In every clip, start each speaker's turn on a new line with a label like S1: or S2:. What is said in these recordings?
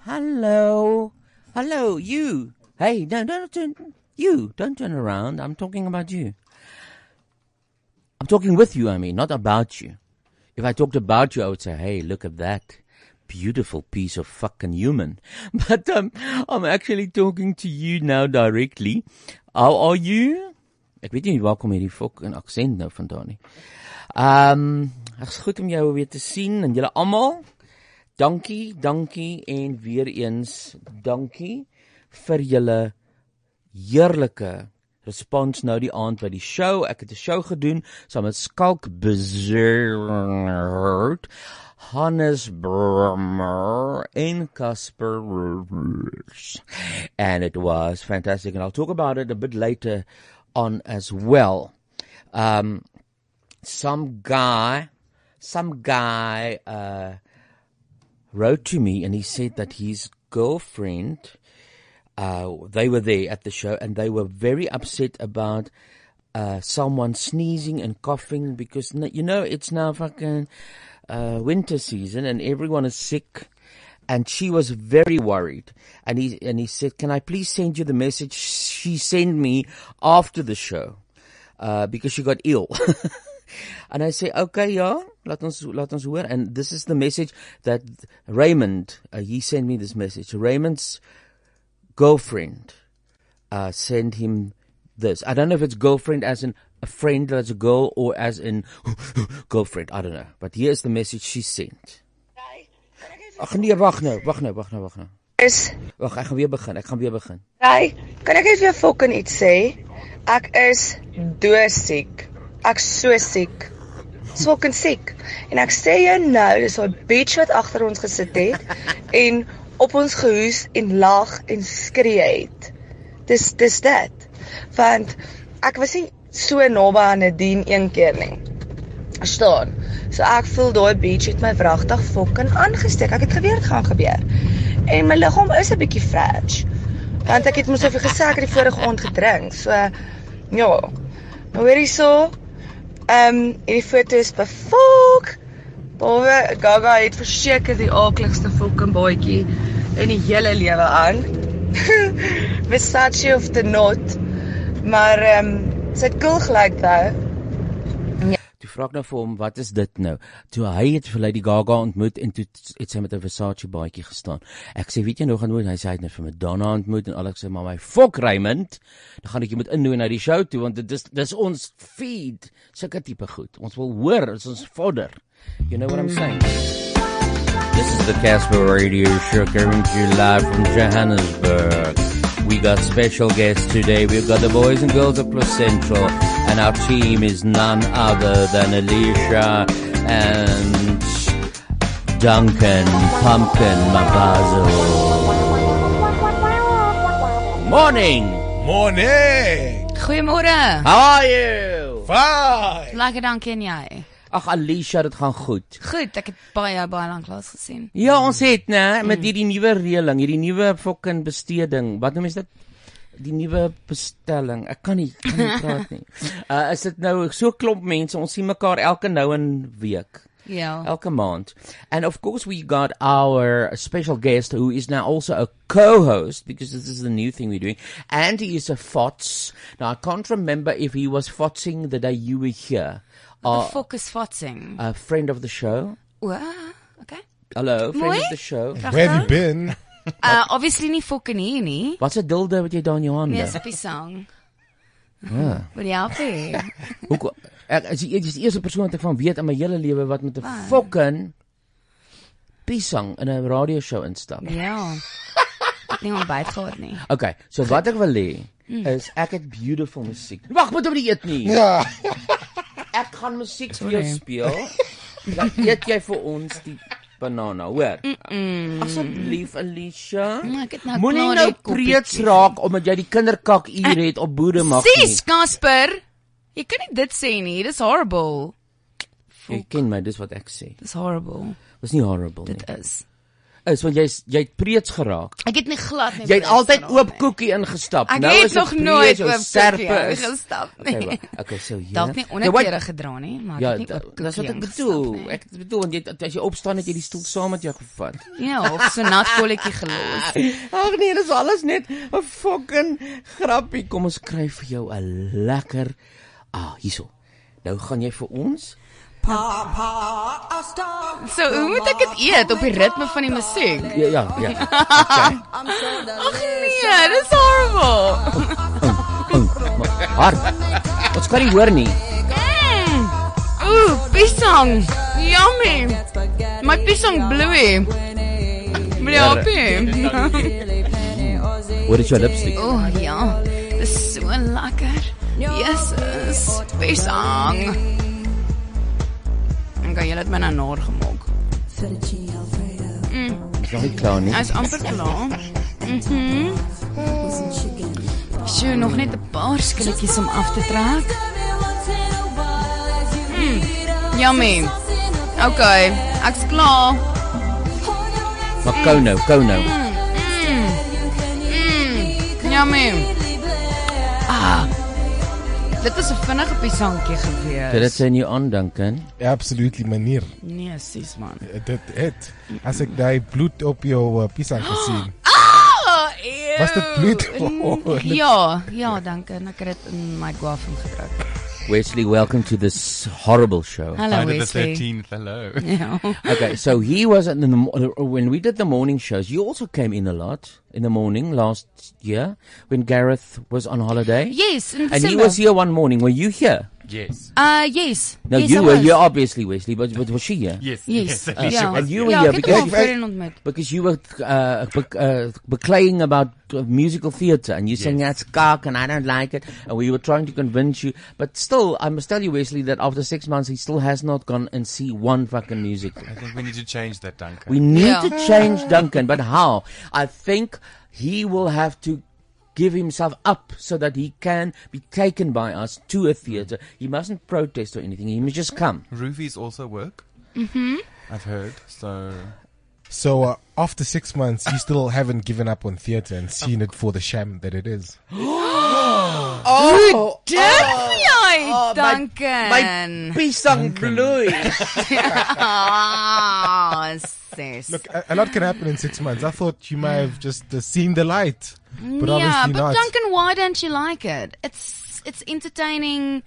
S1: Hello. Hello, you. Hey, no, don't turn. You, don't turn around. I'm talking about you. I'm talking with you, I mean, not about you. If I talked about you, I would say, hey, look at that. Beautiful piece of fucking human. But, um, I'm actually talking to you now directly. How are you? Ek weet nie waar kom hierdie fucking aksent nou vandaan nie. Ehm, um, ek's goed om jou weer te sien en julle almal. Dankie, dankie en weer eens dankie vir julle heerlike respons nou die aand by die show. Ek het 'n show gedoen saam met Skalk Bezerd, Hannes Brummer en Casper Roos. And it was fantastic and I'll talk about it a bit later on as well. Um some guy some guy uh wrote to me and he said that his girlfriend, uh, they were there at the show and they were very upset about uh, someone sneezing and coughing because, n- you know, it's now fucking uh, winter season and everyone is sick. And she was very worried. And he, and he said, can I please send you the message she sent me after the show? Uh, because she got ill. And I say, okay, yeah, laat ons, laat ons hoor. And this is the message that Raymond, uh, he sent me this message. Raymond's girlfriend, uh, sent him this. I don't know if it's girlfriend as in a friend that's a girl or as in girlfriend. I don't know. But here's the message she sent. Ag nee, wag nou, wag nou, wag nou, wag nou.
S2: is
S1: Wag, ek gaan weer begin. Ek gaan weer begin.
S2: Ry, kan ek net vir jou fucking iets sê? Ek is doosiek. Ek so siek. Ek's fucking siek. En ek sê jou nou, dis daai bitch wat agter ons gesit het en op ons gehoes en lag en skree het. Dis dis dit. Want ek was nie so naby aan 'n dien een keer nie. Verstaan? So ek voel daai beach het my wragtig fucking aangesteek. Ek het geweet dit gaan gebeur. En my liggaam is 'n bietjie fragile. Want ek het mos effe gesê ek het die vorige aand gedrink. So ja. Maar hoor hierso. Ehm um, hierdie foto is bevolk. Behalwe Gaga het verseker die aaklikste fucking baadjie in die hele lewe aan. Versace of the not. Maar ehm um, sy het cool gelyk daai.
S1: Toe vra ek nou vir hom, wat is dit nou? Toe hy het vir Lady Gaga ontmoet en toe het sy met 'n Versace baadjie gestaan. Ek sê, weet jy nog ontmoet? Hy sê hy het net vir Madonna ontmoet en al ek sê, maar my fok Raymond, dan gaan ek jou moet innooi na die show toe want dit is dis ons feed, sulke tipe goed. Ons wil hoor, dis ons fodder. You know what I'm saying? This is the Casper Radio Show coming to you live from Johannesburg. We got special guests today. We've got the boys and girls of Plus Central, and our team is none other than Alicia and Duncan Pumpkin Mabazo. Morning!
S3: Morning.
S4: Goeiemôre.
S1: How are you?
S3: Fine.
S4: Lekker dankie en jy.
S1: Ag Alicia, dit gaan goed.
S4: Goed, ek het baie baie lank laas gesien.
S1: Ja, ons
S4: Hmm.
S1: het nê met hierdie nuwe reëling, hierdie nuwe fucking besteding. Wat noem mens dit? Die nuwe bestelling. Ek kan nie kan nie praat nie. Uh is dit nou so klomp mense, ons sien mekaar elke nou en week.
S4: Ja.
S1: Elke maand. And of course we got our special guest who is now also a co-host because this is the new thing we're doing. And he is a FOTS. Now I can't remember if he was FOTSing the day you were here.
S4: The
S1: Our,
S4: fuck is fotsing.
S1: a friend of the show.
S4: O,
S1: ah,
S4: okay.
S1: Hello, friend
S4: Mooi.
S1: of the show.
S3: Where have you been?
S4: Uh obviously nie fucking hier nie.
S1: Wat 'n dildo wat jy daar in jou hande?
S4: Mees op die sang. Ja. Wil jy help?
S1: Hoe ek is die, ek is die eerste persoon wat ek van weet in my hele lewe wat met 'n fucking piesang in 'n radio show instap.
S4: Ja. Ek het nie ontbyt gehad nie.
S1: Okay, so wat ek wil hê
S4: Hmm.
S1: is ek het beautiful musiek. Ja. Wag, moet hom nie eet nie.
S3: Yeah.
S1: Ek gaan musiek vir jou speel. Dan eet jy vir ons die banana, hoor. Asseblief Alicia.
S4: Mm, ek het nou
S1: Moenie
S4: klaar
S1: nou
S4: die koppietjie.
S1: preets raak omdat jy die kinderkak uur het op boere mag nie.
S4: Sis, Casper. Jy kan nie dit sê nie. Dis horrible.
S1: Jy ken my, dis wat ek sê.
S4: Dis horrible.
S1: Dis nie horrible
S4: Dit
S1: nie.
S4: is.
S1: Is want jy's jy het preets geraak.
S4: Ek het nie glad nie.
S1: Jy het
S4: prins
S1: altyd
S4: geraak
S1: oop
S4: nie.
S1: koekie ingestap.
S4: nee. Ek
S1: nou
S4: het
S1: is dit
S4: nog
S1: preets,
S4: nooit
S1: jou
S4: oop
S1: serpe
S4: koekie
S1: is-
S4: ingestap nie.
S1: Okay, wa- okay, so hier.
S4: Dalk nie
S1: Nou, wat-
S4: onderklere gedra nie, maar
S1: Ja,
S4: ek het nie nee.
S1: da-
S4: oop
S1: dis wat
S4: koekie
S1: ek
S4: ingestap
S1: bedoel.
S4: nie.
S1: Ek bedoel want jy as jy opstaan het jy die stoel saam met jou gevat.
S4: Ja, of so nat kolletjie gelos.
S1: Ag nee, dis alles net 'n fucking grappie. Kom ons kry vir jou 'n lekker Ah, hierso. Nou gaan jy vir ons
S4: So, hoe moet ek dit eet op die ritme van die musiek?
S1: Ja, ja, ja. Okay.
S4: Ag nee, dis horrible.
S1: Mm, Maar hard. Ons kan nie hoor nie.
S4: Mm. Ooh, pisang. Yummy. My pisang bluey.
S1: Ja,
S4: Blue.
S1: nou Hoor dit jou lipstiek.
S4: Ooh, ja. Dis so lekker. Jesus, pisang. Ek gaan julle dit my nou naar gemaak.
S1: Dis nog nie klaar nie.
S4: Hy's amper klaar. Mhm. Sjoe, nog net 'n paar skilletjies om af te trek. Mm, yummy. Okay, ek's klaar. Hmm.
S1: Maar kou nou, kou nou.
S4: hmm, Yummy. Ah. Dit is 'n vinnige pisangkie gewees.
S1: Dit is in jou aandink, hè?
S3: Absolutely manier.
S4: Nee, sis man.
S3: Dit het as ek daai bloed op jou uh, pisang gesien.
S4: Ah, ew.
S3: Was dit bloed? Oh, dit-
S4: ja, ja, dankie. Ek het dit in my guafum gedruk.
S1: Wesley, welcome to this horrible show.
S4: Hallo
S5: Friday the
S4: Wesley.
S5: 13th, hello.
S4: Ja.
S1: Okay, so he was in the mo- when we did the morning shows. You also came in a lot in the morning last year when Gareth was on holiday.
S4: Yes, in
S1: and he
S4: December.
S1: was here one morning. Were you here?
S5: Yes.
S4: Uh yes.
S1: No,
S4: yes, I
S1: you were
S4: was.
S1: here obviously, Wesley. But, but was she here?
S5: Yes.
S4: Yes.
S5: at least
S4: ja.
S5: it was
S1: And you
S5: there.
S1: were
S4: ja,
S1: here
S4: ek het
S1: because-
S4: hom voorheen ontmoet.
S1: Because you were uh, bec- uh, beclaying about uh, musical theatre and you saying that's cock and I don't like it and we were trying to convince you. But still, I must tell you, Wesley, that after six months he still has not gone and see one fucking musical.
S5: I think we need to change that, Duncan.
S1: We need
S4: Yeah.
S1: to change Duncan, but how? I think he will have to give himself up so that he can be taken by us to a theatre. He mustn't protest or anything. He must just come.
S5: Roofies also work. Mm-hmm. I've heard. So
S3: So uh, after six months, you still haven't given up on theatre and seen it for the sham that it is.
S1: Oh,
S4: Dink jy, Duncan?
S1: pisang blue.
S4: Ah, sis.
S3: Look, a, a lot can happen in six months. I thought you might have just uh, seen the light, but
S4: yeah,
S3: obviously
S4: but
S3: not.
S4: Duncan, why don't you like it? It's it's entertaining.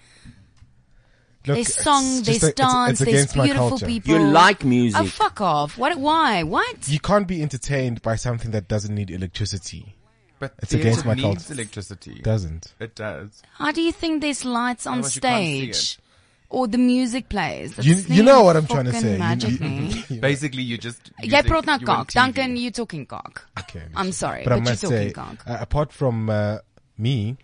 S3: Look,
S4: there's
S3: it's
S4: song,
S3: just
S4: there's
S3: a- it's-
S4: dance,
S3: it's against
S4: there's
S3: my
S4: beautiful
S3: culture.
S4: people.
S1: You like music.
S4: Oh, fuck off! What? Why? What?
S3: You can't be entertained by something that doesn't need electricity.
S5: But
S3: It's against
S5: theatre
S3: my
S5: needs
S3: culture.
S5: electricity.
S3: Doesn't.
S5: It does.
S4: How do you think there's lights on
S5: Otherwise you can't see
S4: stage, or the music plays?
S3: You,
S4: It's
S3: you know what I'm trying
S4: fucking
S3: to say. You-
S4: Magic,
S3: you-
S4: nee.
S3: you-
S5: Basically, you just. you
S4: Jy
S5: think
S4: praat nou
S5: you want
S4: cock.
S5: TV.
S4: Duncan, you talking cock.
S3: okay,
S4: I'm sorry,
S3: but I
S4: but
S3: must
S4: you're talking
S3: say,
S4: cock.
S3: uh, apart from uh, me,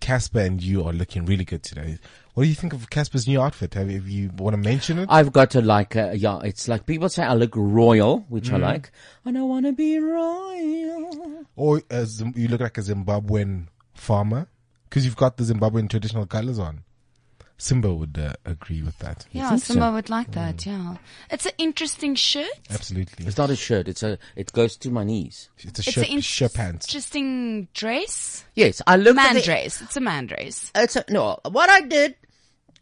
S3: Casper and you are looking really good today. What do you think of Casper's new outfit? Have you, if you want to mention it?
S1: I've got to like, uh, yeah, it's like people say I look royal, which
S6: Mm.
S1: I like. I don't want to be royal.
S3: Or uh, Zim- you look like a Zimbabwean farmer because you've got the Zimbabwean traditional colors on. Simba would uh, agree with that.
S4: Yeah,
S1: think so?
S4: someone would like
S3: Mm.
S4: that. Yeah, it's an interesting shirt.
S3: Absolutely.
S1: It's not a shirt. It's a, it goes to my knees.
S3: It's a
S4: It's
S3: shirt,
S4: an
S3: shirt pants.
S4: interesting dress.
S1: Yes, I looked at
S4: Man
S1: the-
S4: dress. It's a man dress.
S1: it's a, no, what I did,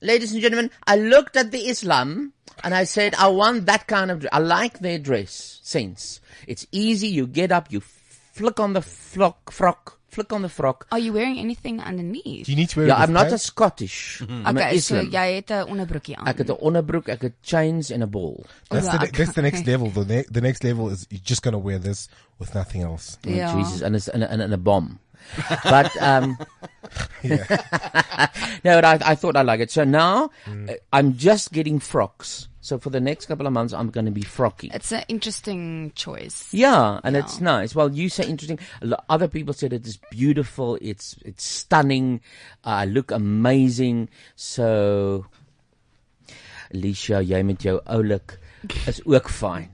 S1: ladies and gentlemen, I looked at the Islam and I said, I want that kind of, dre- I like their dress sense. It's easy. You get up, you flick on the flock, frock, flick on the frock.
S4: Are you wearing anything underneath?
S3: Do you need to wear
S1: Yeah,
S3: it with
S1: I'm not a
S3: pants?
S1: Scottish. I'm an
S4: Mhm. okay, so
S1: Islam.
S4: jy het 'n onderbroekie aan.
S1: I get the onderbroek, I get chains and a ball.
S3: That's,
S4: Yeah,
S3: the,
S4: I
S3: ne- that's the next level. The, ne- the next level is you're just going to wear this with nothing else.
S1: Oh,
S4: Ja.
S1: Jesus, and, it's, and, a- and, a- and a bomb. but um, no, but I, I thought I like it. So now
S3: Hmm.
S1: uh, I'm just getting frocks. So for the next couple of months, I'm going to be frocky.
S4: It's an interesting choice.
S1: Yeah, and it's nice. Well, you say interesting. Lo- Other people said it is beautiful. It's it's stunning. I look amazing. oh, So, Alicia, jy met jou oulik is ook fine.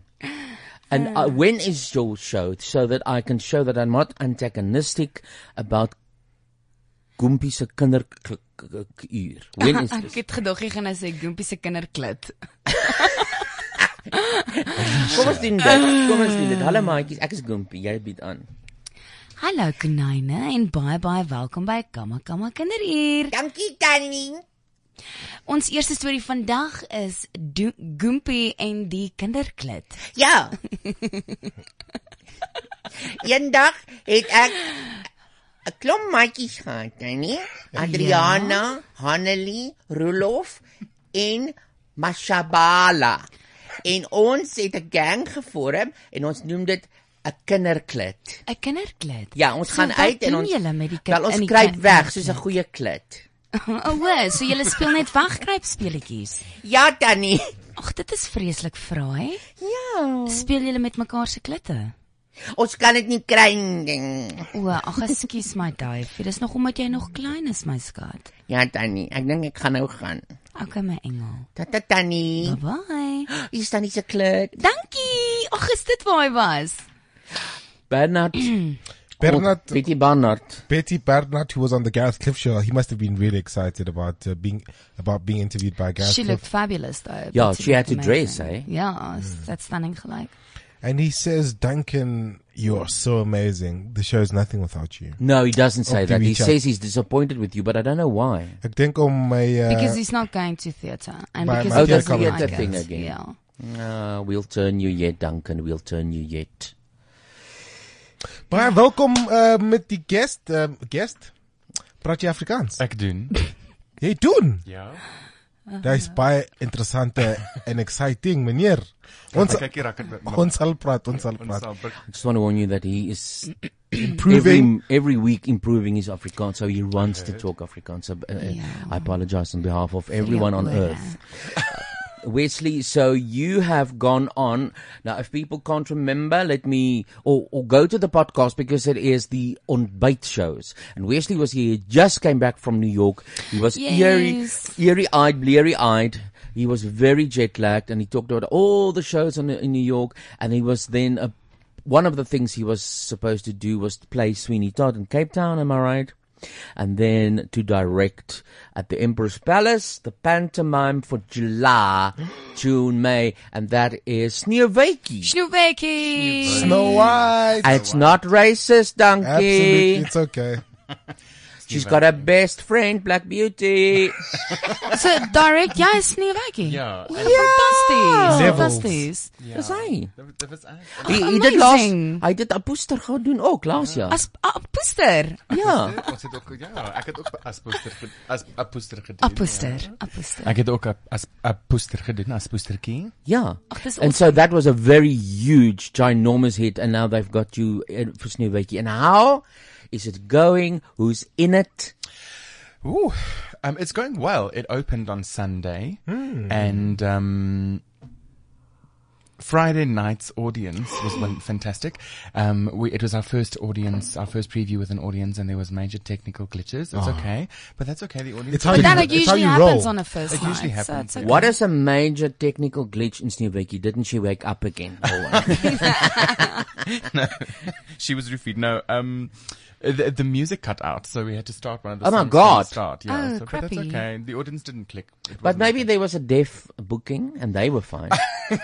S1: And uh, when is your show so that I can show that I'm not antagonistic about Goompie se kinderuur? When is
S4: Ek
S1: this?
S4: het gedog jy gaan nou sê Goompie se kinderklit.
S1: Kom ons doen dit. Kom ons doen dit. Hallo maatjies, ek is Goompie. Jy bied aan.
S4: Hallo Kanyne en baie baie welkom by Kamma Kamma Kinderuur.
S7: Dankie Tannie.
S4: Ons eerste storie vandag is Do Goompie en die kinderklit.
S7: Ja. Eendag het ek 'n klomp maatjies gehad, nee?
S4: Ja.
S7: Adriana, Hanelie, Rolof en Mashabala. En ons het 'n gang gevorm en ons noem dit 'n kinderklit.
S4: 'n Kinderklit.
S7: Ja, ons
S4: So
S7: gaan
S4: wat
S7: uit en
S4: doen
S7: ons
S4: julle met die kin-
S7: wel
S4: in
S7: ons
S4: die
S7: kruip
S4: kin-
S7: weg soos 'n goeie klit.
S4: O, oh, so julle speel net wegkruip speletjies.
S7: Ja, Tannie.
S4: Ag, dit is vreeslik fraai. Ja. Speel julle met mekaar se klitte?
S7: Ons kan dit nie kry nie.
S4: O, ag, ekskuus my duif. Dis nog omdat jy nog klein is, my skat.
S7: Ja, Tannie, ek dink ek gaan nou gaan.
S4: Okay my engel.
S7: Tata Tannie.
S4: Bye bye.
S7: Hier staan nie se klit.
S4: Dankie. Ag, is dit waar hy was?
S1: Bernard,
S3: Bernard,
S1: Betty Bernard.
S3: Betty Bernard, who was on the Gareth Cliff show, he must have been really excited about uh, being about being interviewed by Gareth
S4: She
S3: Cliff.
S4: looked fabulous though.
S1: Ja,
S4: Betsy
S1: she had
S4: looked
S1: to dress,
S4: amazing.
S1: eh?
S4: Ja, that's stunning gelyk.
S3: And he says, Duncan, you are so amazing. The show is nothing without you.
S1: No, he doesn't say
S3: Op
S1: that.
S3: die
S1: He
S3: WeChat.
S1: says he's disappointed with you, but I don't know why.
S3: Ek dink om my
S1: Eh.
S4: Because
S3: uh,
S4: he's not going to theater and
S3: My-
S4: because
S3: my
S4: he
S1: Oh, that's
S4: doesn't
S1: the
S4: like
S1: other
S4: us.
S1: thing again.
S4: Yeah.
S1: Uh, we'll turn you yet, Duncan. We'll turn you yet.
S3: baie welkom uh, met die guest uh, guest praat jy Afrikaans?
S5: Ek doen.
S3: Jy doen.
S5: Ja.
S4: Uh-huh.
S3: Dit is baie interessante en exciting meneer. Ons
S5: Ek kyk hier ek het
S3: ons sal praat, ons sal
S5: ons
S3: praat.
S5: sal
S1: I just want to warn you that he is
S3: Improving.
S1: every, every week improving his Afrikaans, so he wants to talk Afrikaans. So, uh, uh, I apologize on behalf of everyone on
S4: Yeah.
S1: earth. Uh, Wesley, so you have gone on. Now, if people can't remember, let me, or, or go to the podcast because it is the Ontbite shows. And Wesley was here, he just came back from New York. He was
S4: Yes.
S1: eerie, eerie eyed, bleary eyed. He was very jet lagged and he talked about all the shows in, in New York. And he was then, a, one of the things he was supposed to do was to play Sweeney Todd in Cape Town, am I right? and then to direct at the Emperor's Palace, the pantomime for July, June, May, and that is Sneerveki.
S4: Snoebekie.
S3: Snow White.
S1: It's not racist, donkey.
S3: Absolutely, it's okay.
S1: She's got a best friend, Black Beauty.
S4: So direct jy is Snoebekie.
S5: Ja.
S4: Oh, Fantasties.
S3: Levels.
S4: Fantasties.
S1: Dis hy.
S5: Dit dit was ek.
S1: Hy hy dit laas,
S4: Oh, amazing.
S1: hy dit 'n poester gaan doen ook laas jaar.
S4: As ah, poester.
S1: Ja.
S5: Ons het ook ja, ek het ook as poster ged- as 'n poster gedoen.
S4: Ah, poester. Ah, poester.
S5: Ek het ook 'n as 'n poster gedoen, as postertjie.
S1: Yeah.
S4: Ach, dis
S1: and so
S4: Oh, awesome.
S1: that was a very huge, ginormous hit, and now they've got you uh, for Sneerveki. And how is it going? Who's in it?
S5: Ooh, um, it's going well. It opened on Sunday, and um, Friday night's audience was one- fantastic. Um, we, it was our first audience, our first preview with an audience, and there was major technical glitches. It's okay, but that's okay. The audience.
S3: It's how
S4: But
S3: you,
S4: that like,
S3: it's how
S4: usually
S3: you
S4: happens
S3: roll.
S4: on a first
S5: It
S4: night.
S5: usually
S4: So
S5: happens,
S4: it's okay.
S1: What is a major technical glitch in Sneerveki? Didn't she wake up again?
S5: she was roofied. No, um, the, the music cut out, so we had to start one of the.
S1: Oh my
S5: songs from
S1: God.
S5: The start. Yeah, so,
S4: Oh,
S5: but that's
S4: crappy.
S5: okay. The audience didn't click. It
S1: but
S5: wasn't
S1: maybe
S5: okay.
S1: there was a deaf booking and they were fine.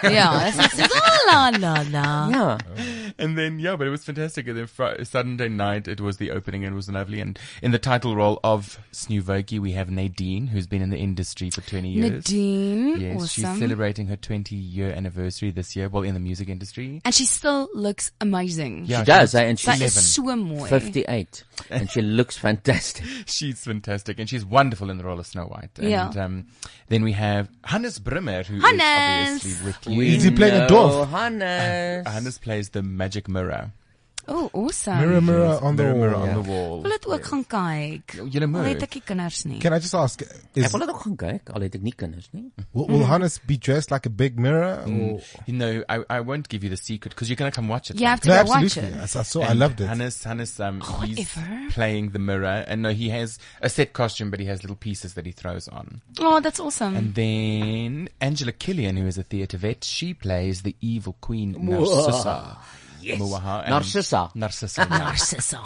S4: Ja, dit is la la la.
S1: yeah.
S5: And then yeah, but it was fantastic. And then Friday, Sunday night, it was the opening, and it was lovely. And in the title role of Snuvoki, we have Nadine, who's been in the industry for twenty years.
S4: Nadine,
S5: yes, she's
S4: awesome.
S5: celebrating her twenty-year anniversary this year. Well, in the music industry,
S4: And she still looks amazing.
S5: yeah,
S1: She does,
S5: looks-
S1: eh? and
S4: Sy
S1: she's
S4: is so mooi.
S1: 58 and she looks fantastic.
S5: She's fantastic, and she's wonderful in the role of Snow White. And,
S4: Yeah.
S5: um, then we have Hannes Brimmer, who is
S4: Hannes!
S5: obviously with you. Uh,
S1: We
S3: Is he playing a
S1: know
S3: dwarf?
S1: Hannes.
S5: Hannes plays the magic mirror.
S4: O, oh, awesome.
S3: Mirror, mirror on the
S5: Mirror, mirror
S3: wall.
S5: on the wall.
S4: Wil dit ook gaan kyk?
S5: Julle
S4: Al
S5: moet.
S4: het ek nie kinders nie.
S3: Can I just ask,
S1: Ek
S3: is,
S1: wil dit ook gaan kyk, al het ek nie kinders nie.
S3: will,
S5: Mm.
S3: will Hannes be dressed like a big mirror? Or?
S5: You know, I, I won't give you the secret because you're going to come watch it.
S4: You have to
S3: No,
S4: go watch
S3: absolutely. I,
S4: it. Oh,
S3: I saw, I
S5: And
S3: loved it.
S5: Hannes, Hannes, um, he's
S4: whatever.
S5: playing the mirror, and no, he has a set costume, but he has little pieces that he throws on.
S4: Oh, that's awesome.
S5: And then Angela Killian, who is a theatre vet, she plays the evil queen Narcissa. Yes,
S1: Narcissa.
S5: Narcissa, yeah.
S4: Narcissa.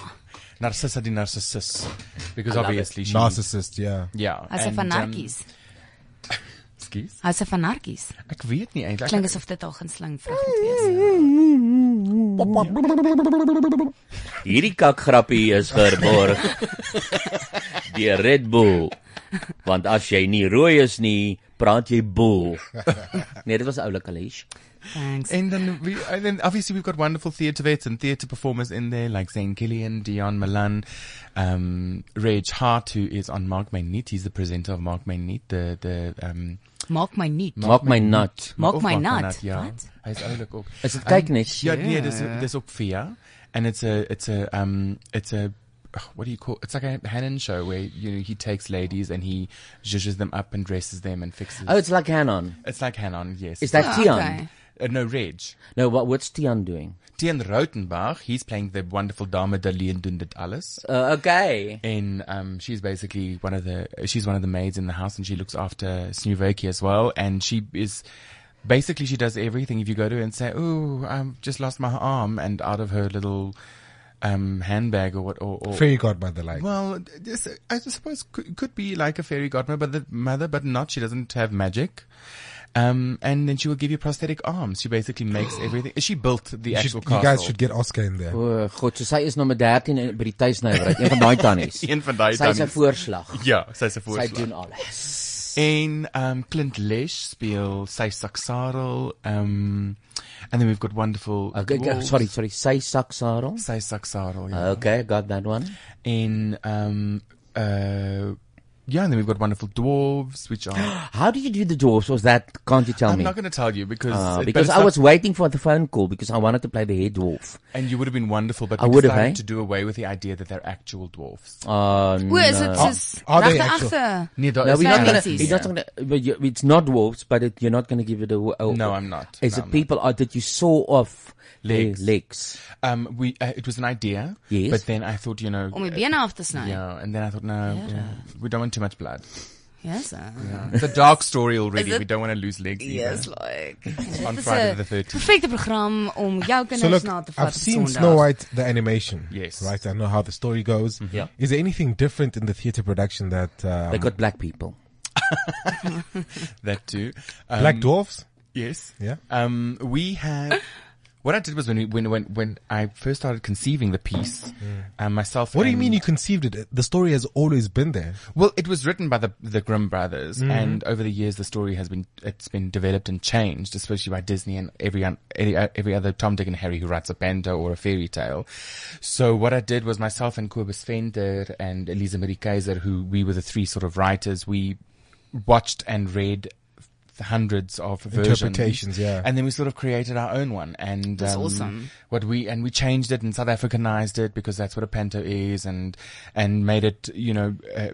S5: Narcissa the narcissus, because obviously she
S3: Narcissist, yeah.
S5: yeah.
S4: Hy's 'n
S5: and, um,
S4: fanarkies.
S5: Excuse.
S4: Hy's 'n fanarkies.
S5: Ek weet nie eintlik.
S4: Klink asof dit al ginsling vrug moet wees.
S1: Hierdie kakgrappie is verborg deur Red Bull. Want as jy nie rooi is nie, praat jy boel. Nee, dit was oulik Alish.
S4: Thanks.
S5: And then we, and then obviously we've got wonderful theatre vets and theatre performers in there, like Zane Killian, Dion Malan, um, Reg Hart, who is on Mark Mainit. He's the presenter of Mark Mainit, the, the, um,
S4: Maak my nie.
S1: Maak my nat.
S4: Maak
S5: of
S4: my
S5: Mark
S4: nat.
S5: Mainit, ja.
S4: Wat?
S5: Hy's oulik ook.
S1: Is dit kyk net?
S5: Ja, nee, dis dis ook vier. And it's a it's a um it's a ugh, what do you call it's like a Hannon show where you know he takes ladies and he zhuzhes them up and dresses them and fixes
S1: Oh, it's like Hanon.
S5: it's like Hannon, yes.
S1: Is that
S4: Oh,
S1: Tian?
S4: okay.
S5: uh, no Reg.
S1: No, what what's Tian doing?
S5: Tian Rautenbach, he's playing the wonderful Dame Dalien doen dit alles.
S1: Uh, okay.
S5: And um, she's basically one of the she's one of the maids in the house, and she looks after Snuvoki as well. And she is basically she does everything. If you go to her and say, "Oh, I've just lost my arm," and out of her little um, handbag or what, or, or
S3: Fairy godmother, like.
S5: well,
S1: uh,
S5: this, I suppose could, could be like a fairy godmother, but the mother, but not. She doesn't have magic. Um, and then she will give you prosthetic arms. She basically makes everything. She built the
S3: You, should-
S5: actual
S3: you
S5: castle.
S3: guys should get Oscar in there.
S1: O, God, so sy is nommer 13 in- by die tuisnywerheid, Nee, een van daai tannies.
S5: Een van daai
S1: Sy is 'n
S5: tannies.
S1: voorslag.
S5: Ja, sy is 'n
S1: Sy
S5: voorslag.
S1: doen alles.
S5: En um, Clint Lesh speel Sy Saksarel. Um, and then we've got wonderful.
S1: Okay, okay,
S5: dwarves.
S1: sorry, sorry. Sy saksarel.
S5: Sy Saksarel, yeah.
S1: Okay, got that one.
S5: and, um, uh, yeah, and then we've got wonderful dwarves, which are.
S1: How do you do the dwarfs? Was that? Can't you tell
S5: I'm
S1: me?
S5: not going to tell you because. it-
S1: Uh,
S5: but
S1: because
S5: it's
S1: I
S5: not-
S1: was waiting for the phone call because I wanted to play the head dwarf.
S5: And you would have been wonderful, but
S1: I
S5: we
S1: would have,
S5: decided to
S1: eh?
S5: do away with the idea that they're actual dwarves.
S1: Uh,
S4: Hoe is
S1: no.
S4: dit soos
S3: Are- are they
S4: regte
S3: actual?
S4: agter?
S5: Neither
S1: No,
S5: is
S1: we're not
S5: that-
S1: gonna.
S4: Nazis.
S1: We're not gonna. But you, it's not dwarfs, but it, you're not gonna give it away. Oh,
S5: No, I'm not.
S1: Is
S5: No,
S1: it
S5: I'm
S1: people are, that you saw off
S5: Legs.
S1: legs?
S5: Um, we uh, it was an idea,
S1: Yes.
S5: but then I thought, you know,
S4: Om die bene af te sny. Ja.
S5: yeah, and then I thought, no, yeah, we don't want too much blood.
S4: Yes. uh,
S5: It's a dark story already.
S4: it-
S5: We don't want to lose legs. either.
S4: Yes, like. Dit is
S5: Friday
S4: 'n
S5: the 13th.
S4: Perfekte program om jou
S3: So
S4: kinders
S3: look,
S4: na te vat.
S3: I've seen
S4: Sondag.
S3: Snow White the animation.
S5: Yes. Mm-hmm.
S3: right. I know how the story goes.
S1: Yeah.
S3: Is there anything different in the theatre production that um,
S1: They got black people.
S5: That too. Um,
S3: Black Dwarfs?
S5: Yes.
S3: Yeah.
S5: Um, we had. What I did was when we, when when when I first started conceiving the piece, um, myself.
S3: Mm. What do you
S5: and-
S3: mean you conceived it? The story has always been there.
S5: Well, it was written by the the Grimm brothers,
S3: Mm-hmm.
S5: and over the years the story has been it's been developed and changed, especially by Disney and every un- every, every other Tom, Dick, and Harry who writes a bando or a fairy tale. So what I did was myself and Kobus Fender and Elisa Marie Kaiser, who we were the three sort of writers, we watched and read hundreds of versions.
S3: Interpretations, yeah.
S5: and then we sort of created our own one and um,
S4: That's awesome.
S5: what we and we changed it and south africanized it because that's what a panto is and and made it you know uh,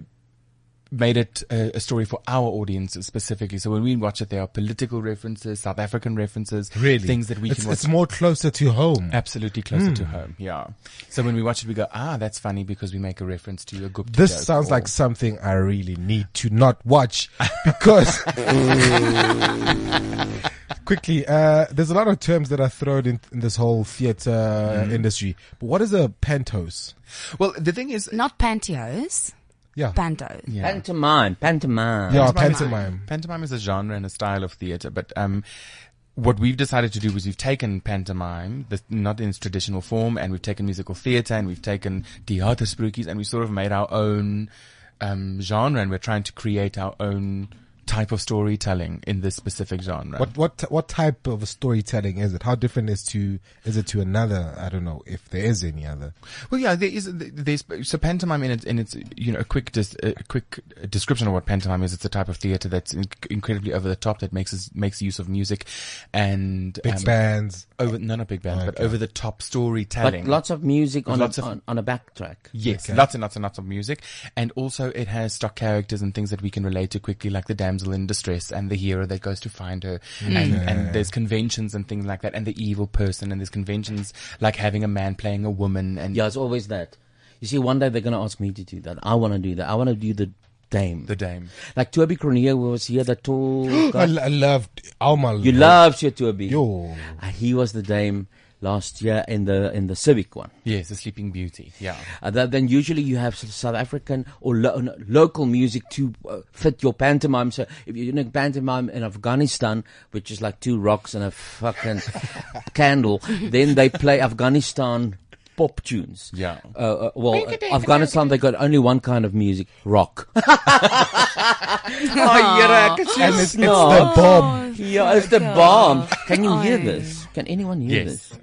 S5: made it a, a story for our audience specifically so when we watch it there are political references south african references
S3: Really,
S5: things that we
S3: it's,
S5: can watch
S3: it's more Hmm. closer to home.
S5: absolutely closer to home yeah so when we watch it we go ah that's funny because we make a reference to a gupta
S3: This
S5: joke
S3: sounds
S5: or-
S3: like something I really need to not watch because quickly, uh, there's a lot of terms that are thrown in, in this whole theater industry. But what is a pantos?
S5: well the thing is
S4: Not pantyhose,
S3: Yeah.
S4: panto.
S5: yeah.
S1: Pantomime, pantomime.
S3: yeah,
S5: Pantomime.
S3: pantomime.
S5: Pantomime is a genre and a style of theatre, but um, what we've decided to do is we've taken pantomime, the, not in its traditional form, and we've taken musical theatre, and we've taken theatersprookjes, and we sort of made our own um, genre, and we're trying to create our own type of storytelling in this specific genre.
S3: What what what type of storytelling is it? How different is to is it to another? I don't know if there is any other.
S5: Well, yeah, there is. There's so pantomime in its in its you know a quick dis, a quick description of what pantomime is. It's a type of theatre that's in, incredibly over the top that makes us, makes use of music and um,
S3: Big bands.
S5: Over no, not big bands, but
S3: Okay.
S5: over the top storytelling.
S1: But lots of music on,
S5: Lots
S1: a,
S5: of-
S1: on, on a backtrack.
S5: Yes, lots and lots and lots of music, and also it has stock characters and things that we can relate to quickly, like the damsel in distress and the hero that goes to find her, and, and there's conventions and things like that, and the evil person, and there's conventions like having a man playing a woman, and
S1: Yeah, it's always that. You see, one day they're going to ask me to do that. I want to do that. I want to do the dame.
S5: the dame.
S1: like Toby Cronier was here, the tall
S3: I,
S1: guy.
S3: lo- I loved
S5: oh
S3: Alma.
S1: You love Sir Toby.
S3: Yo.
S1: Uh, he was the dame last year in the in the Civic one.
S5: Yes, the Sleeping Beauty. Yeah.
S1: Uh, th- then usually you have sort of South African or lo- no, local music to uh, fit your pantomime. So if you're doing pantomime in Afghanistan, which is like two rocks and a fucking candle, then they play Afghanistan pop tunes.
S5: Yeah.
S1: Uh, uh, well, Afghanistan they got only one kind of music, rock.
S7: Oh, you're a
S3: and it's, it's the
S1: No.
S6: Oh,
S3: bomb.
S1: Yeah, it's the bomb. Can you hear this? Can anyone hear
S5: Yes.
S1: this?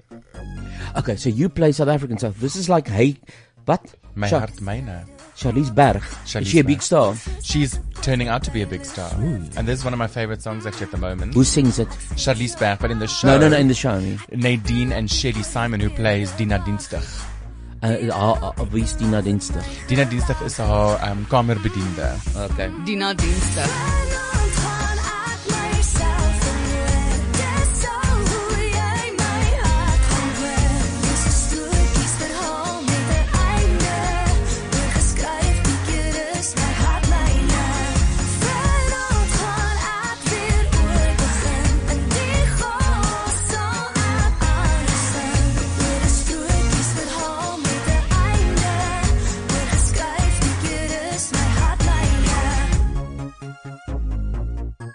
S1: Okay, so you play South African stuff. This is like, hey, what?
S5: My
S1: Sha-
S5: heart, my now.
S1: Charlize Berg.
S5: Charlize
S1: is she a
S5: Berg.
S1: big star?
S5: She's turning out to be a big star. And this is one of my favorite songs actually at the moment.
S1: Who sings it?
S5: Charlize Berg, but in the show.
S1: No, no, no, in the show. I mean.
S5: Nadine and Shelly Simon, who plays Dina Dienstag.
S1: Uh, uh, uh, wie is Tina Dienste?
S5: Dina Dienstag is her um, kamerbediende.
S1: Okay.
S4: Dina Dienste.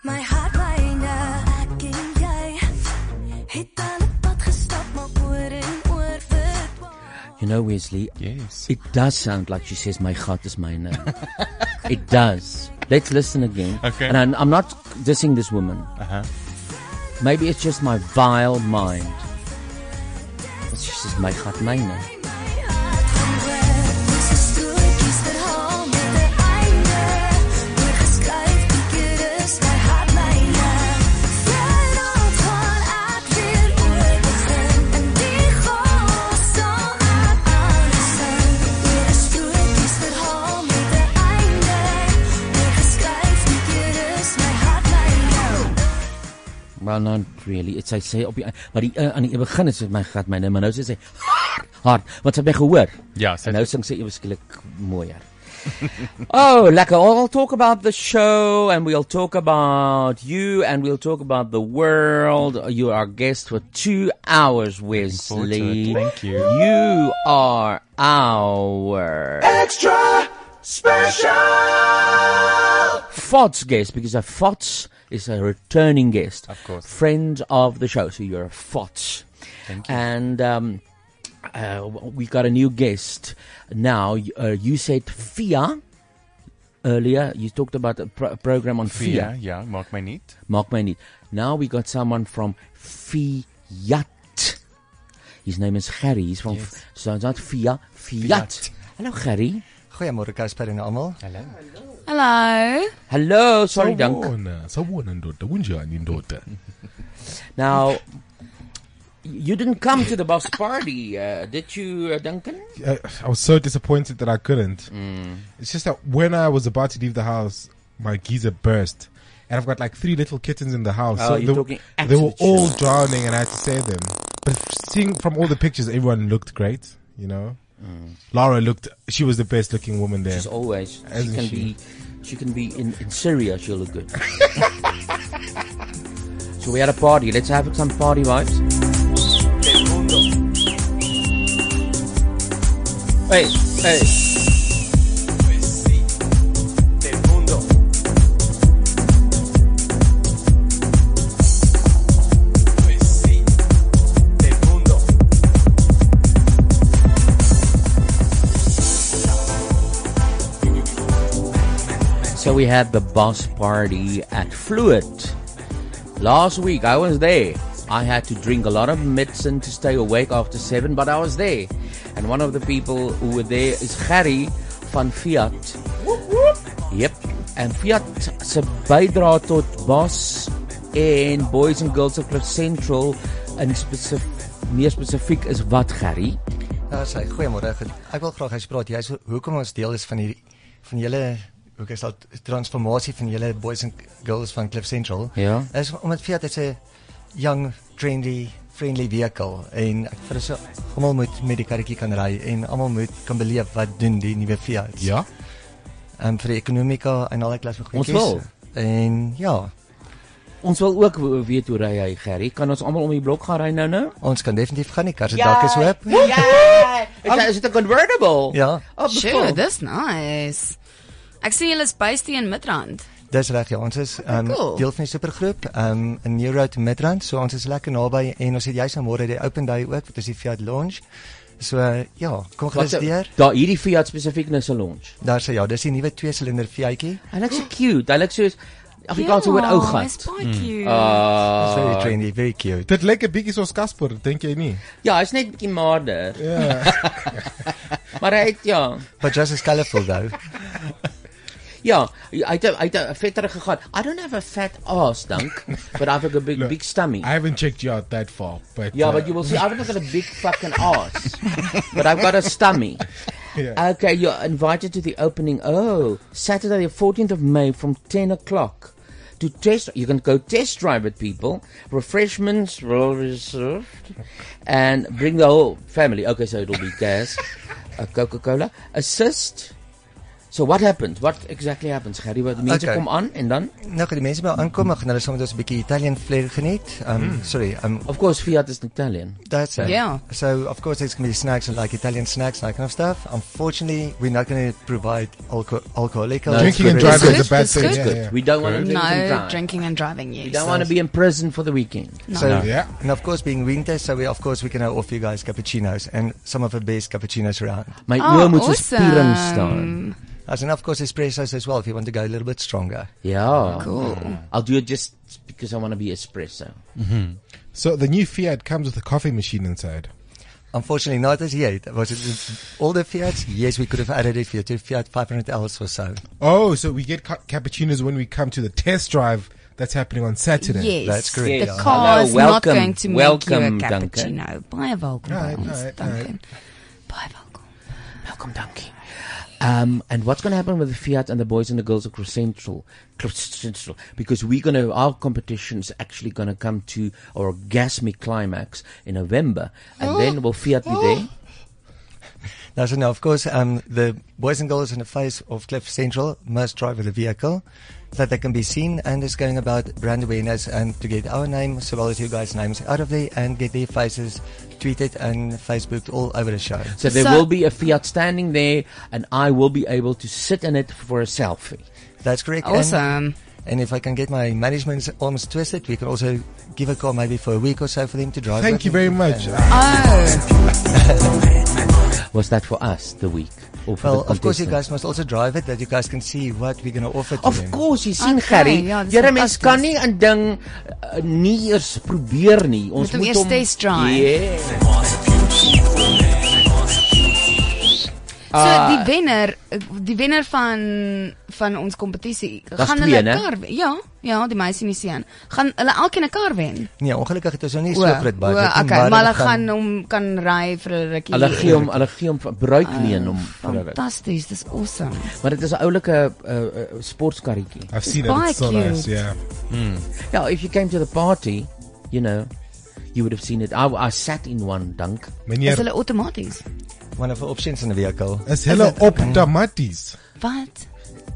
S6: My hardlyne ek en jy het aan 'n pad gestap maar oor en oor verdwaal.
S1: You know, Wesley,
S5: Yes.
S1: it does sound like she says, my heart is my name. it does. Let's listen again.
S5: Okay.
S1: And I'm, I'm not dissing this woman. Uh-huh. Maybe it's just my vile mind. But she says, my heart, my name. Well, not really. Dit sy sê op die maar die uh, aan die begin is dit my gat myne, maar nou sê sy hard, want sy het my gehoor.
S5: Ja, sy
S1: en nou
S5: het-
S1: sing sy ewe skielik mooier. oh, lekker. I'll talk about the show and we'll talk about you and we'll talk about the world. You are our guest for 2 hours,
S5: forward to it.
S1: Wesley.
S5: Thank you.
S1: You are our
S8: Extra special.
S1: FOTS guest because a FOTS is a returning guest.
S5: Of course.
S1: Friend of the show. So you're a FOTS. Thank you. And um, uh, we got a new guest now. Y- Uh, you said FIA earlier. You talked about a, pro- a program on
S5: Via,
S1: FIA.
S5: yeah, Mark My Neat.
S1: Mark my need. Now we got someone from Fiat. His name is Gary. He's from, F- so it's not FIA, Fiat.
S5: Fiat.
S1: Hello, Gary.
S9: Goeiemôre Casper en almal.
S4: Hello.
S1: Hello, sorry, Dunk.
S3: Sawubona, sawubona ndoda, kunjani ndoda?
S1: Now, you didn't come to the boss party, uh, did you, uh, Duncan?
S3: I, I was so disappointed that I couldn't.
S1: Mm.
S3: It's just that when I was about to leave the house, my geezer burst, and I've got like three little kittens in the house.
S1: Oh,
S3: so
S1: you're
S3: they,
S1: talking
S3: they were
S1: absolute
S3: all
S1: shit.
S3: drowning, and I had to save them. But seeing from all the pictures, everyone looked great. You know, Lara looked; she was the best looking woman there.
S1: Mm. She's always. She
S3: Hasn't
S1: can
S3: she?
S1: be. She can be in, in Syria. She'll look good. so we had a party. Let's have some party vibes. Hey, hey. So we had the bus party at Fluid. Last week, I was there. I had to drink a lot of medicine to stay awake after 7, but I was there. And one of the people who were there is Gerry van Fiat. Yep. En Fiat se bydra tot Bas en Boys and Girls of Club Central in spesif meer spesifiek is wat Gerry.
S9: Ja, sy, goeiemôre. Goed. Ek wil graag hys praat. Jy's hoekom ons deel is van hierdie van julle hoe kan dit transformasie van julle boys and girls van Cliff Central.
S1: Ja.
S9: Is omdat Fiat is 'n young, trendy, friendly vehicle en ek vir so almal moet met die karretjie kan ry en almal moet kan beleef wat doen die nuwe Fiat.
S1: Ja.
S9: En vir die ekonomika en al die klas van
S1: Ons
S9: goedjies.
S1: wil.
S9: En ja.
S1: Ons wil ook weet hoe ry hy Gerry. Kan ons almal om die blok gaan ry nou nou?
S9: Ons kan definitief gaan. Die kar se dak is oop.
S1: Ja. Is dit 'n convertible?
S9: Ja.
S1: Oh,
S4: sure, dis nice. Ek sien julle is bys teen Midrand.
S9: Dis reg ja, ons is um,
S4: cool.
S9: deel van die supergroep um, in New Road Midrand. So ons is lekker naby en ons het juis nou môre die open day ook wat is die Fiat Lounge. So uh, ja, kom
S1: Wat
S9: gerus
S1: se-
S9: deur.
S1: Daar hierdie Fiat spesifiek nou se launch.
S9: Daar sê ja, dis die nuwe twee silinder Fiatjie.
S1: Hy lyk so cute. Hy lyk soos Afrikaanse
S9: Ja,
S1: woord oh, ou gat.
S9: hy's baie cute.
S1: Ah.
S9: Dis very trendy, very cute.
S3: Dit lyk 'n bietjie soos Casper, dink jy nie?
S1: Ja, hy's net bietjie maarder.
S3: Ja.
S1: maar hy het ja.
S9: But just as colorful though.
S1: Ja, hy het hy het 'n vetterige gat. I don't have a fat ass, dunk, but I've got a big big stomach. I
S3: haven't checked you out that far, but
S1: Yeah,
S3: uh,
S1: but you will see I've not got a big fucking ass, but I've got a stomach.
S4: Ja.
S3: Yeah.
S1: Okay, you're invited to the opening. Oh, Saturday, the 14th of May from 10 o'clock. To test, you can go test drive it, people. Refreshments will be served. And bring the whole family. Okay, so it'll be gas, a Coca Cola. Assist. So what happened? What exactly happens? Gerry, wat mense
S9: Okay.
S1: kom aan en dan?
S9: Nou gaan die mense by aankom, dan gaan hulle saam met ons 'n bietjie Italian flair geniet. Um
S1: Mm.
S9: mm. sorry, um
S1: Of course Fiat is Italian.
S9: That's it.
S1: Yeah.
S9: So of course there's going to be snacks and like Italian snacks and that kind of stuff. Unfortunately, we're not going to provide alcohol alcoholic.
S1: No, Drinking it's and good. driving is a bad It's thing. good. Yeah,
S9: Good.
S1: yeah, yeah. We don't wanna drink and
S4: No
S1: drive.
S4: drinking and driving, yes.
S1: You don't want to be in prison for the weekend.
S9: So yeah, and of course being winter, so we of course we can now offer you guys cappuccinos and some of the best cappuccinos around.
S1: My Oh, oom moet so awesome. staan.
S9: As and of course espressos as well if you want to go a little bit stronger.
S1: Yeah.
S9: Cool.
S1: I'll do it just because I want to be espresso.
S3: Mhm. So the new Fiat comes with a coffee machine inside.
S9: Unfortunately, not as yet. Was it all the Fiats? Yes, we could have added it for you to Fiat 500 Ls or so.
S3: Oh, so we get ca- cappuccinos when we come to the test drive that's happening on Saturday.
S4: Yes,
S9: That's correct,
S4: The
S9: yeah.
S4: car
S9: Hello,
S4: is
S9: welcome,
S4: not going to make
S9: welcome,
S4: you a
S9: Duncan.
S4: cappuccino.
S1: Oh,
S4: Baie welkom by
S9: Right,
S4: ons,
S9: right,
S4: Duncan.
S1: Welcome, donkey. Um, and what's going to happen with the Fiat and the boys and the girls across Central, across Central? Because we're going to our competition is actually going to come to our orgasmic climax in November,
S4: Oh.
S1: and then will Fiat be there?
S9: Now, so now, of course, um, the boys and girls in the face of Cliff Central must drive with a vehicle that they can be seen and is going about brand awareness and to get our name, so well as you guys' names out of there and get their faces tweeted and Facebooked all over the show.
S1: So there will be a Fiat standing there, and I will be able to sit in it for a selfie.
S9: That's correct. And,
S1: Awesome.
S9: and if I can get my management's arms twisted, we can also give a call maybe for a week or so for them to drive.
S3: Thank
S9: with
S3: you
S9: them.
S3: very much.
S4: Oh.
S1: Was that for us the week? Or for
S9: Well,
S1: the
S9: of course, you
S1: contestants?
S9: guys must also drive it that you guys can see what we're going to offer to
S1: uh, Of
S9: them.
S1: course, jy sien Gerry, jare mens kan nie 'n ding uh, nie eers probeer nie. Ons
S4: Moet hom
S1: moet
S4: eers test drive. So
S1: Ah.
S4: die wenner, die wenner van van ons kompetisie
S9: Daar's
S4: gaan
S9: twee,
S4: hulle
S9: né?
S4: kar wen. Ja, ja, die meisie en die seun. Gaan hulle elkeen 'n kar wen.
S9: Nee, ongelukkig het ons nou nie
S4: O,
S9: so groot
S4: o,
S9: budget nie,
S4: okay, maar hulle
S9: dit
S4: gaan hom kan ry vir 'n rukkie.
S1: Hulle gee hom, hulle gee hom van- bruik leen hom vir
S4: Ah,
S1: hulle.
S4: Fantasties, dis awesome.
S1: Maar dit is 'n oulike uh, uh, sportkarretjie.
S3: I've
S4: seen it, Baie it's so cute. nice, yeah.
S1: Mm. Yeah, if you came to the party, you know, you would have seen it. I, I sat in one dunk.
S4: Is hulle outomaties?
S9: gaan one of the options in the vehicle.
S3: Is hulle op tomaties?
S4: Wat?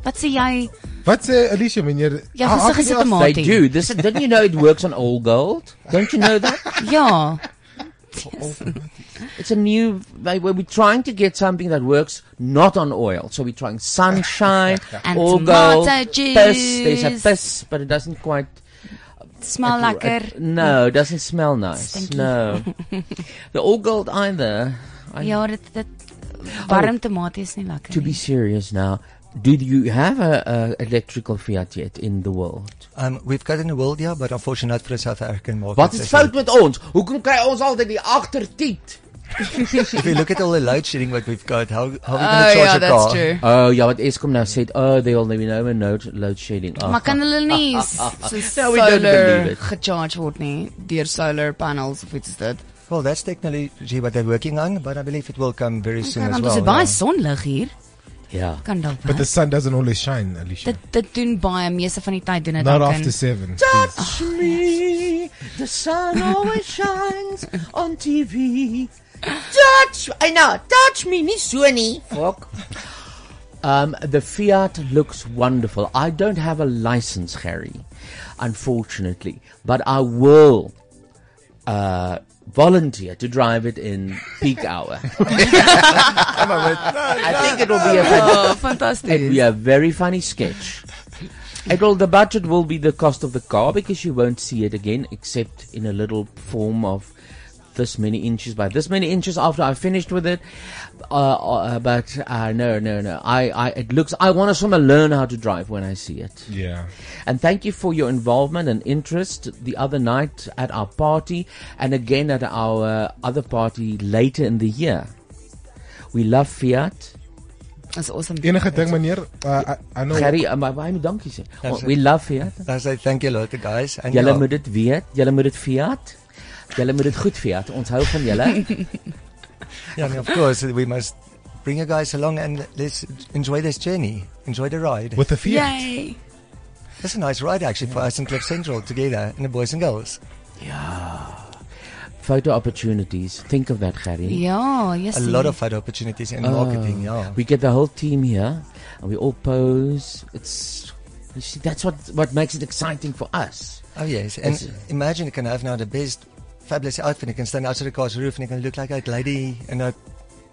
S4: Wat sê jy?
S3: Wat sê Alicia meneer? Ah,
S4: Ja, gesig is 'n tomatie.
S1: They do. This didn't you know it works on all gold? Don't you know that?
S4: yeah.
S1: It's a new. They, we're trying to get something that works not on oil. So we're trying sunshine,
S4: And
S1: all
S4: tomato
S1: gold, piss. There's
S4: juice.
S1: a piss, but it doesn't quite.
S4: Smell
S1: it-
S4: lekker.
S1: it- no, it doesn't smell nice.
S4: Stinky.
S1: No, the all gold either. I- Oh.
S4: Ja, dit dit warm tomaties is nie lekker.
S1: To be serious now, Do you have a, a electrical Fiat yet in the world?
S9: Um, we've got in the world, yeah, but unfortunately not for the South African market.
S1: Wat is
S9: There's
S1: fout met ons? Hoekom kry ons altyd die agtertiet?
S9: if you look at all the load shedding what we've got, how, how are we
S4: Oh,
S9: going to charge
S4: yeah,
S9: a
S4: that's
S9: car?
S4: true.
S1: Oh ja, wat Eskom nou sê, oh they will never know a note load shedding. Oh,
S4: Maar kan hulle nie
S1: ah,
S4: s-
S1: ah, ah, ah.
S4: so
S1: No, we don't believe
S4: solar
S1: it.
S4: gecharge word nie deur solar panels of iets is dit?
S9: Well, that's technology what they're working on, but I believe it will come very soon
S4: Ja,
S9: as
S4: want
S9: well.
S4: ons het baie sonlig hier.
S1: Yeah.
S4: Kan dalk
S3: But the
S4: werk.
S3: sun doesn't always shine, Alicia.
S4: Dit dit doen baie meeste van die tyd doen dit
S3: Not
S4: ook
S3: after
S4: in-
S3: seven.
S1: Touch me. The sun always shines on TV.
S7: Touch, I know, touch me, nie so nie.
S1: Fuck. Um, the Fiat looks wonderful. I don't have a license, Harry, unfortunately, but I will uh, volunteer to drive it in peak hour. I think it will be a
S4: Oh,
S1: fantastic. It will be a very funny sketch. It will. The budget will be the cost of the car because you won't see it again except in a little form of this many inches by this many inches after I finished with it. Uh, uh, but uh, no, no, no. I, I, it looks. I want to sort of learn how to drive when I see it.
S3: Yeah.
S1: And thank you for your involvement and interest the other night at our party and again at our uh, other party later in the year. We love Fiat.
S4: That's awesome.
S3: Enige ding meneer, uh, I, I know
S1: Gerry, uh, maar baie dankie sê. Oh,
S9: That's
S1: We
S9: it.
S1: love Fiat.
S9: That's it. Thank you a lot, guys. And
S1: Julle
S9: yeah.
S1: moet dit weet, julle moet dit Fiat. Julle moet dit goed Fiat. Ons hou van julle.
S9: Yeah, I mean, of course, we must bring you guys along and let's enjoy this journey. Enjoy the ride.
S3: With the
S9: Fiat. It's a nice ride, actually, for us in Cliff Central together and the boys and girls.
S1: Photo opportunities. Think of that, Gerry.
S4: Ja, yes.
S9: A lot of photo opportunities in
S1: Oh,
S9: marketing, ja. yeah.
S1: We get the whole team here and we all pose. It's you see that's what what makes it exciting for us.
S9: Oh, yes. And
S1: It's-
S9: imagine you can have now the best, fabulous outfit. You can stand outside the car's roof and you can look like that lady in a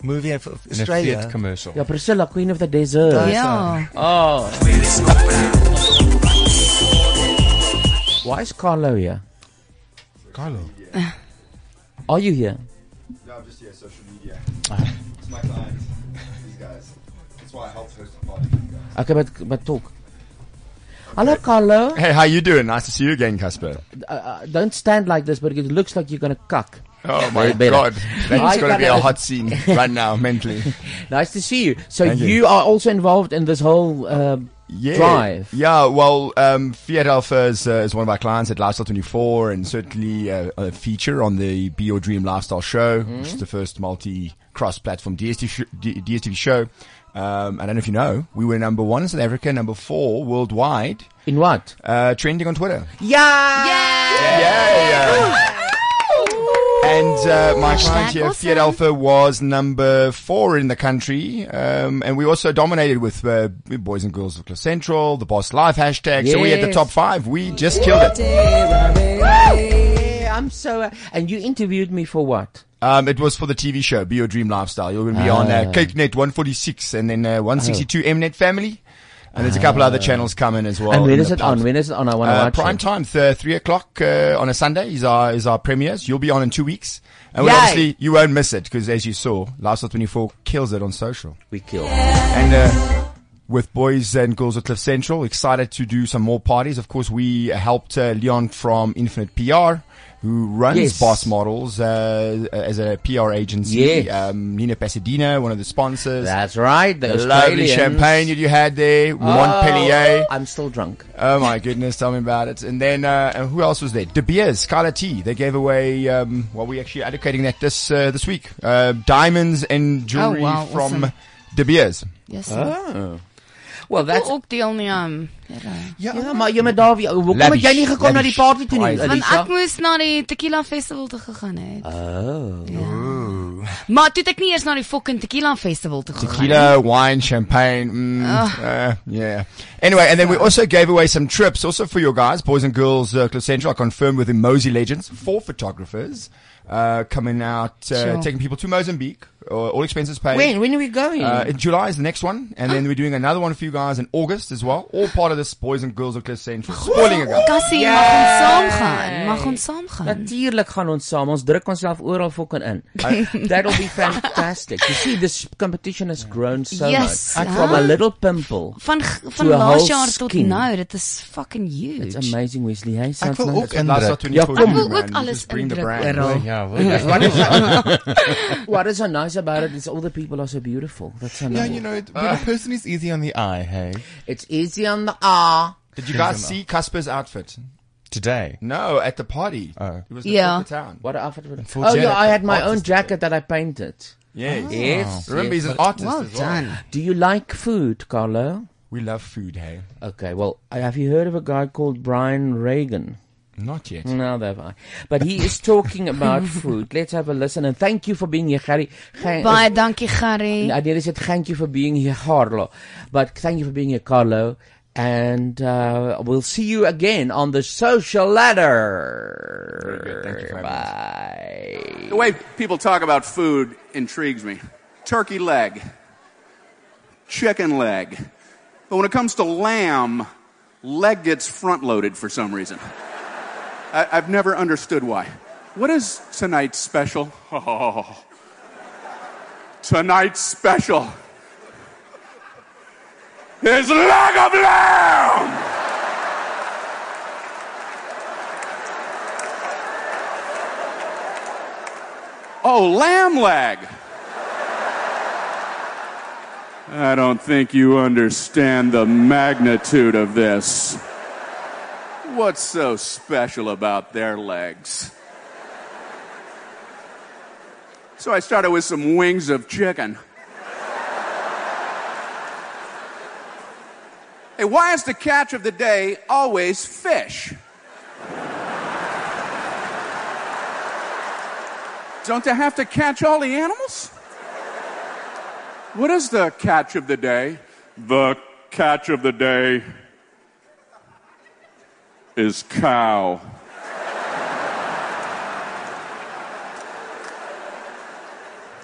S9: movie of of
S5: In a
S9: Australia.
S5: Fiat commercial.
S1: Yeah, Priscilla, Queen of the Desert.
S9: Nice, Yeah.
S1: Oh. Why is Carlo here?
S3: Carlo.
S1: Are you here?
S10: No, I'm just yeah, social media.
S1: Ah.
S10: It's my clients, these guys. That's why I helped host the party.
S1: Okay, but but talk. Hello, Carlo.
S10: Hey, how you doing? Nice to see you again, Casper.
S1: Uh, uh, don't stand like this, but it looks like you're gonna cuck.
S10: Oh my
S1: Better.
S10: god, that's
S1: Hi,
S10: going to be a
S1: Carlo.
S10: hot scene right now, mentally.
S1: Nice to see you. So
S10: Thank
S1: you.
S10: you.
S1: are also involved in this whole uh,
S10: Yeah.
S1: drive.
S10: Yeah, well, um, Fiat Alpha is, uh, is one of our clients at Lifestyle 24 and certainly uh, a feature on the Be Your Dream Lifestyle Show,
S1: Mm-hmm.
S10: which is the first multi cross platform DSTV, sh- D- DSTV show. Um, I don't know if you know, we were number one in South Africa, number four worldwide.
S1: In what?
S10: Uh, trending on Twitter.
S1: Yeah.
S10: And uh, my
S1: Hashtag
S10: client here, Fiat Alpha, was number four in the country. Um, and we also dominated with uh, Boys and Girls of Cliff Central, the Boss Life hashtag. So we had the
S1: Yes.
S10: top five. We just killed it.
S1: Yeah, I'm so. Uh, and you interviewed me for what?
S10: Um, it was for the TV show, Be Your Dream Lifestyle. You're going to be on
S1: Ah. Oh.
S10: uh, CakeNet 146 and then uh, 162 Mnet Family. And there's a couple
S1: Ah.
S10: other channels coming as well.
S1: and when
S10: in
S1: is
S10: the
S1: it on?
S10: pubs.
S1: When is it on? I want to
S10: uh,
S1: watch
S10: prime
S1: it.
S10: time, th- three o'clock uh, on a Sunday is our is our premieres. You'll be on in two weeks, and we
S1: Yay.
S10: obviously you won't miss it because as you saw, Lifestyle Twenty Four kills it on social.
S1: We kill,
S10: and uh, with boys and girls at Cliff Central, excited to do some more parties. Of course, we helped uh, Leon from Infinite PR. Who runs
S1: Yes.
S10: Boss Models uh, as a PR agency?
S1: Yes.
S10: Um, Nina Pasadena, one of the sponsors.
S1: That's right. The
S10: lovely
S1: Australians.
S10: champagne that you had there,
S1: Oh,
S10: Montpellier.
S1: I'm still drunk.
S10: Oh my goodness, tell me about it. And then, uh, and who else was there? De Beers, Skylar T. They gave away, um, well, we actually allocating that this, uh, this week. Uh, diamonds and jewelry
S4: wow,
S10: from
S4: awesome.
S10: De Beers.
S4: Yes.
S1: Oh. Well,
S4: that's ook deelneem.
S1: Ja, maar jy met Dawie, hoekom het jy nie gekom na die party toe nie?
S4: Nee, Want
S1: Alicia?
S4: ek moes na die Tequila Festival toe gegaan het.
S1: Oh.
S4: Maar toe het ek nie eers na die fucking Tequila Festival toe gegaan
S10: Tequila, wine, champagne. Mm, uh, yeah. Anyway, and then we also gave away some trips, also for your guys, boys and girls, uh, Cliff Central. I confirmed with Emoji Legends, four photographers. uh, coming out, uh,
S7: Sure.
S10: taking people to Mozambique, uh, all expenses paid.
S7: When? When are we
S1: Oh,
S7: going?
S10: Uh, in July is the next one, and then we're doing another one for you guys in August as well. All part of this Boys and Girls of Cliff Central. Spoiling again.
S4: Cassie, mag ons saamgaan? Mag ons saamgaan?
S1: Natuurlik gaan ons saam. Ons druk onsself oral fucking in. That'll be fantastic. You see this competition has grown so
S4: Yes,
S1: much
S4: Ek-
S1: from a
S4: huh?
S1: little pimple
S4: Van g-
S1: to
S4: van
S1: a
S4: laas
S1: whole
S4: jaar tot
S1: skin.
S4: nou, dit is fucking huge.
S1: It's amazing Wesley. Hy sê
S4: wil ook indruk.
S1: Ja,
S4: Ek
S1: kom.
S4: wil ook alles indruk, Errol.
S5: Ja,
S1: what
S5: wel, ja.
S1: is what is- what is so nice about it is all the people are so beautiful. That's so
S5: Yeah,
S1: nice.
S5: you know, it- when a person is easy on the eye, hey.
S1: It's easy on the R.
S10: Did you guys see Casper's outfit?
S5: Today.
S10: No, at the party.
S5: Oh.
S10: It was the
S1: Yeah.
S10: talk of town.
S1: What outfit would
S10: Full
S1: Oh yeah,
S10: jacket.
S1: I had my own
S10: Artist.
S1: jacket that I painted.
S10: Ah. Yes.
S1: Yes.
S10: Remember,
S1: yes.
S10: he's an artist Well as well. done.
S1: Do you like food, Carlo?
S10: We love food, hey.
S1: Okay, well, I- have you heard of a guy called Brian Reagan?
S10: Not yet.
S1: No, have I. But he is talking about food. Let's have a listen. And thank you for being here, Gary. Ga-
S4: Baie dankie Gary.
S1: I did said thank you for being here, Carlo. But thank you for being here, Carlo. And uh, we'll see you again on the social ladder. Bye.
S11: The way people talk about food intrigues me. Turkey leg, chicken leg. But when it comes to lamb, leg gets front loaded for some reason. I, I've never understood why. What is tonight's special? Oh, tonight's special is leg of lamb! Oh, lamb leg. I don't think you understand the magnitude of this. What's so special about their legs? So I started with some wings of chicken. Hey, why is the catch of the day always fish? Don't they have to catch all the animals? What is the catch of the day? The catch of the day is cow.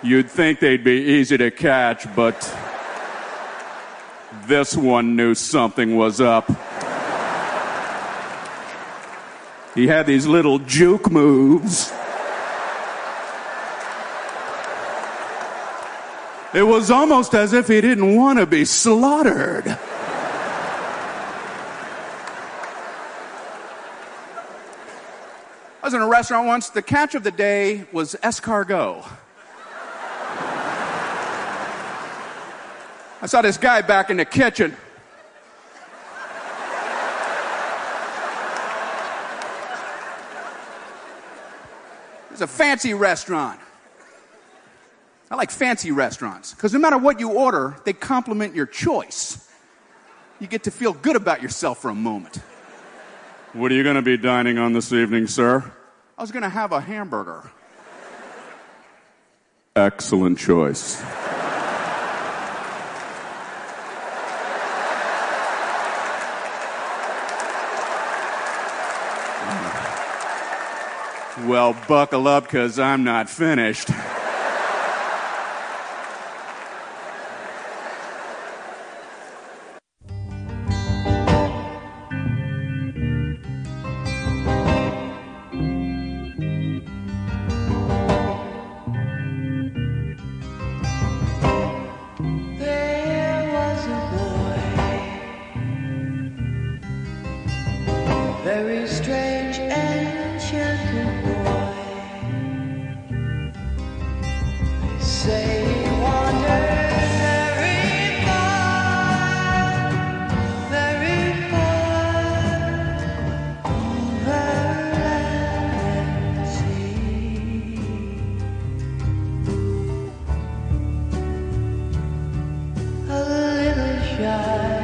S11: You'd think they'd be easy to catch, but this one knew something was up. He had these little juke moves. It was almost as if he didn't want to be slaughtered. I was in a restaurant once. The catch of the day was escargot. I saw this guy back in the kitchen. It's a fancy restaurant. I like fancy restaurants because no matter what you order, they compliment your choice. You get to feel good about yourself for a moment. What are you going to be dining on this evening, sir? I was going to have a hamburger. Excellent choice. Well, buckle up because I'm not finished.
S6: There was a boy, very strange and enchanted boy. They say he wandered very far, very far over land and sea. a little shy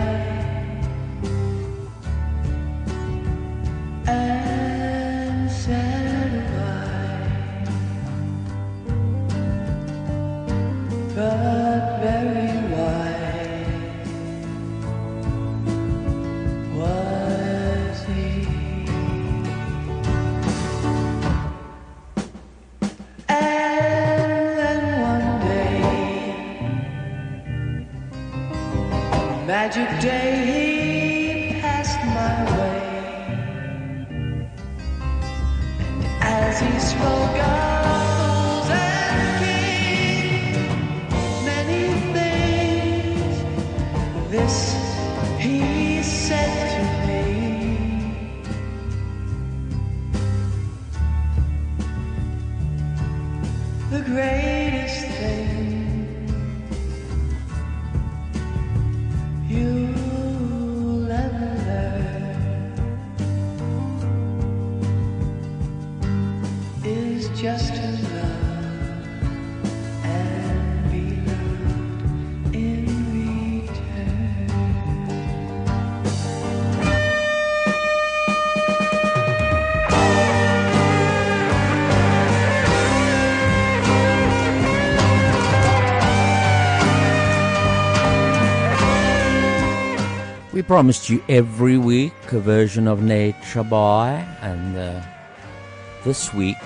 S6: and sad of eye, but very wise was he.
S12: magic day he passed my way. And as he spoke of fools and kings, many things, this he said to me. The greatest thing you'll ever learn is just to love and be loved in return.
S1: We promised you every week a version of Nature Boy, and uh, this week,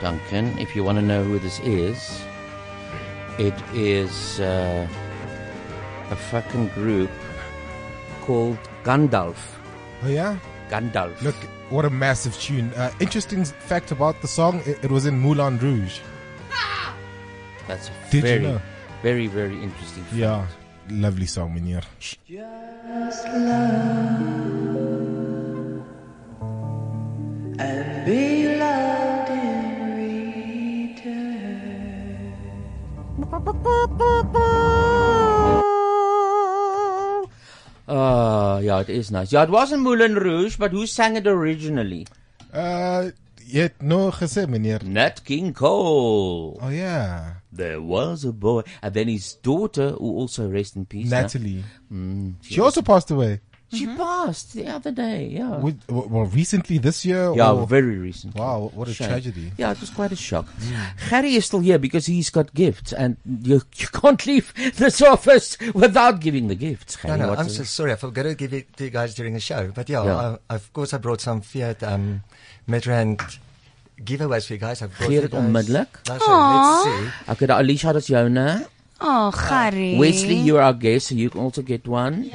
S1: Duncan, if you want to know who this is, it is uh, a fucking group called Gandalf.
S3: Oh yeah,
S1: Gandalf.
S3: Look, what a massive tune. Uh, interesting fact about the song, it, it was in Moulin Rouge.
S1: That's a
S3: Did you
S1: very,
S3: know?
S1: very, very interesting. Fact.
S3: Yeah, lovely song, Munir.
S12: Just love and be loved in return.
S1: Uh, yeah, it is nice. Yeah, it was in Moulin Rouge, but who sang it originally?
S3: Uh, yet no gesê, meneer.
S1: Nat King Cole.
S3: Oh yeah.
S1: There was a boy, and then his daughter, who also rest in peace. huh?
S3: Natalie.
S1: Mm,
S3: She, also passed away.
S1: She passed the other day. ja. Yeah.
S3: With, w- well, recently this year.
S1: yeah,
S3: or-
S1: very recent.
S3: Wow, what a
S1: Shame.
S3: tragedy.
S1: Yeah, it was quite a shock. Harry is still here because he's got gifts, and you, you can't leave this office without giving the gifts.
S9: No,
S1: Harry,
S9: no,
S1: What's
S9: I'm
S1: the-
S9: so sorry. I forgot to give it to you guys during the show. But yeah,
S1: Yeah.
S9: I, of course, I brought some Fiat um, Metrand giveaways for you guys. I've brought
S1: Gee dit onmiddellik.
S9: No, sorry, let's see.
S1: Ah. Okay, now Alicia, that's Yona. Uh,
S4: Oh, Gary.
S1: Wesley, you're our guest, so you can also get one.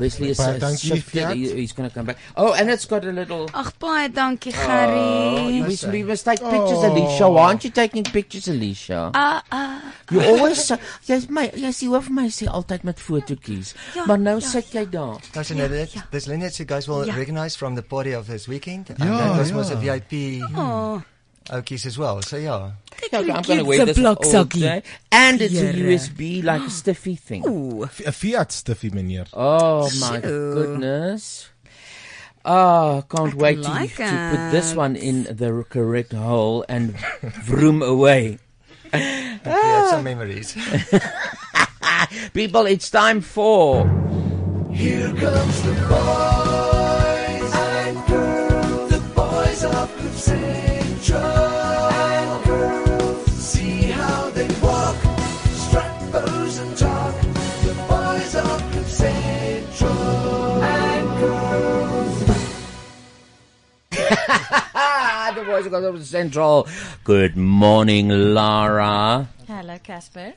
S1: Wesley is
S3: Baie
S1: uh,
S3: dankie,
S1: shifted.
S3: Fiat.
S1: He- He's going to come back. Oh, and it's got a little.
S4: Ag baie dankie,
S1: Oh,
S4: Gary.
S1: you must, we must take pictures,
S9: Oh.
S1: Alicia. Why aren't you taking pictures, Alicia?
S4: Ah, ah.
S1: You always say, jy's my jy's die hoof my sê altyd met fotootjies.
S4: Ja,
S1: maar nou sit jy daar.
S9: That's another. There's lineage you guys will
S1: Yeah.
S9: recognize from the party of this weekend. And
S1: Yeah,
S9: that was, was a
S1: yeah.
S9: VIP
S1: Oh.
S9: Okies uh, as well. So yeah.
S1: Okay, I'm gonna wear this all day. And it's a USB like a stiffy thing.
S3: F- a Fiat stiffy, meneer.
S1: Oh my goodness. Ah, can't wait to,
S3: like
S1: to put this one in the correct hole and vroom away. Ah.
S9: create some memories.
S1: People, it's time for.
S12: Here comes the boys and girls, the boys of Cliff Central and girls. See how they walk, strut, pose, and talk. The boys of Cliff Central and girls.
S1: the boys have got over to Central. Good morning, Lara.
S13: Hello, Casper.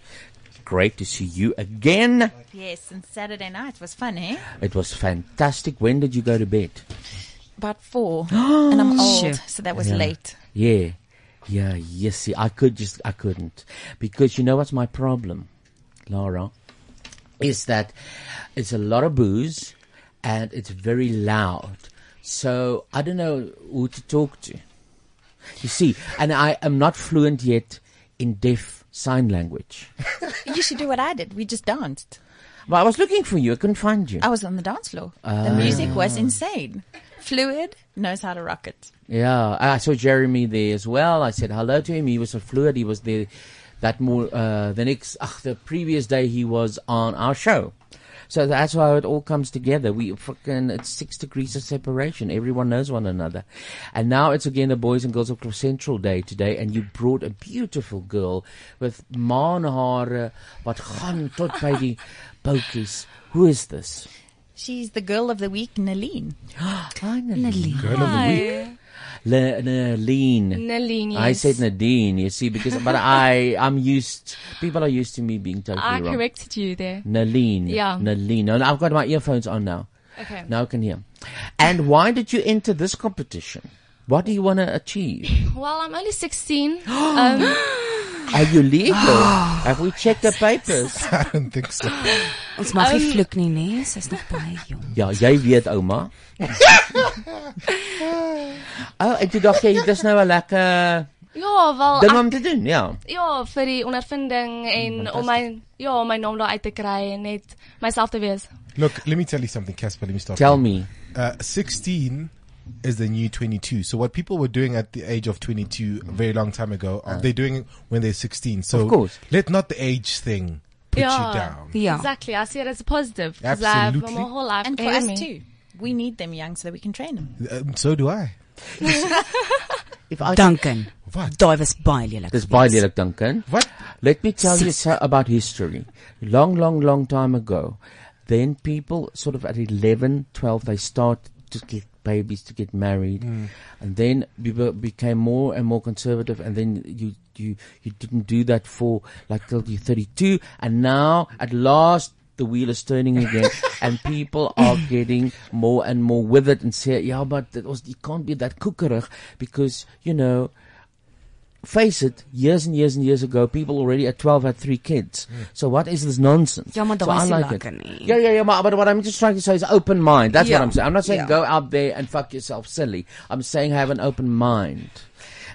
S1: Great to see you again.
S13: Yes, and Saturday night was fun, eh?
S1: It was fantastic. When did you go to bed?
S13: About four, and I'm old,
S1: Shoo.
S13: so that was
S1: Yeah.
S13: late.
S1: Yeah. Yeah, yes. See, I could just, I couldn't. Because you know what's my problem, Lara? Is that it's a lot of booze and it's very loud. So I don't know who to talk to. You see, and I am not fluent yet in deaf sign language.
S13: You should do what I did. We just danced.
S1: But I was looking for you. I couldn't find you.
S13: I was on the dance floor. The
S1: Ah.
S13: music was insane. Fluid knows how to rock it.
S1: Yeah, I saw Jeremy there as well. I said hello to him. He was a fluid. He was there that more uh, the next ugh, the previous day he was on our show. So that's how it all comes together. We fucking it's six degrees of separation. Everyone knows one another, and now it's again the boys and girls of Club Central Day today. And you brought a beautiful girl with manhare wat gaan tot by die boutjies. Who is this?
S13: She's the girl of the week, Naline.
S1: Hi,
S13: Naline.
S1: Girl of the
S13: Hi.
S1: week. Le- Nadine.
S14: Nadine,
S1: I
S14: yes.
S1: said Nadine, you see, because, but I, I'm used, people are used to me being totally
S14: I
S1: wrong.
S14: corrected you there.
S1: Naline.
S14: Ah, Yeah.
S1: Naline. And I've got my earphones on now.
S14: Okay.
S1: Now I can hear. And why did you enter this competition? What do you want to achieve?
S14: Well, I'm only 16. um,
S1: Are you legal? Have we checked the papers?
S3: I don't think so.
S4: Ons mag nie
S14: Um,
S4: vloek nie, nee, sy's nog baie jong.
S1: Ja, jy weet ouma. O, oh, ek dink jy dis nou 'n lekker
S14: ja, wel
S1: ding
S14: ek-
S1: om te doen, ja.
S14: Ja, vir die ondervinding en om my ja, om my naam daar uit te kry en net myself te wees.
S3: Look, let me tell you something, Casper. Let me stop.
S1: Tell
S3: you.
S1: me.
S3: Uh, 16 is the new 22. So what people were doing at the age of 22 a very long time ago, are
S1: Uh.
S3: they doing it when they're 16? So
S1: Of course.
S3: let not the age thing put you down.
S14: Exactly. I see it as a positive. 'cause I've got my
S13: Absolutely.
S14: whole life
S13: And for
S14: ahead of
S13: us
S14: me.
S13: too. We need them young so that we can train them.
S3: Um, so do I.
S1: If I
S15: Duncan.
S3: Wat?
S15: Daai was baie lelik.
S1: Dis baie lelik Duncan.
S3: What?
S1: Let me tell you so about history. Long long long time ago, then people sort of at 11, 12 they start to get babies to get married.
S16: Mm.
S1: And then people became more and more conservative and then you you you didn't do that for like till you're 32 and now at last the wheel is turning again and people are getting more and more with it and say yeah but it was it can't be that kookerig because you know face it, years and years and years ago, people already at 12 had three kids.
S3: Hmm.
S1: So what is this nonsense?
S4: Ja, maar daar
S1: so
S4: was
S1: I
S4: nie
S1: like
S4: lekker
S1: it. Yeah, yeah, yeah, maar, but what I'm just trying to say is open mind. That's
S4: Yeah.
S1: what I'm saying. I'm not saying
S4: Yeah.
S1: go out there and fuck yourself silly. I'm saying have an open mind.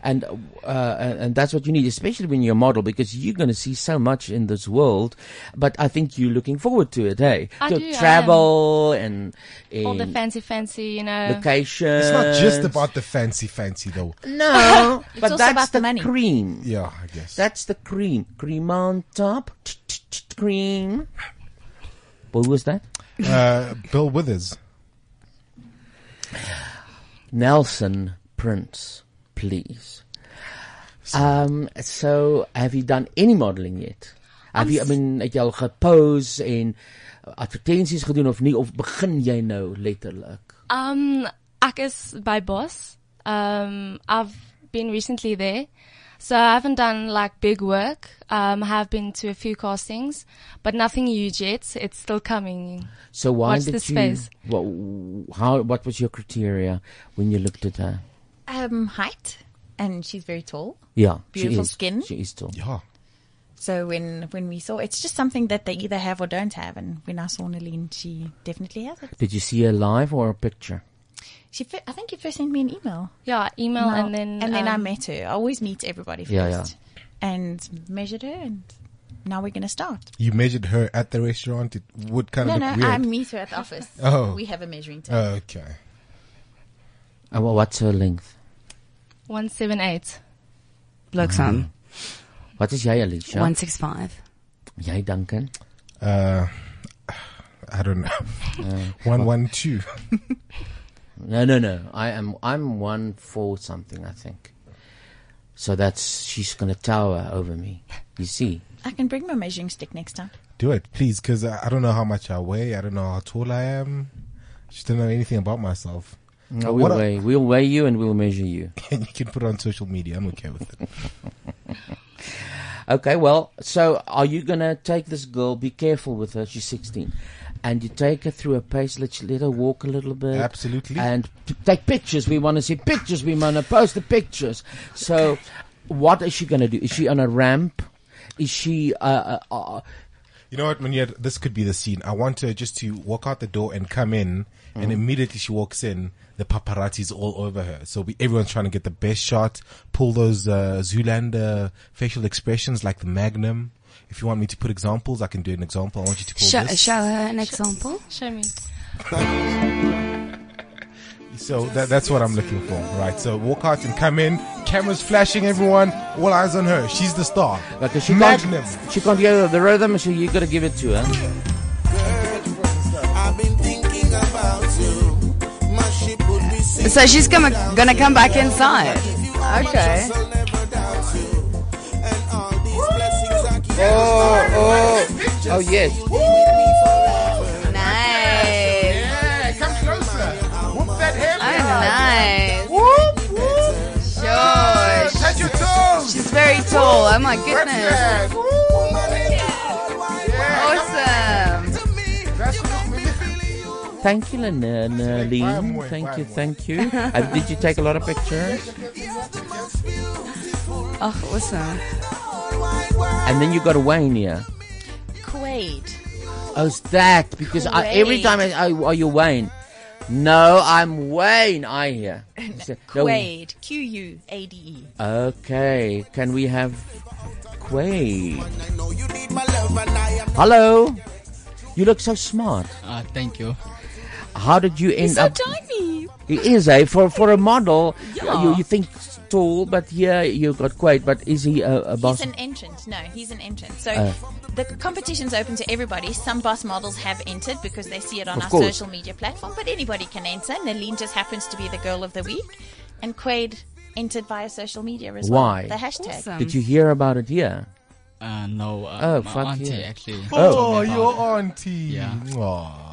S1: And uh, and that's what you need, especially when you're a model, because you're going to see so much in this world. But I think you're looking forward to it, hey?
S14: I
S1: to
S14: do, I am.
S1: travel and, and
S14: All the fancy fancy, you know.
S1: location.
S3: It's not just about the fancy, fancy though.
S1: No,
S14: It's
S1: but
S14: also
S1: that's
S14: about
S1: the
S14: the money.
S1: cream.
S3: Yeah, I guess.
S1: That's the cream. Cream on top. Cream. What was that?
S3: Uh, Bill Withers.
S1: Nelson Prince, please. Um, so, have you done any modeling yet? Have you, I mean, het jy al gepose en advertensies gedoen of nie of begin jy nou letterlik?
S14: Um, ek is by Boss. Um, I've been recently there. So I haven't done like big work. Um, I have been to a few castings, but nothing huge yet. It's still coming.
S1: So why
S14: Watch
S1: did
S14: this
S1: you
S14: space.
S1: What, how what was your criteria when you looked at her?
S13: Um, height, and she's very tall.
S1: Yeah, she
S13: beautiful
S1: is.
S13: skin.
S1: She is tall.
S3: Yeah.
S13: So when when we saw, it's just something that they either have or don't have. And when I saw Naline, she definitely has it.
S1: Did you see her live or a picture?
S13: She, fir- I think you first sent me an email.
S14: Yeah, email and then,
S13: and then I
S14: um,
S13: met her. I always meet everybody first.
S1: Yeah, yeah.
S13: And measured her, and now we're gonna start.
S3: You measured her at the restaurant. It would kind
S13: no,
S3: of
S13: no,
S3: look weird.
S13: I meet her at the office.
S3: Oh.
S13: we have a measuring tape.
S3: Okay.
S1: And wha- Uh, what's her length?
S14: One seven eight.
S4: Blokes aan.
S1: Wat Uh-huh. is jy Alicia?
S4: 165.
S1: Jy Duncan?
S3: Uh, I don't know. one one two.
S1: Uh, No, no, no. I am I'm one for something, I think. So that's she's gonna tower over me. You see?
S13: I can bring my measuring stick next time.
S3: Do it, please, because I, I don't know how much I weigh. I don't know how tall I am. I just don't know anything about myself.
S1: No,
S3: But
S1: we'll
S3: what I-
S1: weigh we'll weigh you and we'll measure you.
S3: and you can put it on social media. I'm okay with it.
S1: Okay, well, so are you gonna take this girl? Be careful with her. She's sixteen, and you take her through a pace. Let you, let her walk a little bit.
S3: Absolutely.
S1: And t- take pictures. We want to see pictures. We want to post the pictures. So, what is she gonna do? Is she on a ramp? Is she? Uh, uh, uh,
S3: You know what, Munyad? This could be the scene. I want her just to walk out the door and come in, and
S1: Mhm.
S3: immediately she walks in, the paparazzi's all over her. So we, everyone's trying to get the best shot, pull those uh, Zoolander facial expressions like the Magnum. If you want me to put examples, I can do an example. I want you to pull
S4: Show,
S3: this.
S4: show her an example.
S14: Show me.
S3: So that, that's what I'm looking for, right? So walk out and come in, cameras flashing, everyone, all eyes on her. She's the star.
S1: Like she
S3: Magnum.
S1: can't. She can't go the rhythm. So you gotta give it to her.
S12: I've been thinking about you. My ship would be sinking.
S4: So she's gonna gonna come back inside.
S12: Okay.
S1: Oh, oh, oh yes.
S4: Nice.
S12: Yeah, come closer. Whoop that hair.
S4: Oh, nice.
S12: Whoop, whoop.
S4: She's very tall. Oh my goodness. Awesome.
S1: Thank you, Lean. Thank you, thank you. Uh, did you take a lot of pictures?
S4: Oh, awesome.
S1: And then you got Wayne here.
S13: Quaid.
S1: Oh, it's that because I, every
S13: Quaid.
S1: time I, I are you Wayne? No, I'm Wayne. I hear. So- no,
S13: Quaid. Q U A D E.
S1: Okay, can we have Quaid? Hello, you look so smart.
S15: Uh, thank you.
S1: How did you end
S15: He's so
S1: up?
S15: tiny.
S1: He is a for for a model.
S13: Yeah.
S1: You, you think tall, but here you got Quaid. But is he a, a boss?
S13: He's an entrant. No, he's an entrant. So
S1: Uh.
S13: the competition's open to everybody. Some boss models have entered because they see it on
S1: Of
S13: our
S1: course.
S13: social media platform, but anybody can enter. Naline just happens to be the girl of the week, and Quaid entered via social media as
S1: Why?
S13: well. The hashtag.
S1: Did you hear about it here?
S15: Uh, no. Uh,
S1: Oh,
S15: my
S1: fuck
S15: auntie
S1: yeah.
S15: actually.
S1: Oh.
S15: told me about
S3: your auntie.
S15: Yeah.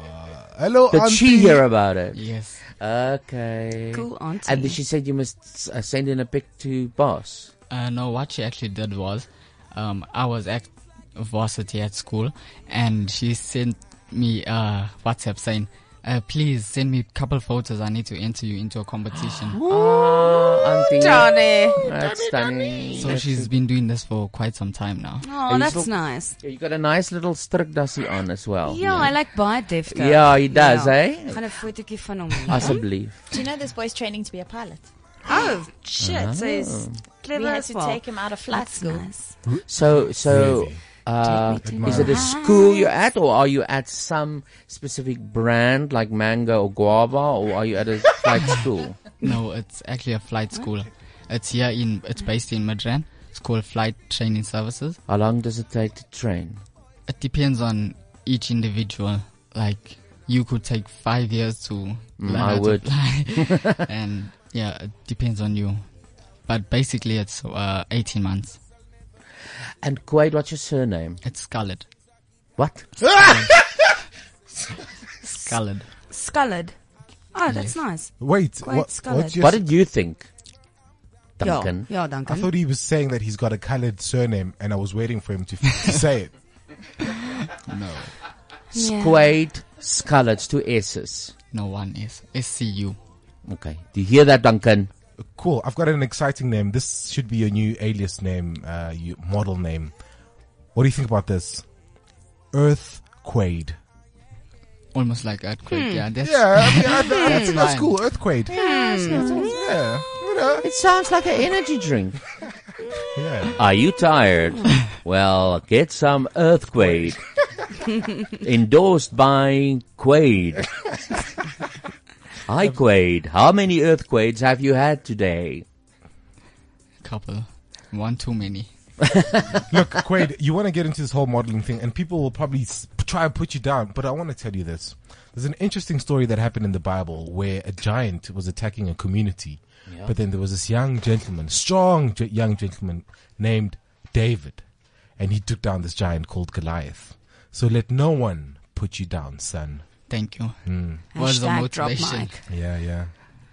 S3: Hello,
S1: Did she
S3: auntie.
S1: hear about it?
S15: Yes.
S1: Okay.
S15: Cool auntie.
S1: And then she said you must uh, send in a pic to boss.
S15: Uh, no, what she actually did was, um, I was at varsity at school, and she sent me uh, WhatsApp saying, uh, "Please send me a couple photos. I need to enter you into a competition."
S1: Oh, auntie.
S15: Johnny.
S1: That's stunning.
S15: So
S1: That's
S15: she's been doing this for quite some time now.
S1: Are
S4: Oh,
S1: you
S4: that's
S1: still-
S4: nice.
S1: Yeah, you got a nice little strikdassie on as well.
S4: Yeah, I like baie deftig.
S1: Ja, he does, eh?
S4: Ek gaan 'n fotootjie van hom neem.
S1: Asseblief.
S13: Do you know this boy's training to be a pilot?
S4: Oh, shit. So he's
S1: Oh.
S4: clever
S13: We had
S4: as
S13: to
S4: well.
S13: take him out of flight
S4: That's
S13: school.
S1: So, so, uh, is it a school you're at, or are you at some specific brand like mango or guava, or are you at a flight school?
S15: No, it's actually a flight school. It's here in, it's based in Madran. It's called Flight Training Services.
S1: How long does it take to train?
S15: It depends on each individual. Like, you could take five years to learn
S1: Mm, I
S15: how to
S1: would.
S15: fly. and yeah, it depends on you. But basically, it's uh, 18 months.
S1: And Quaid, what's your surname?
S15: It's Scarlet.
S1: What?
S15: Scarlet.
S4: Scullard. Oh, that's
S15: Yes.
S4: nice.
S3: Wait,
S4: Quite
S3: what-
S4: scullard.
S3: what's your- What did
S1: you think?
S4: Duncan. Ja, ja, Duncan.
S3: I thought he was saying that he's got a colored surname, and I was waiting for him to, to say it.
S15: No.
S4: Yeah.
S1: Quaid, Scarlet, two S's.
S15: No one is. SCU.
S1: Okay. Do you hear that, Duncan?
S3: Cool. I've got an exciting name. This should be your new alias name, uh, your model name. What do you think about this? Earth Quaid.
S15: Almost like earthquake.
S3: Hmm.
S15: Yeah, that's
S3: Yeah, I mean, I- I think
S15: fine.
S17: Hmm.
S3: that's cool. Earthquake.
S1: Ja,
S3: Hmm.
S1: Yeah.
S3: Ja,
S1: It sounds like an energy drink.
S3: Yeah.
S1: Are you tired? well, get some earthquake. Endorsed by Quaid. Hi, Quaid. How many earthquakes have you had today?
S15: Couple. One too many.
S3: Look, Quaid, you want to get into this whole modeling thing, and people will probably s- try and put you down, but I want to tell you this. There's an interesting story that happened in the Bible where a giant was attacking a community,
S18: Yeah.
S3: but then there was this young gentleman, strong ge- young gentleman named David, and he took down this giant called Goliath. So let no one put you down, son.
S15: Thank you.
S3: Mm.
S15: Was the
S4: Hashtag drop
S15: motivation.
S4: mic.
S3: Yeah, yeah.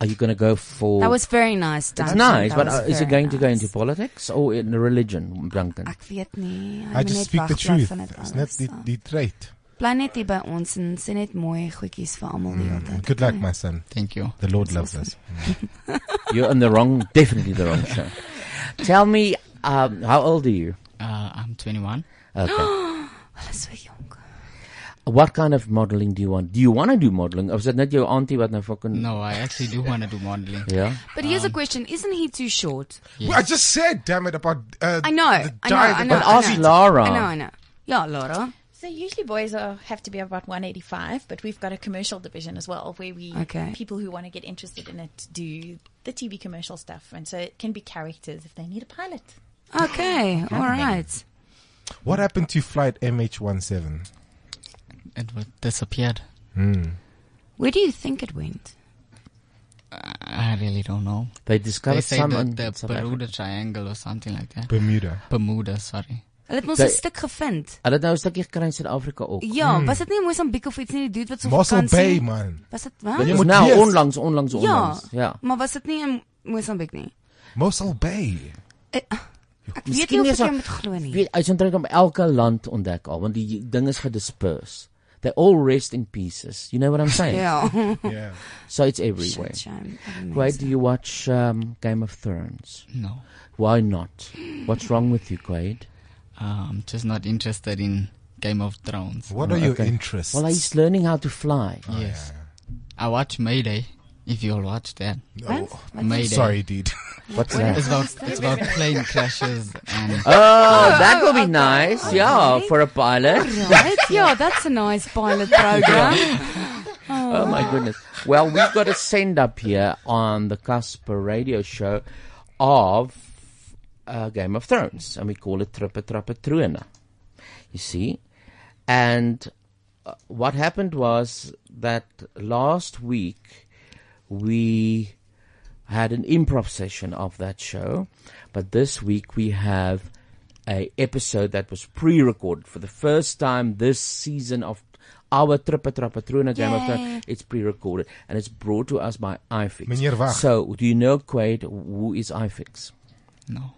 S1: Are you going to go for.
S4: That was very nice,
S1: It's
S4: Duncan.
S1: nice,
S4: That
S1: but
S4: was
S1: uh, is
S4: very
S1: it going to go
S4: nice.
S1: into politics or in religion, Duncan?
S4: Ek weet nie.
S3: I just speak the truth. It's not
S4: Net
S3: the, the trait.
S4: Bly net hier by ons en sê net mooi goedjies vir almal die hele
S1: Mm.
S4: tyd.
S3: Good luck, my son.
S15: Thank you.
S3: The Lord loves us.
S1: You're on the wrong, definitely the wrong show. Tell me, um, how old are you?
S15: Uh, I'm 21.
S1: Okay.
S4: Alles so jong.
S1: What kind of modeling do you want? Do you want to do modeling? Or is it not your auntie what now fucking...
S15: No, I actually do want to do modeling.
S1: Yeah.
S4: But here's a question, isn't he too short?
S3: Well, I just said, damn it, about. Uh,
S4: I know. I know.
S3: diet
S4: I
S3: of
S4: know.
S3: the
S4: I
S3: athlete.
S4: know.
S1: Lara.
S4: I know, I know. Yeah, Lara.
S13: So usually boys are, have to be about 185, but we've got a commercial division as well where we
S4: Okay.
S13: people who want to get interested in it do the TV commercial stuff, and so it can be characters if they need a pilot.
S4: Okay, all right.
S3: What happened to flight MH17?
S15: It was disappeared.
S3: Hmm.
S4: Where do you think it went?
S15: I really don't know.
S1: They discovered
S15: they say
S1: someone in
S15: that the
S1: South Africa.
S15: Bermuda Triangle or something like that.
S3: Bermuda.
S15: Bermuda, sorry.
S4: Hulle het mos 'n stuk gevind.
S1: Hulle het nou 'n stukkie gekry in Suid-Afrika ook.
S4: Ja,
S15: Hmm.
S3: Hmm.
S4: was dit nie Mosambiek of iets nie, die dude wat so
S1: Mossel
S4: vakansie-
S1: Bay, man.
S4: Was dit
S1: Dit is nou onlangs, onlangs, onlangs.
S4: Ja.
S1: Ja.
S4: Maar was dit nie in Mosambiek nie?
S3: Mossel Bay.
S4: Ek weet nie of ek jou moet glo nie.
S1: Weet, hy is omtrent om elke land ontdek al, want die ding is gedisperse. They all rest in pieces. You know what I'm saying?
S4: Yeah. Yeah.
S1: So it's everywhere.
S4: shame.
S1: Why do you watch um, Game of Thrones?
S15: No.
S1: Why not? What's wrong with you, Quaid?
S15: Um, just not interested in Game of Thrones.
S1: Oh, okay. Well, he's learning how to fly.
S15: yes. I watch Mayday. If you'll watch that.
S1: What? What?
S15: Mayday.
S1: Sorry, dude. What's What that?
S15: It's about, it's about plane crashes and.
S1: Oh, that will be nice. Yeah,
S4: Alright.
S1: for a pilot.
S4: Right? Yeah, Ja, that's a nice pilot program.
S1: Ja. Oh. my goodness. Well, we've got a send up here on the Casper radio show of uh, Game of Thrones, and we call it Trippe Trappe Truena. You see? And uh, what happened was that last week we had an improv session of that show, but this week we have a episode that was pre-recorded for the first time this season of our Trippe Trappe Truena Game of
S15: Yay.
S1: Thrones. It's pre-recorded and it's brought to us by iFix.
S15: Meneer Wag.
S1: So, do you know Quaid who is iFix?
S15: No.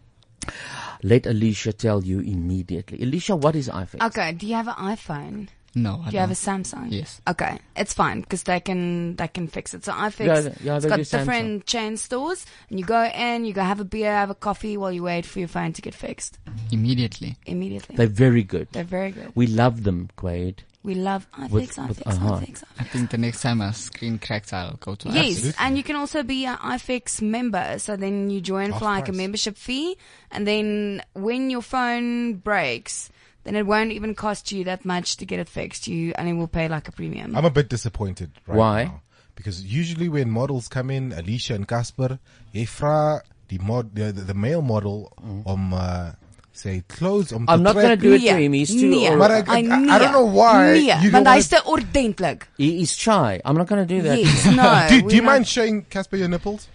S1: Let Alicia tell you immediately. Alicia, what is iFix?
S4: Okay, do you have an iPhone?
S15: No,
S4: do you have a Samsung?
S15: Yes.
S4: Okay, it's fine because they can they can fix it. So iFix,
S1: Yeah, they- yeah,
S4: it's
S1: they
S4: got
S1: do Samsung.
S4: different chain stores, and you go in, you go have a beer, have a coffee while you wait for your phone to get fixed
S15: Immediately.
S4: immediately.
S1: They're very good.
S4: They're very good.
S1: We love them, Quaid.
S4: We love iFix, iFix,
S1: uh-huh.
S4: iFix.
S15: I think the next time a screen cracks, I'll go to
S4: Yes, and you can also be an iFix member. So then you join
S15: Half
S4: for like a
S15: price.
S4: membership fee, and then when your phone breaks, then it won't even cost you that much to get it fixed. You only will pay like a premium.
S3: I'm a bit disappointed right
S1: Why?
S3: now. Because usually when models come in, Alicia and Casper, jy vra die mod the, the male model
S15: Mm.
S3: om uh, say clothes om
S1: I'm
S3: te
S1: not
S3: trek.
S1: gonna do it to Nee, him, he's too nee, old.
S3: Maar ek,
S1: I-
S3: ek, I,
S1: nee,
S3: don't know why
S4: Nee,
S3: you
S4: want
S3: don't
S4: hy's
S3: want
S4: te ordentlik.
S1: He is shy. I'm not going to do that.
S4: Yes, no.
S3: do, do you
S4: we're
S3: mind showing Casper your nipples?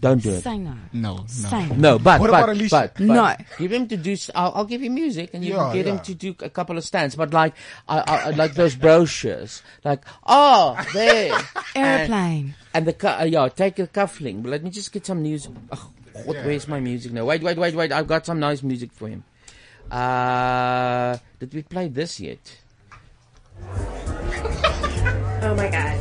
S1: Don't do it.
S4: Say no.
S15: No,
S4: Say
S1: No, but
S3: What
S1: but,
S3: about Alicia?
S1: but, but
S3: No.
S1: give him to do. s- I'll, I'll give you music, and you
S3: Yeah,
S1: can get him
S3: yeah.
S1: to do a couple of stands. But like, I, I, I like those brochures, like oh there
S4: Airplane.
S1: and, and the cu- uh, yeah, take a cuffling. Let me just get some news. Oh, God,
S4: Yeah.
S1: where's my music now? Wait, wait, wait, wait. I've got some nice music for him. Uh, did we play this yet?
S13: Oh my god,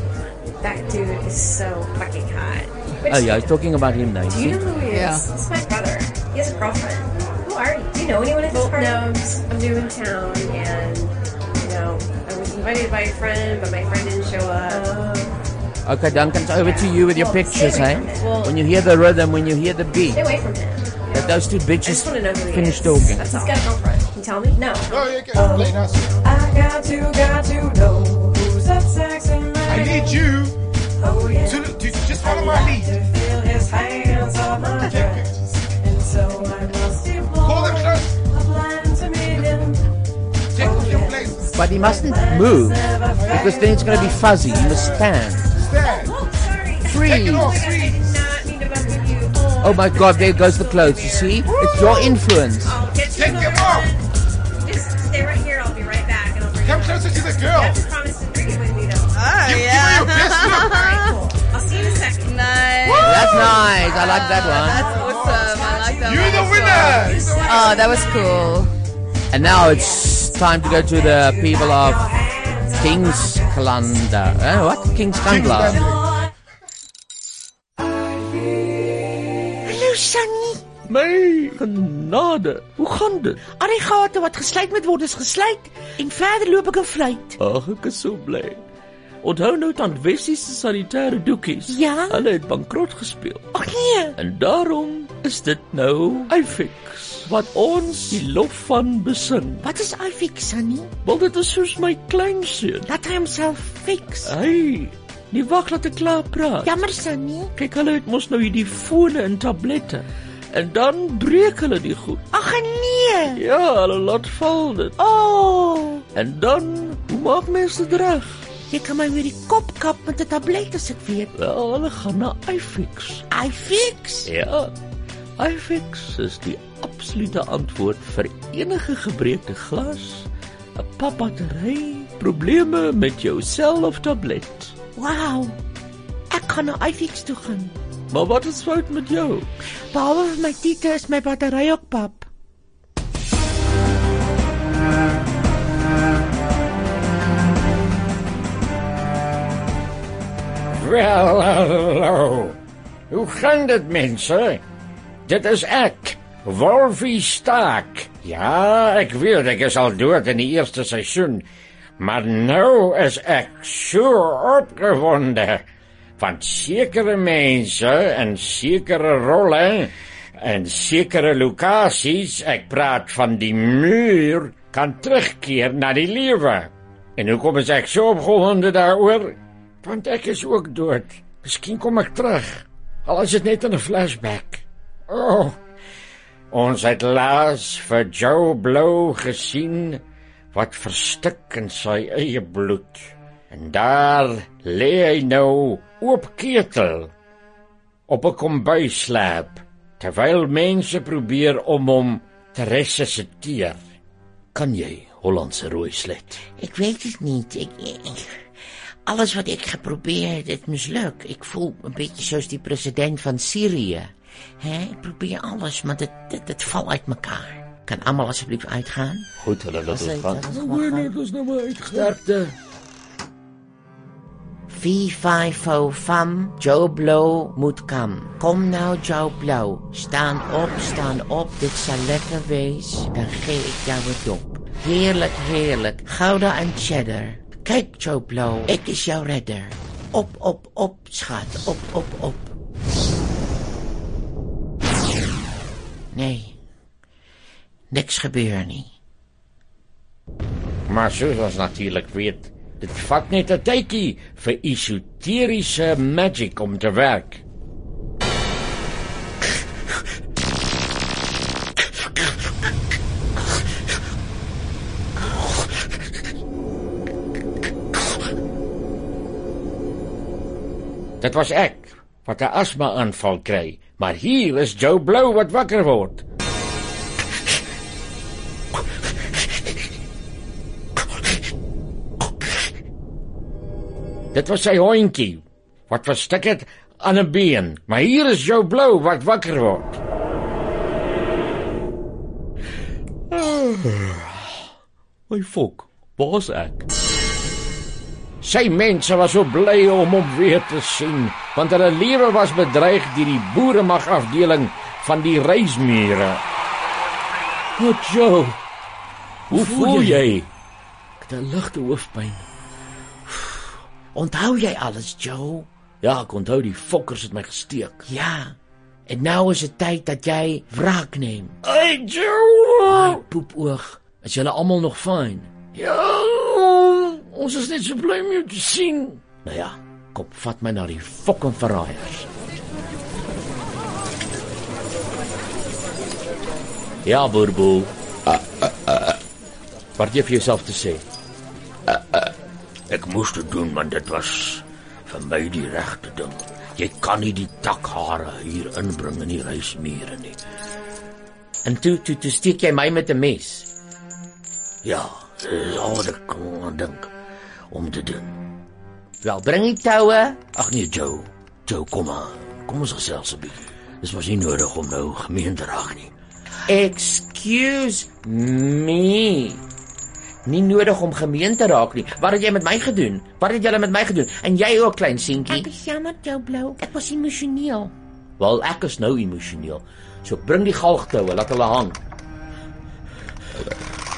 S13: that dude is so fucking hot. Which,
S1: Oh yeah, I was talking about him now. You
S13: Do you
S1: see?
S13: know who he is? It's my brother. He has a girlfriend. Who are you? Do you know anyone at this party? No, I'm, just, I'm new in town, and you know, I was invited by a friend, but my friend didn't show up.
S1: Okay, Duncan, it's over to you with your
S13: Well,
S1: pictures,
S13: stay away
S1: hey?
S13: from it. Well-
S1: when you hear the rhythm, when you hear the beat,
S13: Stay away from him.
S1: that those two
S13: I just
S1: bitches
S13: want to know who he
S1: finish
S13: is.
S1: talking.
S13: That's all. He's got a girlfriend. Can you tell me? No. Oh, you can oh. play
S6: I got to, got to know who's up sex and I need you oh, yeah. to, to just follow my lead. To feel his hands on my dress, and so I must employ a plan to meet him. Take oh, your place.
S1: But he mustn't move because then it's going to be fuzzy. He must stand.
S6: Stand.
S1: Freeze.
S13: I did not mean to bump into you. Oh,
S1: Oh my god, there goes the clothes, you see? It's your influence.
S13: I'll get you. Take them off. Just stay right here. I'll be right back, and I'll bring. Come closer to the girl. You have to promise to drink it with me, though. Oh
S6: You- you yeah. were your best look.
S13: All right, cool. I'll see you in a second. Nice.
S1: That's nice. I like that
S13: That's awesome. I like that.
S6: You're the winner.
S4: Oh, that was cool.
S1: one. And now it's time to go to the people of King's Kalanda. Eh, what? King's Kalanda.
S17: Hallo Sunny.
S1: My genade. Hoe gaan dit?
S17: Al die gate wat gesluit moet word is gesluit en verder loop ek 'n vleit.
S19: Ag, ek is so bly. Onthou nou tant Wessie se sanitêre doekies.
S17: Ja?
S19: Hulle het bankrot gespeel.
S17: Ag nee.
S19: En daarom is dit nou iFix wat ons die lof van besing.
S17: Wat is iFix Sunny?
S19: Wil dit is soos my kleinseun.
S17: Laat hy homself fix.
S19: Hey, nie wag dat ek klaar praat.
S17: Jammer Sunny.
S19: Kyk, hulle het mos nou hierdie fone en tablette. En dan breek hulle die goed.
S17: Ag nee.
S19: Ja, hulle laat val dit.
S17: Oh,
S19: En dan, hoe maak mens dit reg?
S17: jy kan my weer die kop kap met 'n tablet as ek weet.
S19: Wel, hulle gaan na iFix.
S17: iFix.
S19: Ja. iFix is die absolute antwoord vir enige gebreekte glas, 'n papbattery, probleme met jou sel of tablet.
S17: Wow. Ek kan na iFix toe gaan.
S19: Maar wat is fout met jou?
S17: Behalwe vir my tiete is my battery ook pap.
S20: Wel, hallo. Hoe gaan dit, mense? Dit is ek, Wolfie Staak. Ja, ek weet ek is al dood in die eerste seisoen, maar nou is ek so opgewonde want sekere mense in sekere rolle en sekere lokasies, ek praat van die muur, kan terugkeer na die lewe. En hoekom is ek so opgewonde daaroor? Want ek is ook dood. Miskien kom ek terug. Al is dit net in 'n flashback. O. Oh, ons het laas vir Joe Blow gesien wat verstik in sy eie bloed. En daar lê hy nou oop ketel op 'n kombuislap terwyl mense probeer om hom te resusciteer. Kan jy Hollandse rooi slet?
S17: Ek weet het niet. Ik, ik- alles wat ik geprobeerd heb, het mislukt. Ik voel een beetje zoals die president van Syrië. hè? ik probeer alles, maar het, het, het valt uit elkaar. Kan allemaal alsjeblieft uitgaan?
S21: Goed, hulle laat
S2: Nee,
S21: ons gaan.
S17: Moeilijk is nou maar Sterkte. Vififo fam, Joe Blow moet kam. Kom nou Joe Blow, staan op, staan op, dit zal lekker wees. Dan geef ik jou het op. Heerlijk, heerlijk, gouda en cheddar. Kijk Joe Blow, ik is jouw redder. Op, op, op, schat, op, op, op. Nee, niks gebeurt niet.
S20: Maar soos ons natuurlik weet, dit vat net 'n tydjie vir esoteriese magic om te werk. Dit was ek wat 'n asma-aanval kry, maar hier is Joe Blow wat wakker word. Dit was sy hondjie wat verstik het aan 'n been, maar hier is Joe Blow wat wakker word.
S21: Ah, My fok, waar's ek?
S20: Sy mense was so bly om hom weer te sien, want hulle lewe was bedreig deur die boeremag afdeling van die reismure.
S21: Wat jou? Hoe voel voel
S20: jy?
S21: jy? Ek het 'n ligte hoofpyn.
S17: Onthou jij alles, Joe?
S21: Ja, ek onthou die fokkers het my gesteek.
S17: Ja. En nou is het tijd dat jij wraak neemt.
S20: Hey Joe!
S17: Poepoog.
S21: Is julle almal nog fyn?
S20: Ja, ons is net so bly om jou te sien.
S21: Nou ja, kom vat my na die fucking verraaiers.
S20: Ja, Boerboel. ah. Wat jy vir jouself te sê?
S21: Eh, Ek moes dit doen want dit was vir my die regte ding. Jy kan nie die takhare hier inbring in die reismere nie.
S17: En toe, toe, toe steek jij mij met een mes.
S21: Ja, dit is al wat ek kon aan dink om te doen.
S17: Wel, breng die touwen.
S21: Ag nee, Joe. Joe, kom maar. Kom ons gesels 'n bietjie. Dis mos nie nodig om nou gemeenderag nie.
S17: Excuse me. Nie nodig om gemeen te raak nie. Wat het jy met my gedoen? Wat het julle met my gedoen? En jy ook, klein seentjie.
S20: is jammer, Joe Blow. Ek was emosioneel.
S21: Wel, ek is nou emosioneel. So bring die galgtoue, laat hulle hang.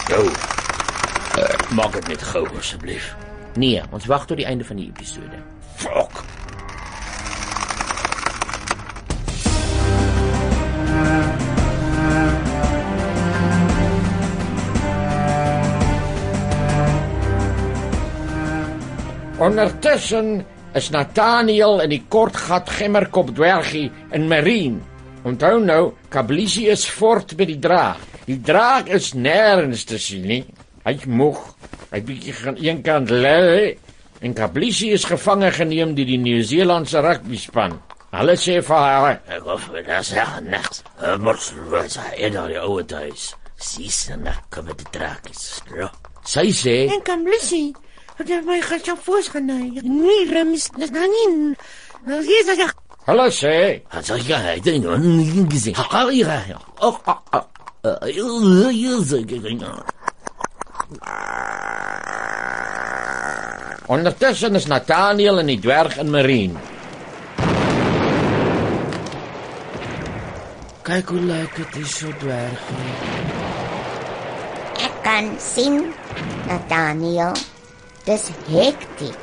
S17: Jou. Maak dit net gou asseblief. Nee, ons wag tot die einde van die episode. Fuck.
S20: Ondertussen is Nathaniel in die kortgat gemmerkop dwergie in Marine. Onthou nou, Kablisi is fort by die draak. Die draak is nêrens te sien nie. Hy is moeg. Hy het bietjie gaan eenkant lê en Kablisi is gevange geneem deur die Nieu-Seelandse rugbyspan. Hulle sê vir haar,
S21: Ek hoef dit as ja niks. Ek moet los hy in die ouer huis. Sies na kom dit trakkies. Ja.
S20: sy sê,
S22: En kan blissie. Want jy my gaan jou voorsgenei. Nee, Rims, dis nou nie. Nou hier is ek.
S20: hulle sê,
S21: "Wat sê jy? Hy het nog nie gesien. Haar hier. Oh, oh, oh. Uh, hier is ek gesien.
S23: Ondertussen is Nathaniel en die dwerg in Marine.
S17: Kyk hoe lyk dit hier so dwergie.
S2: Ek kan sien, Nathaniel. Dis hektiek.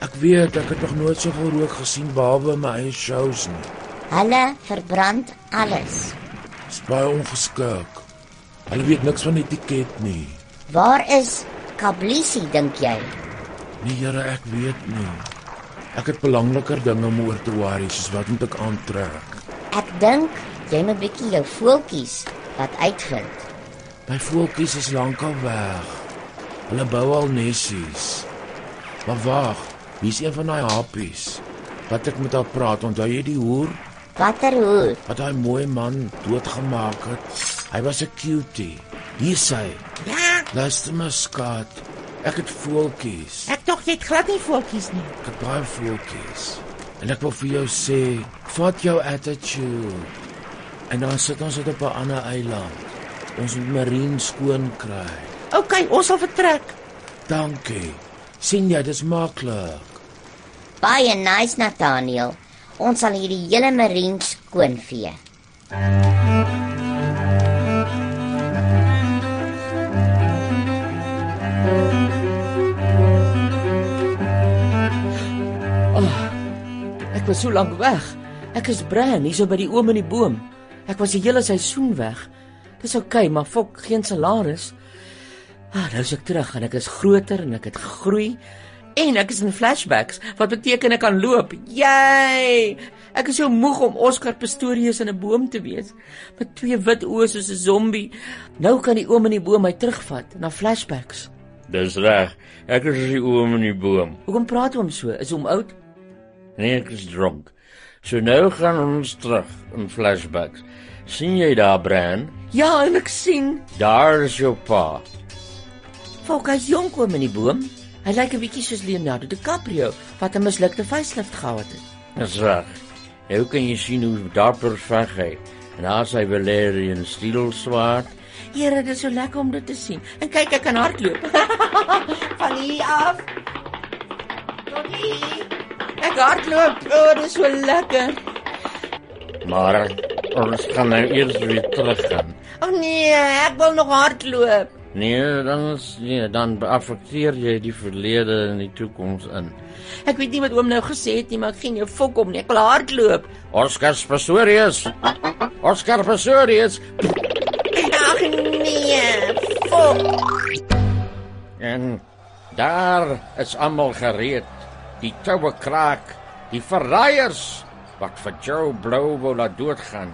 S21: Ek weet ek het nog nooit soveel rook gesien behalwe in my eie shows nie.
S2: Hulle verbrand alles.
S21: Dis baie ongeskik. Hulle weet niks van etiket nie.
S2: Waar is Kablisi dink jy?
S21: Nee Here, ek weet nie. Ek het belangriker dinge om oor te worry soos wat moet ek aantrek.
S2: Ek dink jy moet bietjie jou voeltjies wat uitvind.
S21: My voeltjies is lankal weg. Hulle bou al nesies. Maar wag, hier's een van daai happies. Wat ek met haar praat, onthou jy die hoer?
S2: Watter hoer?
S21: Wat daai mooi man doodgemaak het. Hy was 'n cutie. Hier sy.
S2: Ja.
S21: Luister my skat. Ek het voeltjies.
S2: Ek dink jy het glad nie voeltjies nie.
S21: Ek het baie voeltjies. En ek wil vir jou sê, vat jou attitude. En dan sit ons op 'n ander eiland. Ons moet marine skoon kry.
S2: OK, ons sal vertrek.
S21: Dankie. sien jy, dis maklik.
S2: Baie nice Nathaniel. Ons sal hierdie hele marine skoonvee.
S17: Ek was so lank weg. Ek is brein hier so by die oom in die boom. Ek was die hele seisoen weg. Dis oukei, okay, maar fok geen salaris. Ah, nou is ek terug en ek is groter en ek het gegroei en ek is in flashbacks wat beteken ek kan loop. Jy! Ek is so moeg om Oscar Pistorius in 'n boom te wees met twee wit oë soos 'n zombie. Nou kan die oom in die boom my terugvat na flashbacks.
S20: Dis reg. Ek is die oom in die boom.
S17: Hoekom praat oom so? Is oom oud?
S20: Nee, ek is dronk. So nou gaan ons terug in flashbacks. sien jy daar Bran?
S17: Ja, en ek sien
S20: Daar is jou pa.
S17: Fok, hy's jonk oom in die boom. Hy lyk 'n bietjie soos Leonardo DiCaprio wat 'n mislukte facelift gehad het.
S20: Dis reg. Hoe kan jy sien hoe dapper veg hy? En daar sy Valerian steel swaard.
S17: Here, dit is so lekker om dit te sien. En kyk, ek kan hardloop.
S2: Van hier af. Tot hier.
S17: Ek hardloop. O, oh, dit is so lekker.
S20: Maar ons gaan nou eers weer teruggaan.
S2: O oh nee, ek wil nog hardloop.
S20: Nee, dan is, nee, dan beaffekteer jy die verlede en die toekoms in.
S17: Ek weet nie wat oom nou gesê het nie, maar ek geen jou fok om nie. Ek wil hardloop.
S20: Oscar Pastorius. Oscar Pastorius.
S2: Ag nee, fok.
S23: En daar is almal gereed. Die toue kraak, die verraaiers wat vir Joe Blow wou laat doodgaan.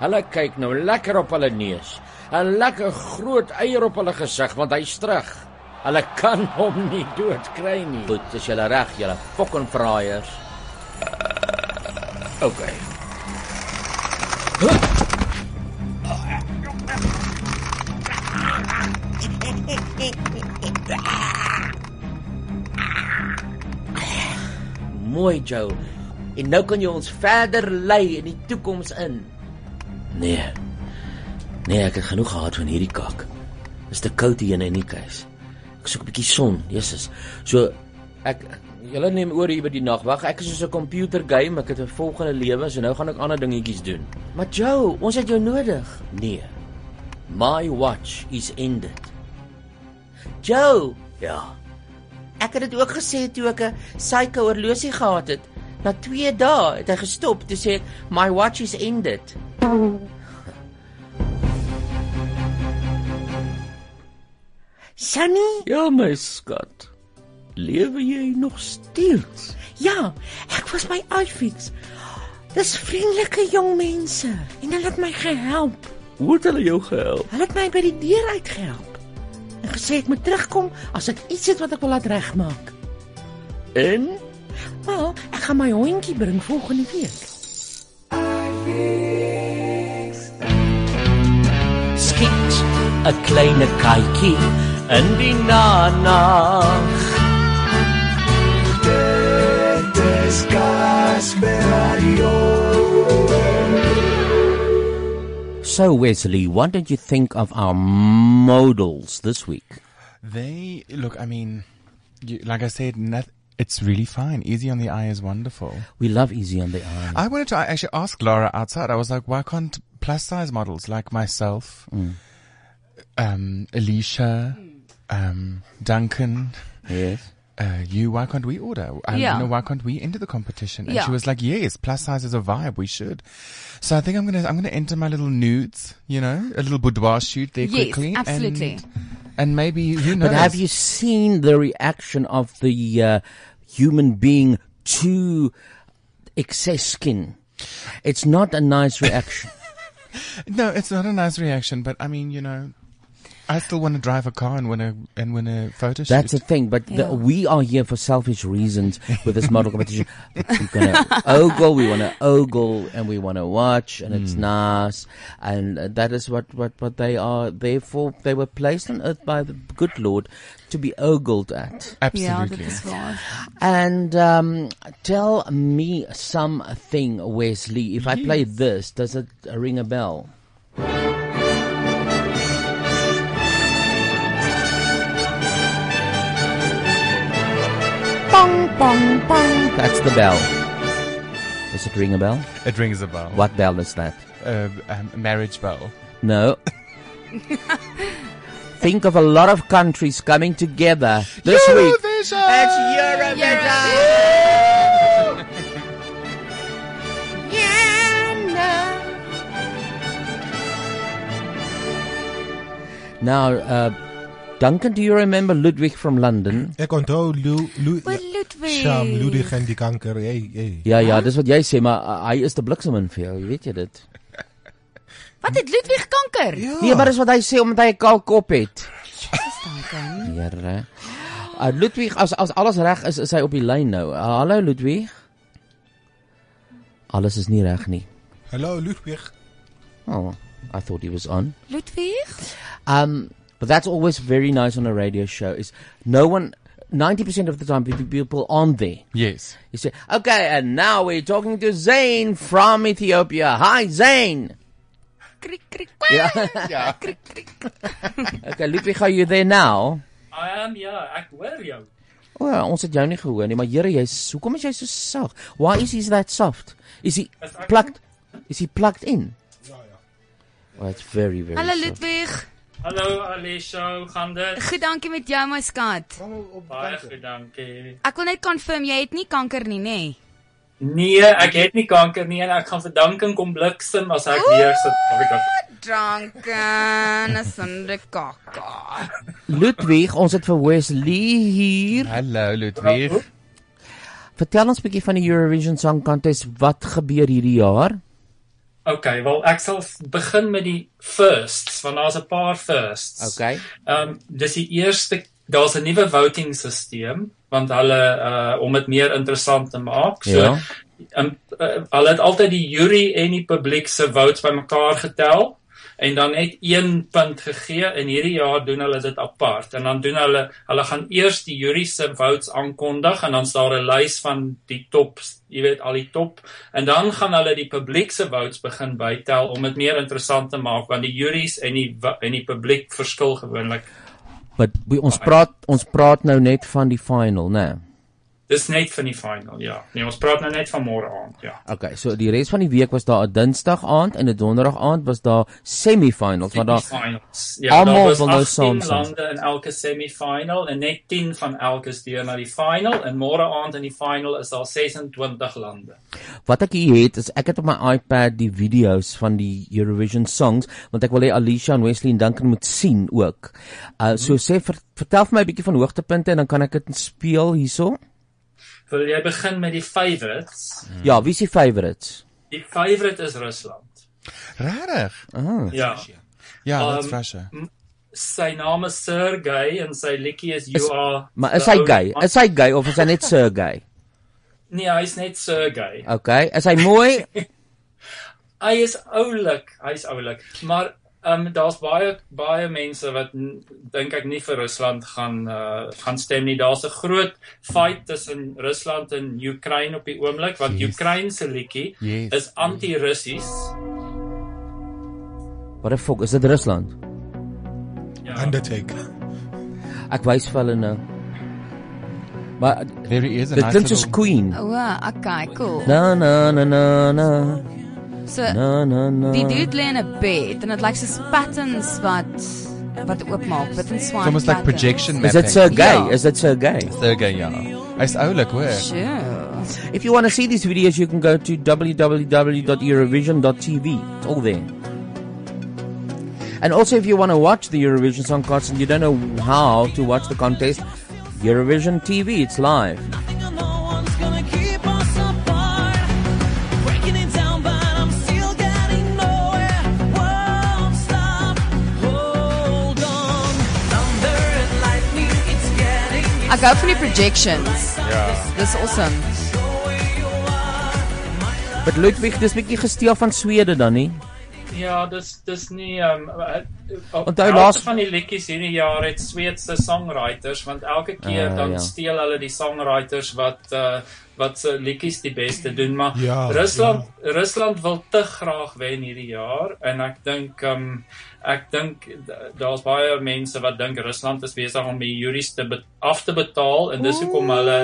S23: Hulle kyk nou lekker op hulle neus. 'n Lekker groot eier op hulle gesig want hy's terug. Hulle kan hom nie doodkry nie.
S1: Goed, is julle reg, julle fucking verraaiers.
S23: Eh,
S20: Okay.
S17: Mooi, Joe. En nou kan jy ons verder lei in die toekoms in.
S1: Nee. Nee, ek het genoeg gehad van hierdie kak. Is te koud hier in enige keuse. Ek soek 'n bietjie son. Jesus. So ek julle neem oor hier by die nag. Wag, ek is soos 'n computer game. Ek het 'n volgende lewe, so nou gaan ek ander dingetjies doen.
S17: Maar Joe, ons het jou nodig.
S1: Nee. My watch is ended.
S17: Joe,
S1: Ja.
S17: ek het dit ook gesê toe ek 'n psycho oorlosie gehad het. Na 2 dae het hy gestop. Toe sê ek, "My watch is ended."
S2: Sunny?
S8: Ja, my skat. Lewe jy nog steeds?
S2: Ja, ek was by iFix. Dis vriendelike jong mense en hulle het my gehelp.
S8: Hoe het hulle jou gehelp?
S2: Hulle het my by die deur uitgehelp. En gesê ek moet terugkom as ek iets het wat ek wil laat regmaak.
S8: En
S2: Wel, ek gaan my hondjie bring volgende week.
S1: skiet 'n kleine katjie in die nanag.
S6: Dit is Casper Radio.
S1: So Wesley, what did you think of our modals this week?
S5: They look. I mean, you, like I said, noth- it's really fine. Easy on the eye is wonderful.
S1: We love easy on the eye.
S5: I wanted to actually ask Laura outside. I was like, why can't plus size models like myself,
S1: Mm.
S5: um, Alicia,
S4: Mm.
S5: um, Duncan,
S1: yes,
S5: uh, you? Why can't we order? I,
S4: Yeah.
S5: You know, why can't we enter the competition? And
S4: Yeah.
S5: she was like, yes, plus size is a vibe. We should. So I think I'm gonna I'm gonna enter my little nudes. You know, a little boudoir shoot there
S4: Yes,
S5: quickly. and-
S4: absolutely.
S5: And, maybe who knows?
S1: But have you seen the reaction of the uh, human being to excess skin? It's not a nice reaction.
S5: No, it's not a nice reaction, but I mean, you know, I still want to drive a car and win a and win a photo shoot.
S1: That's the thing. But
S5: Yeah.
S1: the, we are here for selfish reasons with this model competition. We're gonna ogle, we want to ogle, and we want to watch, and it's
S5: Mm.
S1: nice, and uh, that is what what what they are. Therefore, they were placed on earth by the good Lord to be ogled at.
S5: Yeah, that is
S4: waar.
S1: And um, tell me something, Wesley. If I play this, does it ring a bell? Bong, bong, bong. That's the bell. Does it ring a bell?
S5: It rings a bell.
S1: What bell is that?
S5: Uh, um, marriage bell.
S1: No. Think of a lot of countries coming together this week.
S12: It's Eurovision. Yeah,
S1: Now, uh, Duncan, do you remember Ludwig from London?
S3: Ek onthou Lou Lou Sham Ludwig en die kanker. Hey, hey.
S1: Ja ja, dis wat jy sê, maar uh, hy is te bliksemin vir jou, weet jy dit?
S4: Wat het Ludwig kanker?
S1: Nee, maar dis wat hy sê omdat hy 'n kaal kop het.
S4: Dankie.
S1: Here. Uh, Ludwig, as as alles reg is, is hy op die lyn nou. Uh, hallo Ludwig. Alles is nie reg nie.
S3: Hallo Ludwig.
S1: Oh, I thought he was on.
S4: Ludwig?
S1: Um, but that's always very nice on a radio show. Is no one, ninety percent of the time, pe- people aren't there.
S5: Yes.
S1: You say, okay, and now we're talking to Zane from Ethiopia. Hi, Zane. Yeah. okay, Ludwig, are you there now?
S8: I am, yeah. Ek hoor jou.
S1: O, oh, ons het jou nie gehoor nie, maar Here, jy's hoekom is jy so sag? Why is he that soft? Is he
S8: Is ek-
S1: plugged? Is he plugged in? Oh, it's very very.
S4: Hallo
S1: soft.
S4: Ludwig.
S8: Hallo Alicia, hoe gaan dit?
S4: Goed, dankie met jou my skat.
S8: Baie goed, dankie.
S4: Ek wil net confirm jy het nie kanker nie, nê?
S8: Nee, ek het nie kanker nie en ek gaan vir Duncan kom bliksem as ek weer Suid-Afrika.
S4: Dranken, is in die kaka.
S1: Ludwig, ons het vir Wesley hier.
S5: Hallo Ludwig.
S1: Vertel ons 'n bietjie van die Eurovision Song Contest. Wat gebeur hierdie jaar?
S8: Okay, wel ek sal begin met die firsts want daar's 'n paar firsts.
S1: Okay.
S8: Ehm um, dis die eerste daar's 'n nuwe voting stelsel want hulle uh om dit meer interessant te maak. So
S12: Ja.
S8: um, uh, hulle het altyd die jury en die publiek se votes bymekaar getel en dan net 1 punt gegee en hierdie jaar doen hulle dit apart en dan doen hulle hulle gaan eers die jury se votes aankondig en dan is daar 'n lys van die top, jy weet al die top en dan gaan hulle die publiek se votes begin bytel om dit meer interessant te maak want die juries en die wa- en die publiek verskil gewoonlik.
S1: Wat we- ons praat ons praat nou net van die final, né? Nee.
S8: Dis net van die final, ja. Nee, ons praat nou net van môre aand, ja.
S1: Okay, so die res van die week was daar 'n Dinsdag aand en 'n Donderdag aand was daar semi-finals, maar daar
S8: Semifinals. Ja, daar
S1: almal
S8: was
S1: wil nou saam
S8: 18
S1: sing.
S8: lande in elke semifinal en net 10 van elke is deur na die final en môre aand in die final is daar 26 lande.
S1: Wat ek hier het is ek het op my iPad die video's van die Eurovision songs want ek wil hê Alicia en Wesley en Duncan moet sien ook. Uh
S5: Mhm.
S1: so sê ver, vertel vir my 'n bietjie van hoogtepunte en dan kan ek dit speel hierso.
S5: Mhm.
S8: Wil jy begin met die favorites?
S1: Ja, wie is die favorites?
S8: Die favorite is Rusland.
S5: Rarig.
S1: Oh.
S8: Ja.
S5: Yeah,
S8: Um,
S5: that's Russia.
S8: m- Sy naam is Sergey en sy liedjie is You Are
S1: Maar is
S8: the
S1: hy
S8: Only
S1: gay?
S8: One-
S1: Is hy gay of is hy net Sergey?
S8: Nee, hy's net Sergey.
S1: Okay, is hy mooi?
S8: Hy is oulik, hy's oulik, maar ehm um, daar's baie baie mense wat n- dink ek nie vir Rusland gaan uh, gaan stem nie. Daar's 'n groot fight tussen Rusland en Oekraïne op die oomblik want
S1: Yes.
S8: Oekraïne se liedjie
S1: Yes.
S8: is anti-Russies.
S1: What the fuck is dit Rusland?
S8: Ja.
S3: Undertaker.
S1: Ek wys vir hulle nou. Maar
S5: There is a
S1: dit
S5: nice
S1: klinkt soos
S5: little-
S1: Queen.
S4: O, oh, okay, cool.
S1: Na na na na na.
S4: So
S1: Na na na.
S4: die dude lê in 'n bed en dit lyk soos patterns wat wat oopmaak, wit en
S5: It's
S4: swart.
S5: almost like
S4: patterns.
S5: projection
S1: Is
S5: mapping.
S1: dit so gay? Is dit so gay?
S5: So gay, ja. Hy's oulik hoor.
S4: Sure.
S1: If you want to see these videos, you can go to www.eurovision.tv. It's all there. And also, if you want to watch the Eurovision Song Contest and you don't know how to watch the contest, Eurovision TV, it's live.
S6: Breaking it down, but I'm still getting nowhere. Won't stop. Hold on. Thunder and lightning, it's getting.
S4: Ek hou van die projections.
S5: Ja.
S4: Dis awesome.
S1: But Ludwig, dis bietjie gesteel van Swede dan nie.
S8: Ja, dis dis nie ehm um,
S1: Onthou laas-
S8: van die liedjies hierdie jaar het Sweedse songwriters want elke keer
S1: Ah,
S8: dan
S1: ja.
S8: steel hulle die songwriters wat uh, wat se liedjies die beste doen, maar
S3: Ja,
S8: Rusland Rusland wil te graag wen hierdie jaar en ek dink ehm um, ek dink da- daar's baie mense wat dink Rusland is besig om die juries te be- af te betaal en dis hoekom hulle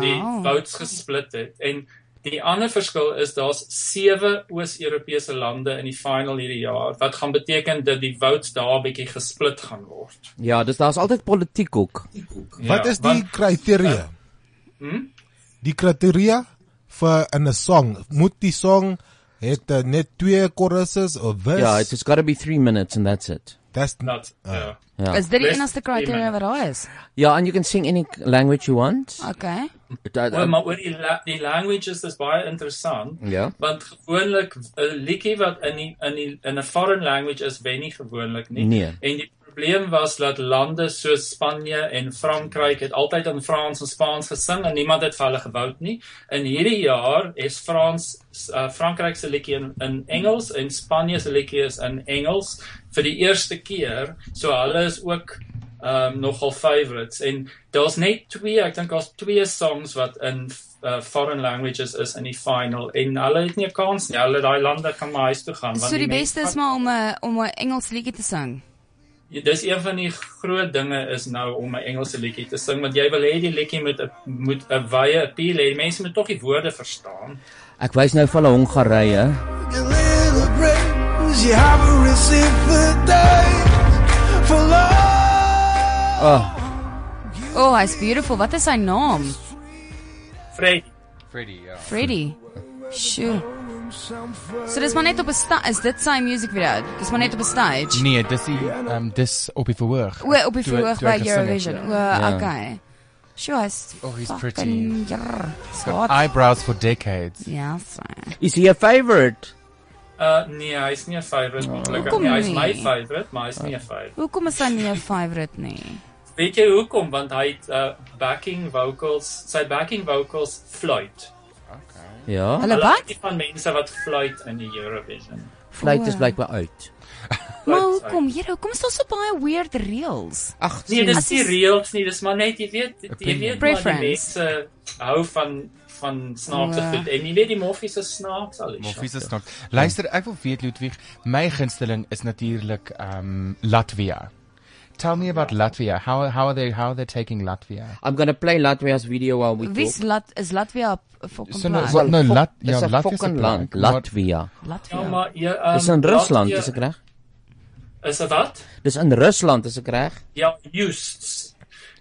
S8: die votes gesplit het en Die ander verskil is daar's sewe Oos-Europese lande in die final hierdie jaar wat gaan beteken dat die votes daar 'n bietjie gesplit gaan word.
S1: Ja, dis daar's altyd politiek ook.
S3: Wat
S8: Ja,
S3: is die criteria? Uh, hmm?
S8: Hm?
S3: Die criteria vir 'n song, moet die song het uh, net twee choruses of verse?
S1: Yeah, it's, it's got to be 3 minutes and that's it.
S3: That's
S8: not uh,
S3: Ja.
S1: yeah.
S4: Is dit die enigste kriteria wat daar is?
S1: Yeah, Ja, and you can sing any language you want.
S4: Okay.
S1: But, uh,
S8: Wel, maar oor die, la die languages is baie interessant.
S1: Ja.
S8: Want gewoonlik 'n liedjie wat in die, in die, in 'n foreign language is wen nie gewoonlik nie.
S1: Nee.
S8: En die probleem was dat lande soos Spanje en Frankryk het altyd in Frans en Spaans gesing en niemand het vir hulle gewoond nie. In hierdie jaar is Frans uh, Frankryk se liedjie in, in Engels en Spanje se liedjie is in Engels vir die eerste keer. So hulle is ook um nogal favorites en daar's net twee ek dink daar's twee songs wat in uh, foreign languages is in die final en hulle het nie 'n kans nie hulle daai lande kan maar huis toe gaan
S4: So die
S8: mense-
S4: beste is maar om 'n om 'n Engels liedjie te sing.
S8: Ja, dis een van die groot dinge is nou om 'n Engelse liedjie te sing want jy wil hê die liedjie moet 'n moet 'n wye appeal hê die mense moet tog die woorde verstaan
S1: Ek wys nou vir hulle Hongarye.
S12: You haven't received the days for love.
S1: Oh,
S4: O, oh, hy's beautiful. Wat is sy naam?
S8: Freddy
S5: Freddy, ja.
S4: Freddy. Sjoe. So dis maar net op 'n sta is dit sy music video. Dis maar net op 'n stage.
S5: Nee, dis die ehm dis op die verhoog.
S4: O, op die
S5: Toe hy-
S4: verhoog
S5: toe hy
S4: by
S5: gesing het,
S4: Eurovision. O,
S5: ja.
S4: okay. Sure, hy's Oh, he's
S5: pretty.
S4: Ja.
S5: He's got eyebrows for decades.
S4: Ja.
S1: Is he a favorite?
S8: uh nee hy's nie 'n favorite oh, gelukkig
S4: Hoekom
S8: nie hy's my
S4: nie?
S8: favorite maar hy's nie 'n favorite
S4: Hoekom is hy nie 'n favorite nie?
S8: weet jy hoekom want hy het uh, backing vocals sy backing vocals fluit
S1: Ja.
S8: Hulle wat? Die van mense wat fluit in die Eurovision.
S1: Fluit is
S4: O.
S1: blykbaar uit.
S4: Maar hoekom? Here, hoekom is daar so baie weird reels?
S1: Ag,
S8: Nee, dis nie reels nie, dis maar net jy weet, jy
S4: Opinion.
S8: weet maar die
S4: Preference.
S8: mense hou van van snaakse
S5: Ja.
S8: goed en jy weet die moffies is snaaks al.
S5: Morfies is snaaks. Luister, ek wil weet Ludwig, my gunsteling is natuurlik um Latvia. Tell me about Latvia. How how are they how are they taking Latvia?
S1: I'm going to play Latvia's video while we
S4: Wie's Lat is Latvia op fucking
S5: So nou
S4: plek?
S5: is Lat- nou Lat-
S1: Dis
S5: ja,
S1: een
S5: Latvia se
S1: fucking
S5: plek,
S1: land,
S5: maar-
S1: Latvia.
S8: Ja, maar jy um,
S1: Dis in Rusland, is ek reg?
S8: Is dit wat?
S1: Dis in Rusland, is ek reg?
S8: Ja, Justs.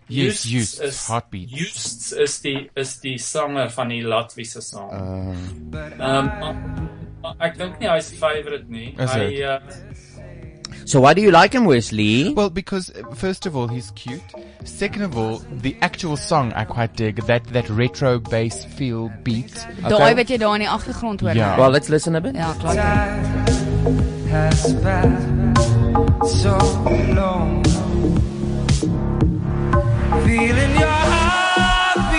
S1: Yes,
S8: Justs
S1: Justs,
S8: is-
S1: Heartbeat.
S8: Justs is die is die sanger van die Latviese sang. Ehm um, ek dink nie hy's favorite nie.
S1: Is
S8: hy
S1: dit?
S8: uh,
S1: So why do you like him, Wesley?
S5: Well, because uh, first of all, he's cute. Second of all, the actual song I quite dig that that retro bass feel beat.
S4: Daai wat jy daar in die agtergrond hoor.
S5: Ja.
S4: nou.
S5: Well,
S1: let's listen a bit.
S4: Ja, klaar.
S12: has passed so long. Feeling your heartbeat,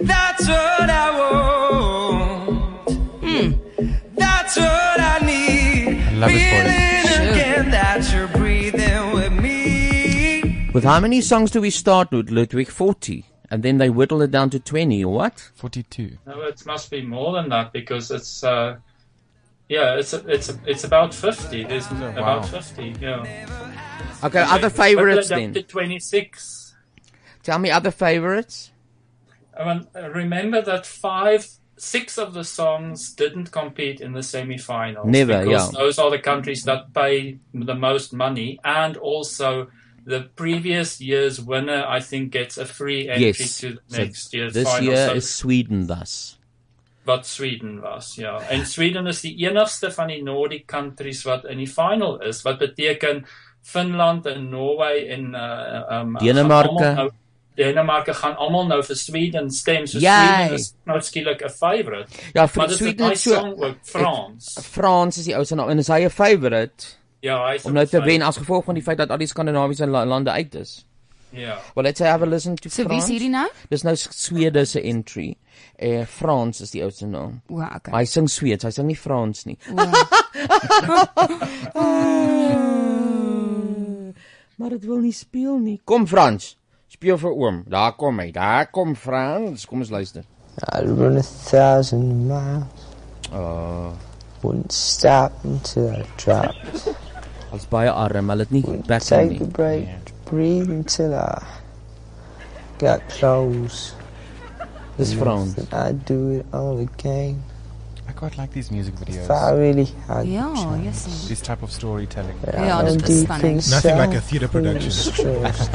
S12: that's what I want. That's what I need.
S1: Love his voice.
S12: Feeling again that you're breathing with me.
S1: With how many songs do we start with, Ludwig? 40. And then they whittle it down to 20, or what?
S5: 42.
S8: No, it must be more than that because it's uh, yeah, it's it's it's about fifty. There's about fifty. Yeah.
S1: Okay, other
S8: Whittle it
S1: favorites
S8: down
S1: then.
S8: To Twenty six.
S17: Tell me other favorites.
S8: I mean, remember that five, six of the songs didn't compete in the semifinals.
S1: Never,
S8: because
S1: yeah.
S8: Those are the countries that pay the most money, and also the previous year's winner, I think, gets a free entry
S1: yes.
S8: to the
S1: So
S8: next year's
S1: this
S8: final.
S1: year
S8: so
S1: is Sweden thus.
S8: wat Sweden was, ja. En Sweden is die enigste van die Nordic countries wat in die final is, wat beteken Finland en Norway en uh um
S1: Denemarke.
S8: gaan allemaal nou, Denemarke gaan almal nou vir Sweden stem, so
S17: Jy.
S8: Sweden is nou skielik 'n favourite.
S17: Ja, vir
S8: maar dit
S17: Sweden
S8: is 'n
S17: het so-
S8: nice song ook Frans.
S1: Frans is die ou se naam en is hy 'n favourite?
S8: Ja, hy is
S1: om nou te
S8: favourite.
S1: wen as gevolg van die feit dat al die Skandinawiese la- lande uit is.
S8: Ja.
S1: Well, let's say have a listen to
S4: So wie
S1: France.
S4: is hierdie nou?
S1: Dis nou Swede se entry. Eh uh, Frans is die ou se naam.
S4: Wow, okay.
S1: Hy sing Sweeds, hy sing nie Frans nie. maar dit wil nie speel nie. Kom Frans, speel vir oom. Daar kom hy. Daar kom Frans. Kom ons luister.
S7: I'd run a thousand miles. Wouldn't stop until I dropped.
S1: Ons baie arm, hulle het nie backing
S7: Take
S1: nie. Nee.
S7: a break to breathe until I got close.
S1: This
S7: And
S1: frown.
S7: then I do it all again.
S5: I quite like these music videos.
S7: If I really had the
S5: Yeah,
S7: chance.
S5: yes. This type of storytelling.
S7: Yeah, Yeah, I this don't is do funny. think
S3: Nothing
S7: so.
S3: like a theater production.
S7: Stressed.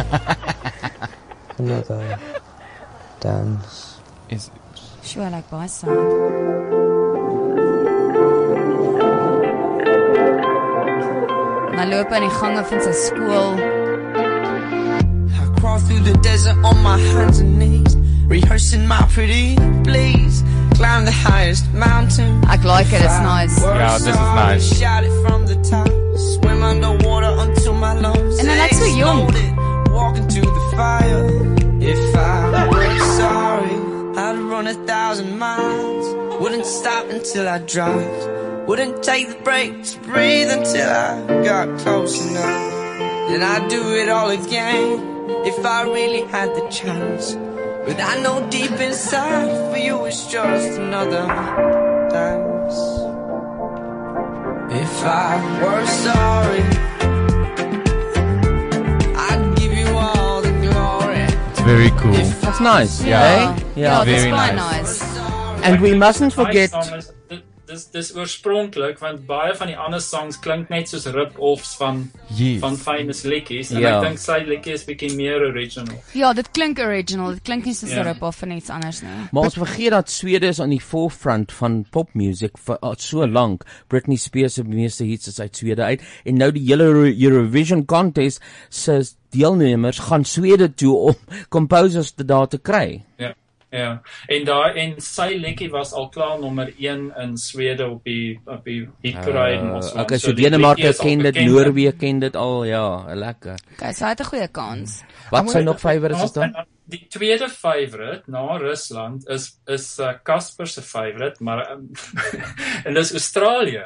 S7: Another dance.
S5: Is
S4: Sure, like by side. Maar loop in die gange van sy skool.
S10: Crawl through the desert on my hands and knees, rehearsing my pretty please. Climb the highest mountain. Oh, I
S4: like it, it's nice.
S10: Yeah,
S5: this is nice.
S10: Shout it from the top. Swim underwater until my lungs.
S4: And then that's so young.
S10: exploded. Walk into the fire. If I were sorry, I'd run a thousand miles. Wouldn't stop until I dropped. Wouldn't take the breaks, breathe until I got close enough. Then I'd do it all again if I really had the chance. But I know deep inside for you it's just another dance. If I were sorry, I'd give you all the glory.
S5: It's very cool.
S1: That's nice.
S8: Yeah.
S1: eh?
S8: Yeah, that's Very quite
S4: nice.
S1: And we mustn't forget
S8: My song is dit- dis dis oorspronklik want baie van die ander songs klink net soos rip-offs van
S1: Yes.
S8: van famous liedjies en
S1: Ja.
S8: ek dink sy liedjie is bietjie meer original.
S4: Ja, dit klink original. Dit klink nie soos 'n
S8: Ja.
S4: rip-off van iets anders nie.
S1: Maar ons vergeet dat Swede is aan die forefront van popmusiek vir uh, so lank. Britney Spears se meeste hits is uit Swede uit en nou die hele Euro- Eurovision contest se deelnemers gaan Swede toe om composers te daar te kry.
S8: Ja. Ja. En daai en sy liedjie was al klaar nommer 1 in Swede op die op die hitparade en ons.
S1: Ah, Uh, okay, so Denemarke ken dit, Noorwe ken dit al, ja, lekker.
S4: Okay, so hy het 'n goeie kans.
S1: Wat sy nog favorites is dan?
S8: Die tweede favorite na Rusland is is uh, Casper se favorite, maar um, en dis Australië.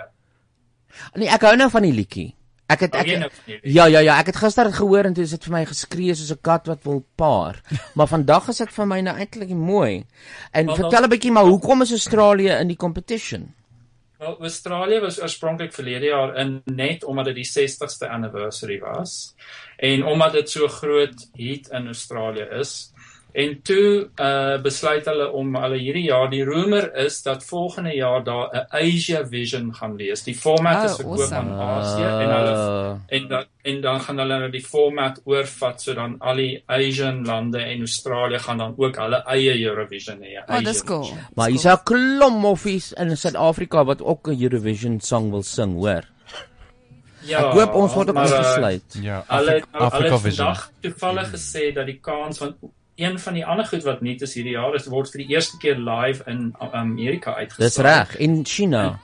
S1: Nee, ek hou nou van die liedjie. Ek het
S8: Hou
S1: ek
S8: jy nou van die liedjie?
S1: Ja ja ja, ek het gister dit gehoor en toe is dit vir my geskree soos 'n kat wat wil paar. maar vandag is dit vir my nou eintlik mooi. En
S8: Maar
S1: vertel
S8: dan-
S1: 'n bietjie maar hoekom is Australië in die competition?
S8: Wel, Australië was oorspronklik verlede jaar in net omdat dit die 60ste anniversary was en omdat dit so groot heat in Australië is. En toe uh besluit hulle om hulle hierdie jaar die rumor is dat volgende jaar daar 'n Asia Vision gaan wees. Die format
S4: Ah,
S1: Oh,
S8: is verkoop
S1: awesome.
S8: aan Asië en hulle
S1: Ah.
S8: en dan en dan gaan hulle nou die format oorvat so dan al die Asian lande en Australië gaan dan ook hulle eie Eurovision hê.
S4: Maar Ah,
S8: Asian
S4: Oh, dis cool.
S1: Maar hier's 'n klomp moffies in Suid-Afrika wat ook 'n Eurovision song wil sing, hoor.
S8: Ja,
S1: Ek hoop ons word ook
S8: maar, eh,
S1: ingesluit.
S5: Ja,
S8: Hulle het nou- hulle
S5: Africa
S8: het
S5: Vision. Mm.
S8: vandag toevallig gesê dat die kans van een van die ander goed wat nuut is hierdie jaar is word vir die eerste keer live in uh, Amerika uitgesaai.
S1: Dis reg, in China.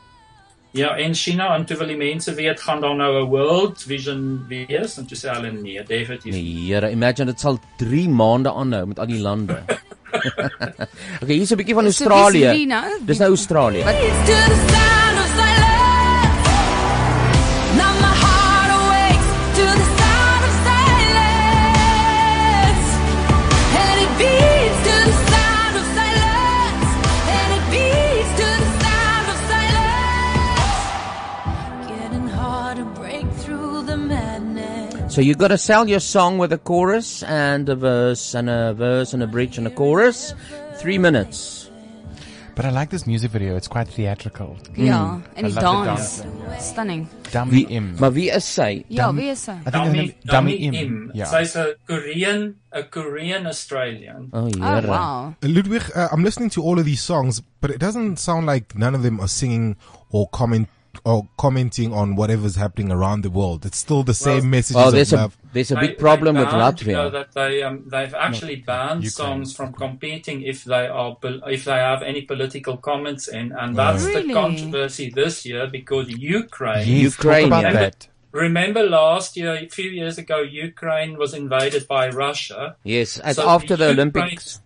S8: Ja, en China en toe wil die mense weet gaan daar nou 'n World Vision wees en toe sê hulle nee, definitief. Nee.
S1: Nee, Here, imagine dit sal 3 maande aanhou met al die lande. okay, hier's 'n bietjie van
S6: So wie is hierdie
S1: Australië.
S6: nou?
S1: Dis nou Australië.
S6: Please to the sound of silence. Now my heart awakes to the sound of silence. And it beats to the sound of silence. And it beats to the sound of silence. Getting hard to break through the madness.
S1: So you got to sell your song with a chorus and a verse and a verse and a bridge and a chorus. Three minutes.
S5: But I like this music video. It's quite theatrical.
S4: Yeah,
S5: Mm.
S4: and
S5: I
S4: his
S5: love the
S4: dance. Stunning.
S5: Dummy Im.
S1: Maar Hmm. wie is sy?
S4: Ja, wie is sy?
S5: I think her
S8: Dummy,
S5: name-
S8: Dummy
S5: Im. Ja.
S8: Im.
S5: Yeah.
S8: Sy's a Korean, a Korean Australian.
S1: oh,
S4: Oh,
S3: Oh, Ludwig, uh, I'm listening to all of these songs, but it doesn't sound like none of them are singing or comment or commenting on whatever's happening around the world. It's still the same messages
S1: well, there's
S3: of
S1: a-
S3: love.
S1: there's a
S8: They-
S1: big problem
S8: they
S1: with
S8: banned,
S1: Latvia.
S8: You know, that they um, they've actually banned songs from competing if they are pol- if they have any political comments in, and that's the
S5: Really?
S8: controversy this year because Ukraine.
S5: Yes, talk Ukraine. about
S8: Remember-
S5: that.
S8: Remember last year, a few years ago, Ukraine was invaded by Russia.
S1: Yes, and
S8: So
S1: after the
S8: Ukraine-
S1: Olympics.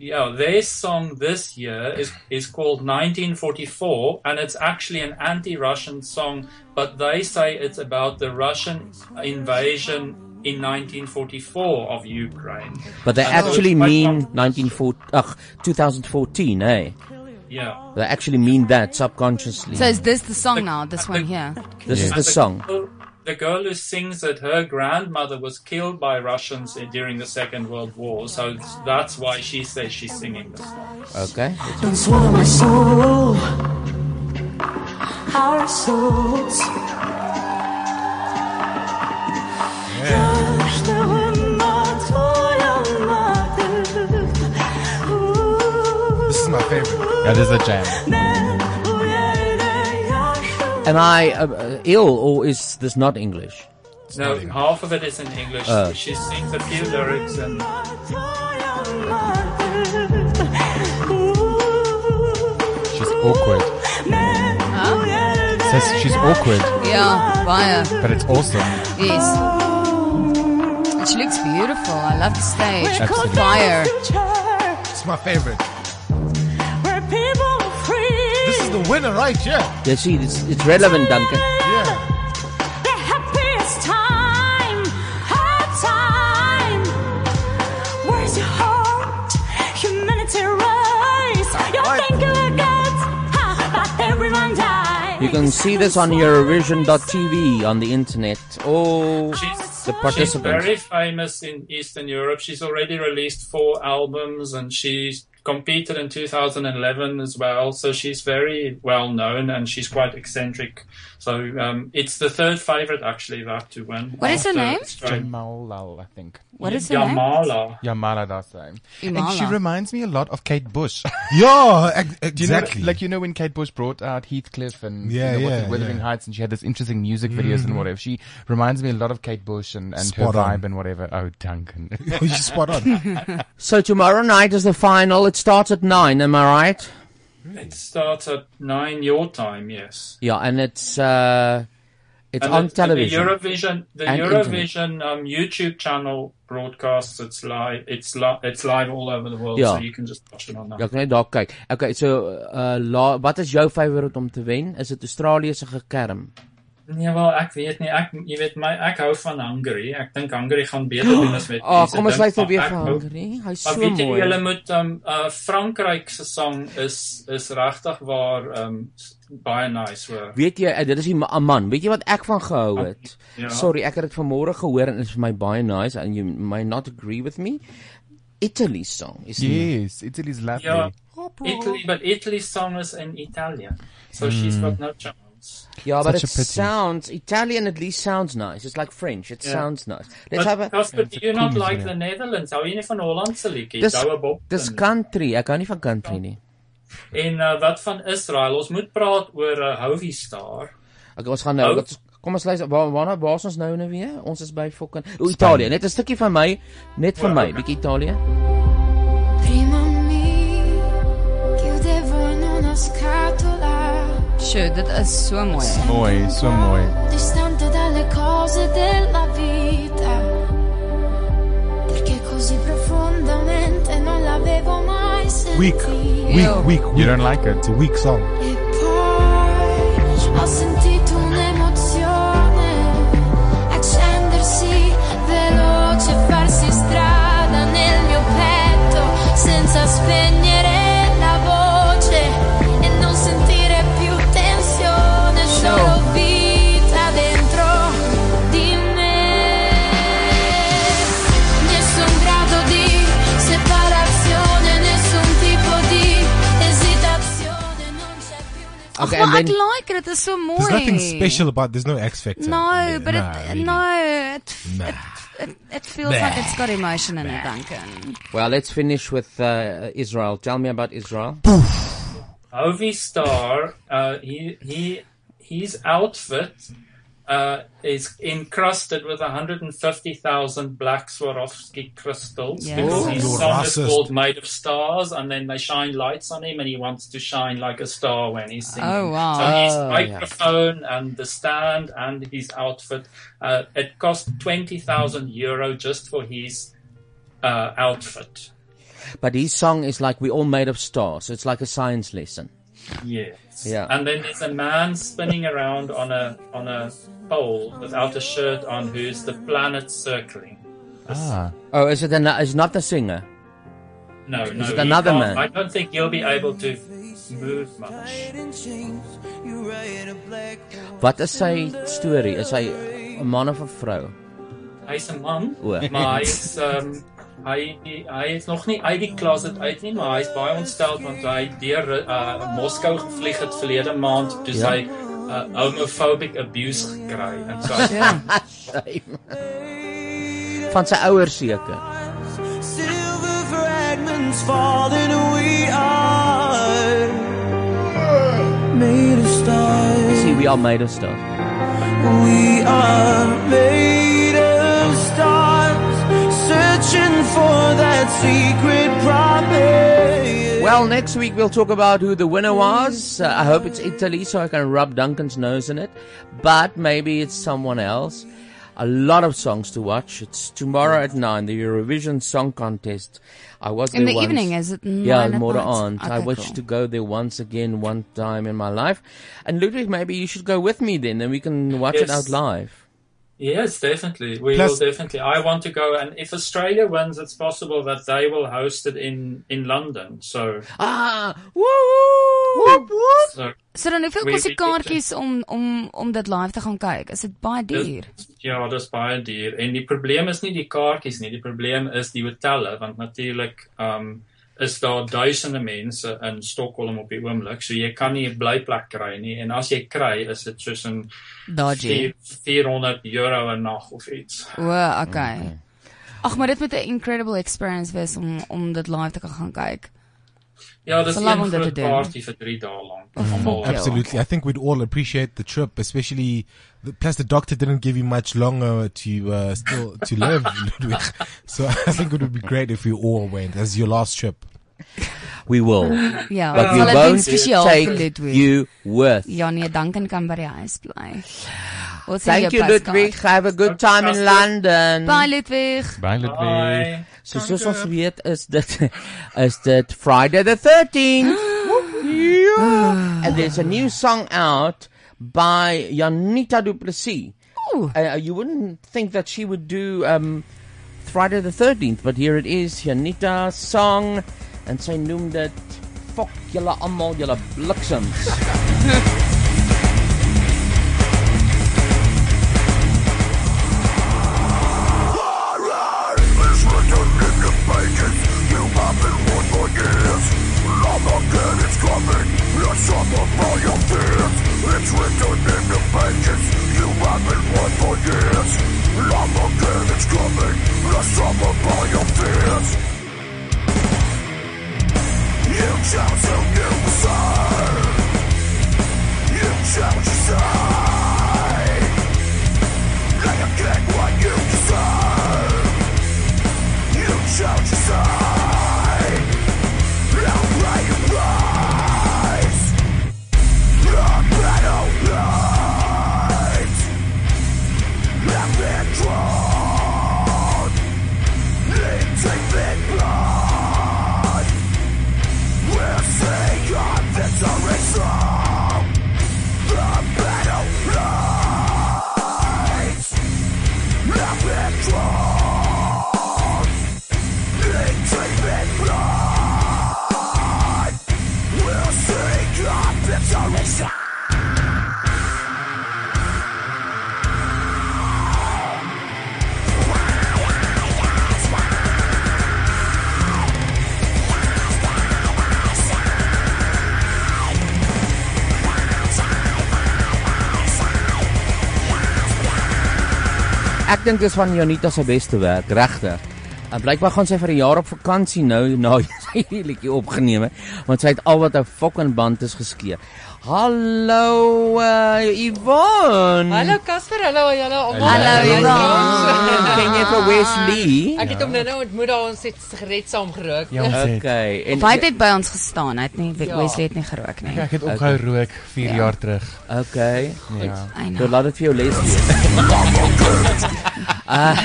S8: Yeah, their song this year is, is called 1944, and it's actually an anti Russian song, but they say it's about the Russian invasion in 1944 of Ukraine.
S1: But they
S8: And so
S1: actually
S8: it's quite
S1: mean 1940, ugh, 2014, eh?
S8: Yeah.
S1: They actually mean that subconsciously.
S4: So is this the song now? This one here.
S1: This is
S8: And
S1: the song.
S8: girl- the girl who sings that her grandmother was killed by Russians during the Second World War, so that's why she says she's singing this song.
S1: Okay.
S12: Don't swallow my soul. Our souls. oh,
S3: This is my favorite.
S5: That is a jam.
S1: Am I uh, uh, ill or is this not English?
S8: No, half of it is in English.
S1: Oh.
S8: She sings a few lyrics and.
S5: She's awkward. Says she's awkward,
S4: Yeah, via.
S5: but it's awesome.
S4: Yes. And she looks beautiful. I love the stage.
S5: Absolutely.
S4: Fire.
S3: It's my favorite. This is the winner right here.
S1: You see, it's, it's relevant, Duncan.
S3: Yeah.
S1: You can see this on Eurovision.tv on the internet. Oh, the
S8: She's very
S1: participants.
S8: famous in Eastern Europe. She's already released four albums and she's competed in 2011 as well. So she's very well known and she's quite eccentric. So um, it's the third favorite actually that to win.
S4: What is her
S8: after
S4: name?
S8: Australia.
S5: Jamalal, I think.
S4: What is her name?
S8: Yamala.
S5: Yamala Dasai. And
S4: Imala.
S5: she reminds me a lot of Kate Bush.
S3: yeah,
S5: Do you know,
S3: exactly.
S5: like you know when Kate Bush brought out Heathcliff and
S3: Yeah,
S5: you know, what's
S3: yeah,
S5: it, Wuthering
S3: yeah.
S5: Heights, and she had this interesting music videos
S3: Mhm.
S5: and whatever. She reminds me a lot of Kate Bush and, and her
S3: Spot on.
S5: vibe and whatever. Oh, Duncan,
S3: You're spot on.
S1: So tomorrow night is the final. It starts at 9, am I right?
S8: It starts at nine your time, yes.
S1: Yeah, and it's, uh, it's
S8: And
S1: on
S8: the,
S1: television.
S8: The Eurovision, the
S1: and internet.
S8: Eurovision um, YouTube channel broadcasts. It's live. It's live. It's live all over the world,
S1: Ja.
S8: so you can just watch it on that.
S1: Ja, kan jy daar kyk. Okay, so uh la, wat is jou favourite om te wen? Is dit Australië se gekerm?
S8: Nee, wel ek weet nie. Ek jy weet my ek hou van Hungary. Ek dink Hungary gaan beter doen as met
S1: Ah,
S8: mense
S1: kom ons
S8: dink,
S1: luister
S8: maar
S1: weer
S8: ek
S1: vir
S8: hou-
S1: Hungary. Hy's
S8: Maar
S1: so
S8: weet jy
S1: mooi.
S8: julle moet um uh Frankryk se sang is is regtig waar um s- baie nice hoor.
S1: Weet jy, eh, dit is die ma- man. Weet jy wat ek van gehou het?
S8: Ja.
S1: Sorry, ek het dit vanmôre gehoor en dit is vir my baie nice and you may not agree with me. Italy song is
S5: Yes, Italy's lovely.
S8: Ja. Italy, but Italy's song is in Italian. So she's
S1: Mm.
S8: got no chance.
S1: Yeah, Ja, but
S5: Such
S1: it
S5: a pity.
S1: sounds Italian at least sounds nice. It's like French. It
S8: Yeah.
S1: sounds nice.
S8: But
S1: Let's have a
S8: Casper, do you not like the Netherlands? Hou jy nie van Holland se liedjies?
S1: Dis
S8: Hou 'n bop. Ja.
S1: dis country. Ek hou nie van country nie.
S8: En uh, wat van Israel? Ons moet praat oor uh, Howie Star.
S1: Okay, ons gaan nou.
S8: Ou-
S1: Ons- Kom ons luister. Waar waarna waar is ons nou nou weer? Ons is by fucking o, Italië. Net 'n stukkie van my, net
S8: Ja.
S1: van my, bietjie Italië.
S9: Prima mi chiudevo in una scatola
S4: Sure, dit is so mooi.
S5: Mooi, so mooi.
S9: distante dalle cose della vita. Perché così profondamente non l'avevo mai
S3: Weak,
S9: sentita.
S3: weak, weak, weak. You don't like it? It's a weak song.
S9: E poi ho sentito un'emozione accendersi veloce, farsi strada nel mio petto senza spegnere la voce e non sentire più tensione, solo vita dentro di me.
S4: Ach,
S3: Okay,
S4: well,
S3: and
S4: I'd
S3: then-
S4: like it. It is so moody.
S3: There's nothing special about. There's no X Factor.
S4: No, but
S3: nah,
S4: it, nou,
S3: really.
S4: no, it, f-
S3: Nah.
S4: it, it feels
S1: Bleh.
S4: like it's got emotion in it, Duncan.
S1: Well, let's finish with uh, Israel. Tell me about Israel.
S8: Ovi Star, uh, he he his outfit uh, is encrusted with 150,000 black Swarovski crystals
S18: Yes.
S8: because
S18: Oh,
S8: his
S18: you're
S8: son is
S18: racist.
S8: called Made of Stars, and then they shine lights on him, and he wants to shine like a star when he's singing.
S4: Oh, wow.
S8: So his
S4: Oh, yeah.
S8: microphone and the stand and his outfit uh, it cost 20,000 euro just for his uh, outfit.
S1: But his song is like we're all made of stars. It's like a science lesson.
S8: Yes.
S1: Yeah.
S8: And then there's a man spinning around on a on a pole without a shirt on, who's the planet circling.
S1: Ah. Oh, is it? An, is not the singer?
S8: No,
S1: Is
S8: no.
S1: it
S8: he
S1: another
S8: can't-
S1: man?
S8: I don't think he'll be able to move much.
S1: Wat is sy storie? Is hy 'n man of 'n vrou?
S8: Hy's 'n man,
S1: O.
S8: maar hy's ehm hy hy is nog nie uit die klas uit uit nie, maar hy's baie ontsteld want hy het deur uh, Moskou gevlieg het verlede maand toe
S1: Ja.
S8: hy uh, homophobic abuse gekry en so.
S1: Ja. Van sy ouers seker.
S6: Silver fragments fall and we are made of stars.
S1: See, we are made of stars.
S6: We are made of stars, searching for that secret promise.
S1: Well, next week we'll talk about who the winner was. Uh, I hope it's Italy so I can rub Duncan's nose in it, but maybe it's someone else. A lot of songs to watch. It's tomorrow at 9, the Eurovision Song Contest. I was
S4: In
S1: there
S4: the
S1: once.
S4: evening, is it nine
S1: Yeah,
S4: at
S1: more
S4: night?
S1: on. I
S4: Okay,
S1: wish
S4: cool.
S1: to go there once again, one time in my life. And Ludwig, maybe you should go with me then, then we can watch it
S8: Yes.
S1: out live.
S8: Yes, definitely. We
S1: Plus-
S8: will definitely. I want to go, and if Australia wins, it's possible that they will host it in in London. So,
S1: Ah, woe! Woep woep.
S8: so
S4: So dan hoeveel
S8: We-
S4: kos
S8: we-
S4: die kaartjies om om om dit live te gaan kyk? Is dit baie duur?
S8: Dis, ja, dis baie duur. En die probleem is nie die kaartjies nie, die probleem is die hotelle, want natuurlik ehm is daar duisende mense in Stockholm op die oomblik, so jy kan nie 'n blyplek kry nie en as jy kry, is dit soos 'n
S4: Dodgy.
S8: vier- 400 euro 'n nag of iets.
S4: O, okay. Ag, maar dit moet 'n incredible experience wees om om dit live te kan gaan kyk.
S8: Ja, dis
S4: Dis
S8: 'n
S4: lang om dit te
S8: groot
S4: doen.
S8: party vir 3 dae lank.
S3: Mhm. Absolutely. I think we'd all appreciate the trip, especially the, plus the doctor didn't give you much longer to uh, still to live, Ludwig. So I think it would be great if we all went as your last trip.
S1: We will.
S4: Ja,
S1: but we
S4: sal dit doen
S1: won't
S4: spesiaal vir
S1: take
S4: Ludwig.
S1: you with.
S4: Ja nee, Duncan kan by die huis bly. Ons sien
S1: Thank
S4: jou
S1: you, Ludwig. Have a good time in London.
S4: Bye Ludwig.
S1: Bye Ludwig. So soos ons weet is dit is dit Friday the er 13th. yeah. And there's a new song out by Janita Du Plessis. Uh, you wouldn't think that she would do um, Friday the 13th, but here it is, Janita's song and sy noem dit Fok julle almal julle bliksems.
S6: Wow.
S1: Ek dink dis van Janita se beste werk, regtig. En blykbaar gaan sy vir 'n jaar op vakansie nou na sy hierdie liedjie opgeneem het, want sy het al wat 'n fucking band is geskeur. Hallo uh, Yvonne.
S18: Hallo Casper, hallo julle almal.
S1: Hallo, Ja. Yvonne.
S18: Jans.
S1: Ken jy vir Wesley?
S18: Ek het hom nou nou ontmoet, daar ons het gered saam gerook.
S1: Ja. okay.
S18: en-
S4: En hy het by ons gestaan, hy het nie
S18: Ja.
S4: ja. Wesley het nie gerook nie.
S18: Ja, ek
S5: het opgehou rook 4
S4: Ja.
S5: jaar terug.
S1: Okay.
S4: I know.
S1: So laat dit vir jou les wees. uh,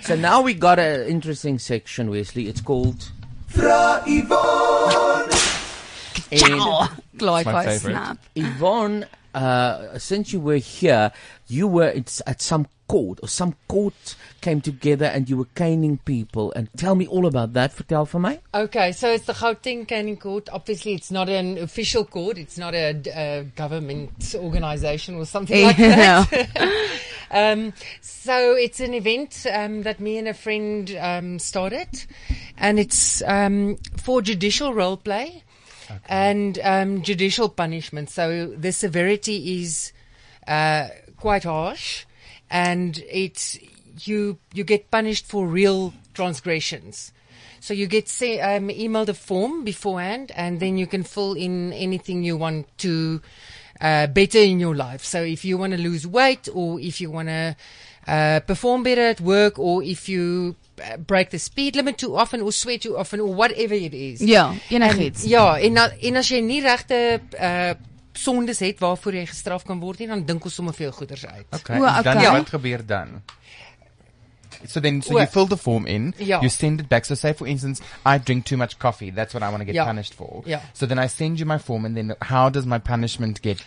S1: so now we got an interesting section Wesley. It's called
S12: Vra Yvonne.
S1: Ciao.
S4: Klaai kwaai snap.
S1: Yvonne, uh, since you were here, you were at, at some court, or some court came together and you were caning people. And tell me all about that. Vertel vir my.
S18: Okay, so it's the Gauteng Canning Court. Obviously, it's not an official court. It's not a, uh government organization or something like
S1: Ja.
S18: that. um, so it's an event um, that me and a friend um, started, and it's um, for judicial role play and um, judicial punishment. So the severity is uh, quite harsh, and it's you you get punished for real transgressions. So you get say, um, emailed a form beforehand, and then you can fill in anything you want to uh, better in your life. So if you want to lose weight, or if you want to uh, perform better at work, or if you uh, break the speed limit too often, or sweat too often, or whatever it is.
S4: Ja, enigiets.
S18: En, ja, en na- en as jy nie regte uh, sondes het waarvoor jy gestraf kan word nie, dan dink ons sommer veel goeders uit.
S5: Okay. and Dan wat gebeur dan? So then, so
S18: O.
S5: you fill the form in,
S18: Ja.
S5: you send it back. So say, for instance, I drink too much coffee. That's what I want to get
S18: Ja.
S5: punished for.
S18: Ja.
S5: So then I send you my form, and then how does my punishment get?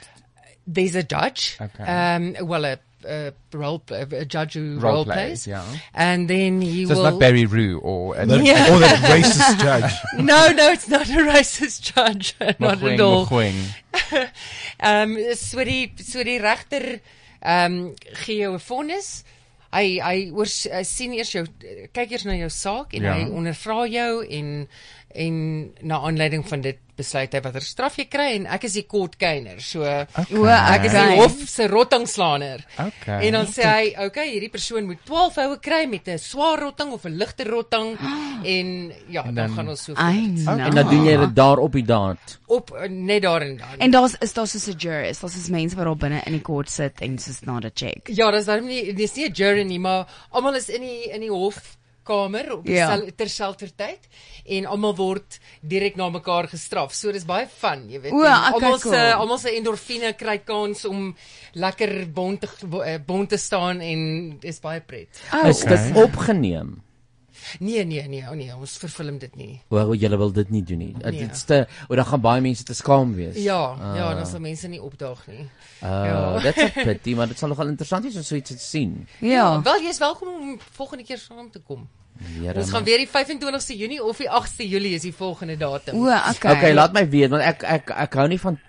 S18: There's a judge.
S5: Okay.
S18: Um, well, a, a role, a judge who
S5: Role
S18: role,
S5: plays,
S18: plays,
S5: yeah.
S18: and then he
S5: so
S18: will.
S5: it's not Barry Roo or uh, a,
S18: Yeah.
S5: or that racist judge.
S18: no, no, it's not a racist judge, not
S5: Mogoeng,
S18: at all.
S5: mogoeng.
S18: um so die so die regter um gee jou 'n vonnis. Hy hy oor hy sien eers jou kyk eers na jou saak en Ja. hy ondervra jou en en na aanleiding van dit besluit hy watter straf jy kry en ek is die courtgainer. So
S4: O,
S18: ek is die
S4: okay.
S18: hof se rottingslaaner.
S5: Okay.
S18: En dan sê hy, okay, hierdie persoon moet 12 houe kry met 'n swaar rotting of 'n ligte rotting en ja, dan, gaan ons so voort.
S1: En dan doen jy dit daar op die daad.
S18: op eh, net daar en dan.
S4: En daar's is daar soos 'n jury, is daar soos mense wat daar binne in die kort sit en soos na dit check.
S18: Ja, dis daarom nie dis nie 'n jury nie, maar almal is in die in die hofkamer op
S4: Ja.
S18: ja. terselfdertyd en almal word direk na mekaar gestraf. So dis baie fun, jy weet.
S4: O,
S18: En
S4: okay,
S18: almal
S4: cool.
S18: se almal se endorfine kry kans om lekker bond te bo- eh, bond te staan en dis baie pret.
S4: Oh,
S1: Is dit opgeneem?
S18: Nee, nee, nee, oh nee, ons verfilm dit nie.
S1: Wel, julle wil dit nie doen nie. Dit
S18: Nee.
S1: is te, of dan gaan baie mense te skaam wees.
S18: Ja, ja,
S1: Ah.
S18: dan sal mense nie opdaag nie. Ja.
S1: Uh, dit is 'n pity, maar dit sal nogal interessant wees om so iets te sien. Ja.
S18: Wel, jy's welkom om volgende keer saam te kom.
S1: Here,
S18: ons gaan
S1: man.
S18: weer die 25ste Junie of die 8ste Julie is die volgende datum.
S1: Okay, laat my weet want ek ek ek hou nie van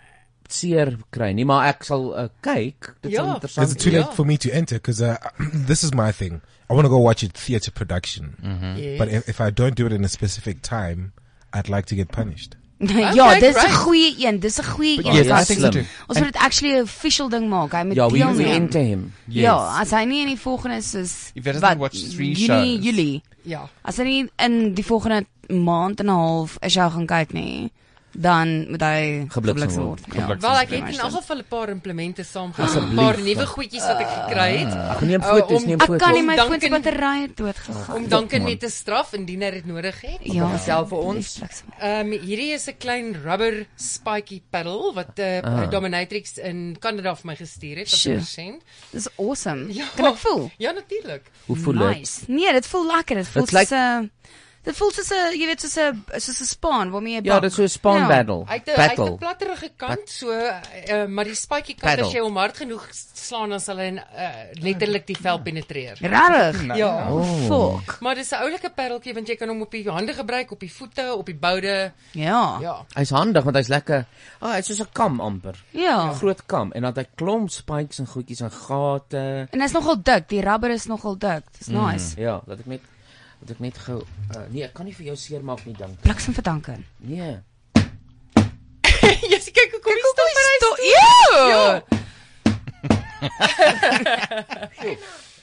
S1: seer kry nie, maar ek sal uh, kyk. Dit
S18: Ja.
S1: sal interessant.
S3: Is it too late for me to enter? Because uh, this is my thing. I want to go watch a theater production.
S1: Mm-hmm.
S18: Yes.
S3: But if, if I don't do it in a specific time, I'd like to get punished.
S4: Okay, ja, dis 'n
S18: great.
S4: goeie een, dis 'n goeie
S3: But
S4: een.
S3: yes,
S4: Ons-
S3: I think so too.
S4: Ons moet dit actually 'n official ding maak. Hy moet
S1: Ja, we
S4: deelneem.
S1: usually enter him.
S4: Ja,
S1: Yes.
S4: as hy nie in die volgende is soos
S5: If he doesn't
S4: wat,
S5: watch three
S4: Junie,
S5: shows.
S4: Julie.
S18: Ja.
S4: As hy nie in die volgende maand en 'n half 'n show gaan kyk nie, dan moet hy gebliksem word. Ja.
S18: Wel, ek het in elk geval 'n paar implemente saamgebring, 'n
S4: Asseblief.
S18: paar nuwe goedjies wat ek gekry het.
S1: Ah, Ag, neem
S18: Uh,
S1: foto's,
S18: om-
S1: neem Ek foto's.
S4: kan nie my
S18: om
S4: foon se
S18: Duncan-
S4: battery het dood gegaan.
S18: Om Duncan mee te straf indien hy dit nodig het.
S4: Ja, Vertel vir ons.
S18: Ehm hierdie is 'n klein rubber spiky paddle wat 'n uh,
S4: Ah.
S18: dominatrix in Kanada vir my gestuur het,
S4: Sjoe.
S18: 100%.
S4: Dis awesome. Kan ek voel?
S18: Ja, natuurlik.
S1: Hoe voel dit?
S4: nice. dit? Nee, dit voel lekker. Dit voel
S1: Dit lyk-
S4: soos 'n dit voel soos 'n jy weet soos 'n soos 'n span waarmee jy
S1: Ja, dit is so 'n span battle.
S18: Hy het 'n- hy het 'n platterige kant, so uh, maar die spykie kant
S1: Paddle.
S18: as jy hom hard genoeg slaan dan sal hy uh, letterlik die vel penetreer.
S4: Regtig?
S18: Ja.
S4: Oh.
S18: Maar dis 'n oulike pereltjie want jy kan hom op die hande gebruik, op die voete, op die boude.
S4: Ja.
S18: Ja.
S1: Hy's handig want hy's lekker. Ah, oh, hy's soos 'n kam amper.
S4: Ja.
S1: 'n Groot kam en dan het hy klomp spikes en goedjies en gate.
S4: En hy's nogal dik. Die rubber is nogal dik. Dis
S1: Mm,
S4: nice.
S1: Ja, dat ek net dat ek net gou uh, nee, ek kan nie vir jou seermaak nie, dankie.
S4: Bliksem vir Duncan.
S1: Nee.
S18: Jy's kyk hoe kom hy staan by hy.
S4: Ew!
S18: Ja.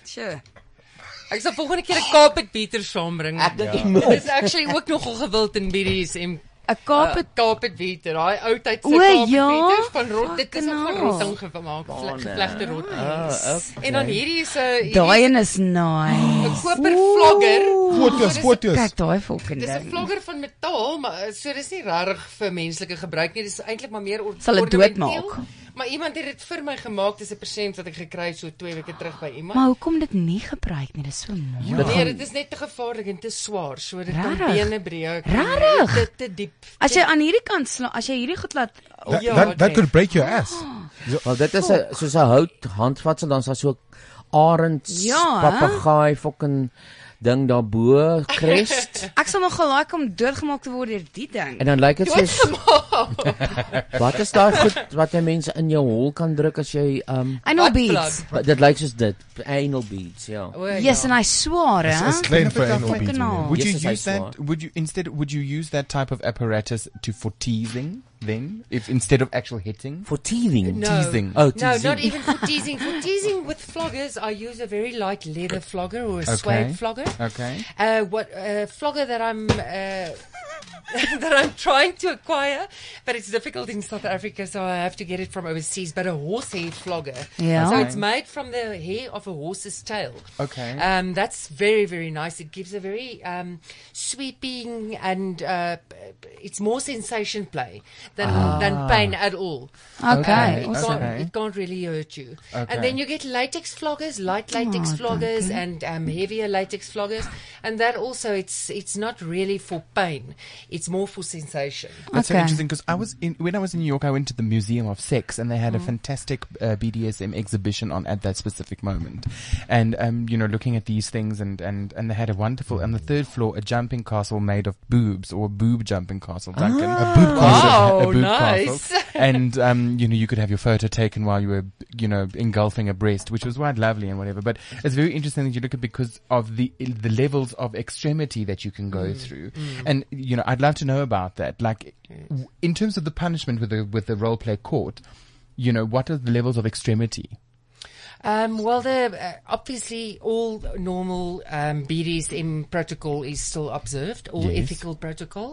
S18: Sure. Ek sal volgende keer 'n carpet beater saambring. Ek
S4: Ja.
S21: dink nie mis.
S18: Dis actually ook nogal gewild in BDSM.
S4: 'n Carpet
S18: uh, carpet beater. Daai ou tyd se
S4: O,
S18: carpet
S4: ja?
S18: beaters van rot dit is nog van
S4: Fucking
S18: rotting
S4: hell.
S18: gemaak,
S4: Bane.
S18: gevlegde rotting.
S4: Ah, okay.
S18: En dan hierdie is 'n
S4: Daai een is nice.
S18: 'n koper vlogger.
S4: Fotos,
S18: fotos.
S4: Kyk daai fucking
S18: Dis 'n
S4: ding.
S18: vlogger van metaal, maar eh, so dis nie regtig vir menslike gebruik nie. Dis eintlik maar meer or-
S4: Sal dit
S18: ornamenteel.
S4: doodmaak?
S18: Maar iemand het dit vir my gemaak. Dis 'n persent wat ek gekry het so 2 weke terug by iemand.
S4: Maar hoekom dit nie gebruik nie? Dis so mooi.
S18: Ja. Nee, dit is net te gevaarlik en te swaar, so dit kan
S4: Rarig.
S18: bene breek.
S4: Rarig.
S18: Dit te diep. Oh,
S4: As jy aan hierdie kant slaan, as jy hierdie goed laat
S18: That-
S1: Ja, that- that could
S3: break your ass.
S1: Wel dit is 'n soos 'n hout handvatsel dan is daar so 'n arends
S4: Ja, hè?
S1: papegaai fucking ding daarbo crest
S4: Ek sal nogal like om doodgemaak te word deur die ding.
S1: en dan lyk dit soos Wat is daai goed wat jy mense in jou hol kan druk as jy um
S4: Anal beads.
S1: Wat- Dit lyk soos dit anal beads ja.
S4: Yes, en hy swaar, hè?
S5: Would you
S1: Yes, is hy
S5: use
S1: swaar.
S5: that? Would you instead? Would you use that type of apparatus to for teasing then, if instead of actual hitting? Uh,
S1: For teething.
S18: No.
S5: Teasing.
S1: Oh,
S18: No, Nou, not even for teasing. For teasing with floggers, I use a very light leather flogger or a suede flogger.
S5: Okay.
S18: Uh, what uh, flogger that I'm uh, that I'm trying to acquire, but it's difficult in South Africa, so I have to get it from overseas. But a horsehair flogger,
S5: Yeah.
S18: so
S5: Okay.
S18: it's made from the hair of a horse's tail.
S5: Okay.
S18: um, that's very very nice. It gives a very um, sweeping and uh, p- p- it's more sensation play than
S5: Ah.
S18: than pain at all.
S5: Okay,
S18: Um, it, can't,
S5: okay.
S18: it can't really hurt you.
S5: Okay.
S18: And then you get latex floggers, light latex
S5: Oh,
S18: floggers,
S5: dankie.
S18: and um, heavier latex floggers, and that also it's it's not really for pain, it's more for sensation.
S5: That's so interesting because I was in when I was in New York, I went to the Museum of Sex, and they had a
S18: Mm.
S5: fantastic uh, BDSM exhibition on at that specific moment, and um, you know, looking at these things, and and and they had a wonderful on the third floor a jumping castle made of boobs or a boob jumping castle, Duncan,
S12: Ah. A boob castle.
S5: A
S12: Wow,
S5: boob
S12: nice.
S5: castle. and um, you know, you could have your photo taken while you were you know engulfing a breast, which was quite lovely and whatever. But it's very interesting that you look at because of the the levels of extremity that you can go
S21: Mm,
S5: through,
S21: mm.
S5: and you know, I'd love to know about that. Like, w- in terms of the punishment with the with the role play court, you know, what are the levels of extremity?
S18: Um, well, the uh, obviously all normal um, BDSM protocol is still observed, all
S5: Yes.
S18: ethical protocol.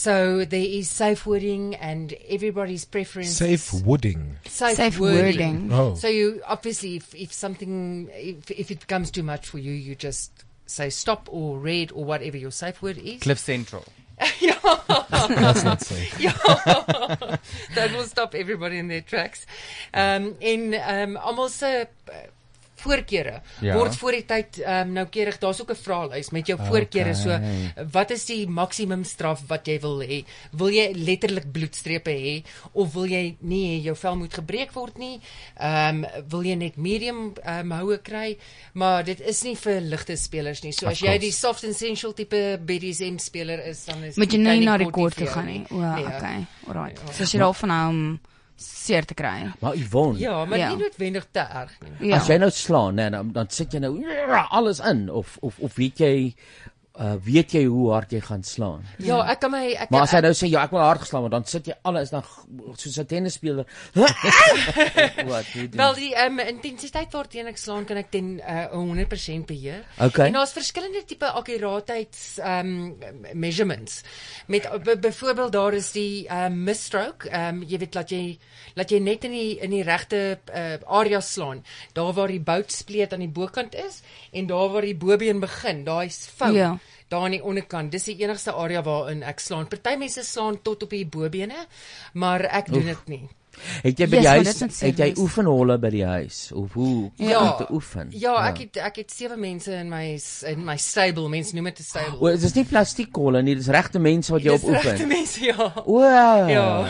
S18: So there is safe wording and everybody's preference.
S3: Safe wooding.
S18: Safe,
S4: Safe
S18: wording.
S4: wording. Oh.
S18: So you obviously, if, if something, if, if it becomes too much for you, you just say stop or red or whatever your safe word is.
S5: Cliff Central.
S18: yeah.
S5: That's not safe.
S18: Yeah. that will stop everybody in their tracks. Um en um almal se uh, voorkeure
S6: Ja.
S18: word voor die tyd um noukeurig. Daar's ook 'n vraelys met
S5: Ah,
S18: jou voorkeure. So
S6: Okay.
S18: wat is die maksimum straf wat jy wil hê? Wil jy letterlik bloedstrepe hê of wil jy nie hê jou vel moet gebreek word nie? Ehm wil jy net medium um, houe kry? Maar dit is nie vir ligte spelers nie. So
S4: Of
S18: as jy
S4: course.
S18: die soft and sensual tipe BDSM speler is, dan is
S4: Moet jy nou nie
S18: Tiny
S4: na die
S18: Potty
S4: kort
S18: vir
S4: toe
S18: jou
S4: gaan nie. O,
S18: Nee, ja.
S4: okay. Alright.
S18: Nee, ja.
S4: So as jy daarvan hou om seer te kry.
S1: Maar Yvonne.
S18: Ja, maar nie noodwendig te erg nie.
S4: Ja.
S1: As jy nou slaan, nee, dan dan sit jy nou alles in of of of weet jy uh, weet jy hoe hard jy gaan slaan.
S18: Ja, ek kan my ek
S1: Maar as hy nou sê ja, ek wil hard geslaan word, dan sit jy alles dan g- soos 'n tennisspeler. Wat jy Nee, doen.
S18: Wel die um, intensiteit waarteen ek slaan kan ek ten uh, 100% beheer.
S1: Okay.
S18: En daar's verskillende tipe akkuraatheid um measurements. Met uh, b- byvoorbeeld daar is die um misstroke, um jy weet laat jy laat jy net in die in die regte uh, area slaan, daar waar die bout spleet aan die bokant is en daar waar die bobeen begin, daai's fout.
S4: Ja.
S18: Daar aan die onderkant, dis die enigste area waarin ek slaan. Party mense slaan tot op die bobene, maar ek doen
S1: Oef.
S18: dit nie.
S1: Het jy by die
S18: Yes, maar
S1: huis
S18: dit is
S1: het jy
S18: serious.
S1: oefenholle by die huis of hoe om te oefen?
S18: Ja, ek het ek het sewe mense in my s- in my stable. Mense noem dit 'n stable.
S1: O, dit is nie plastiekkolle nie, dis regte mense wat jy Ja, op
S18: Dis
S1: oefen.
S18: regte mense, ja.
S1: O.
S18: Ja.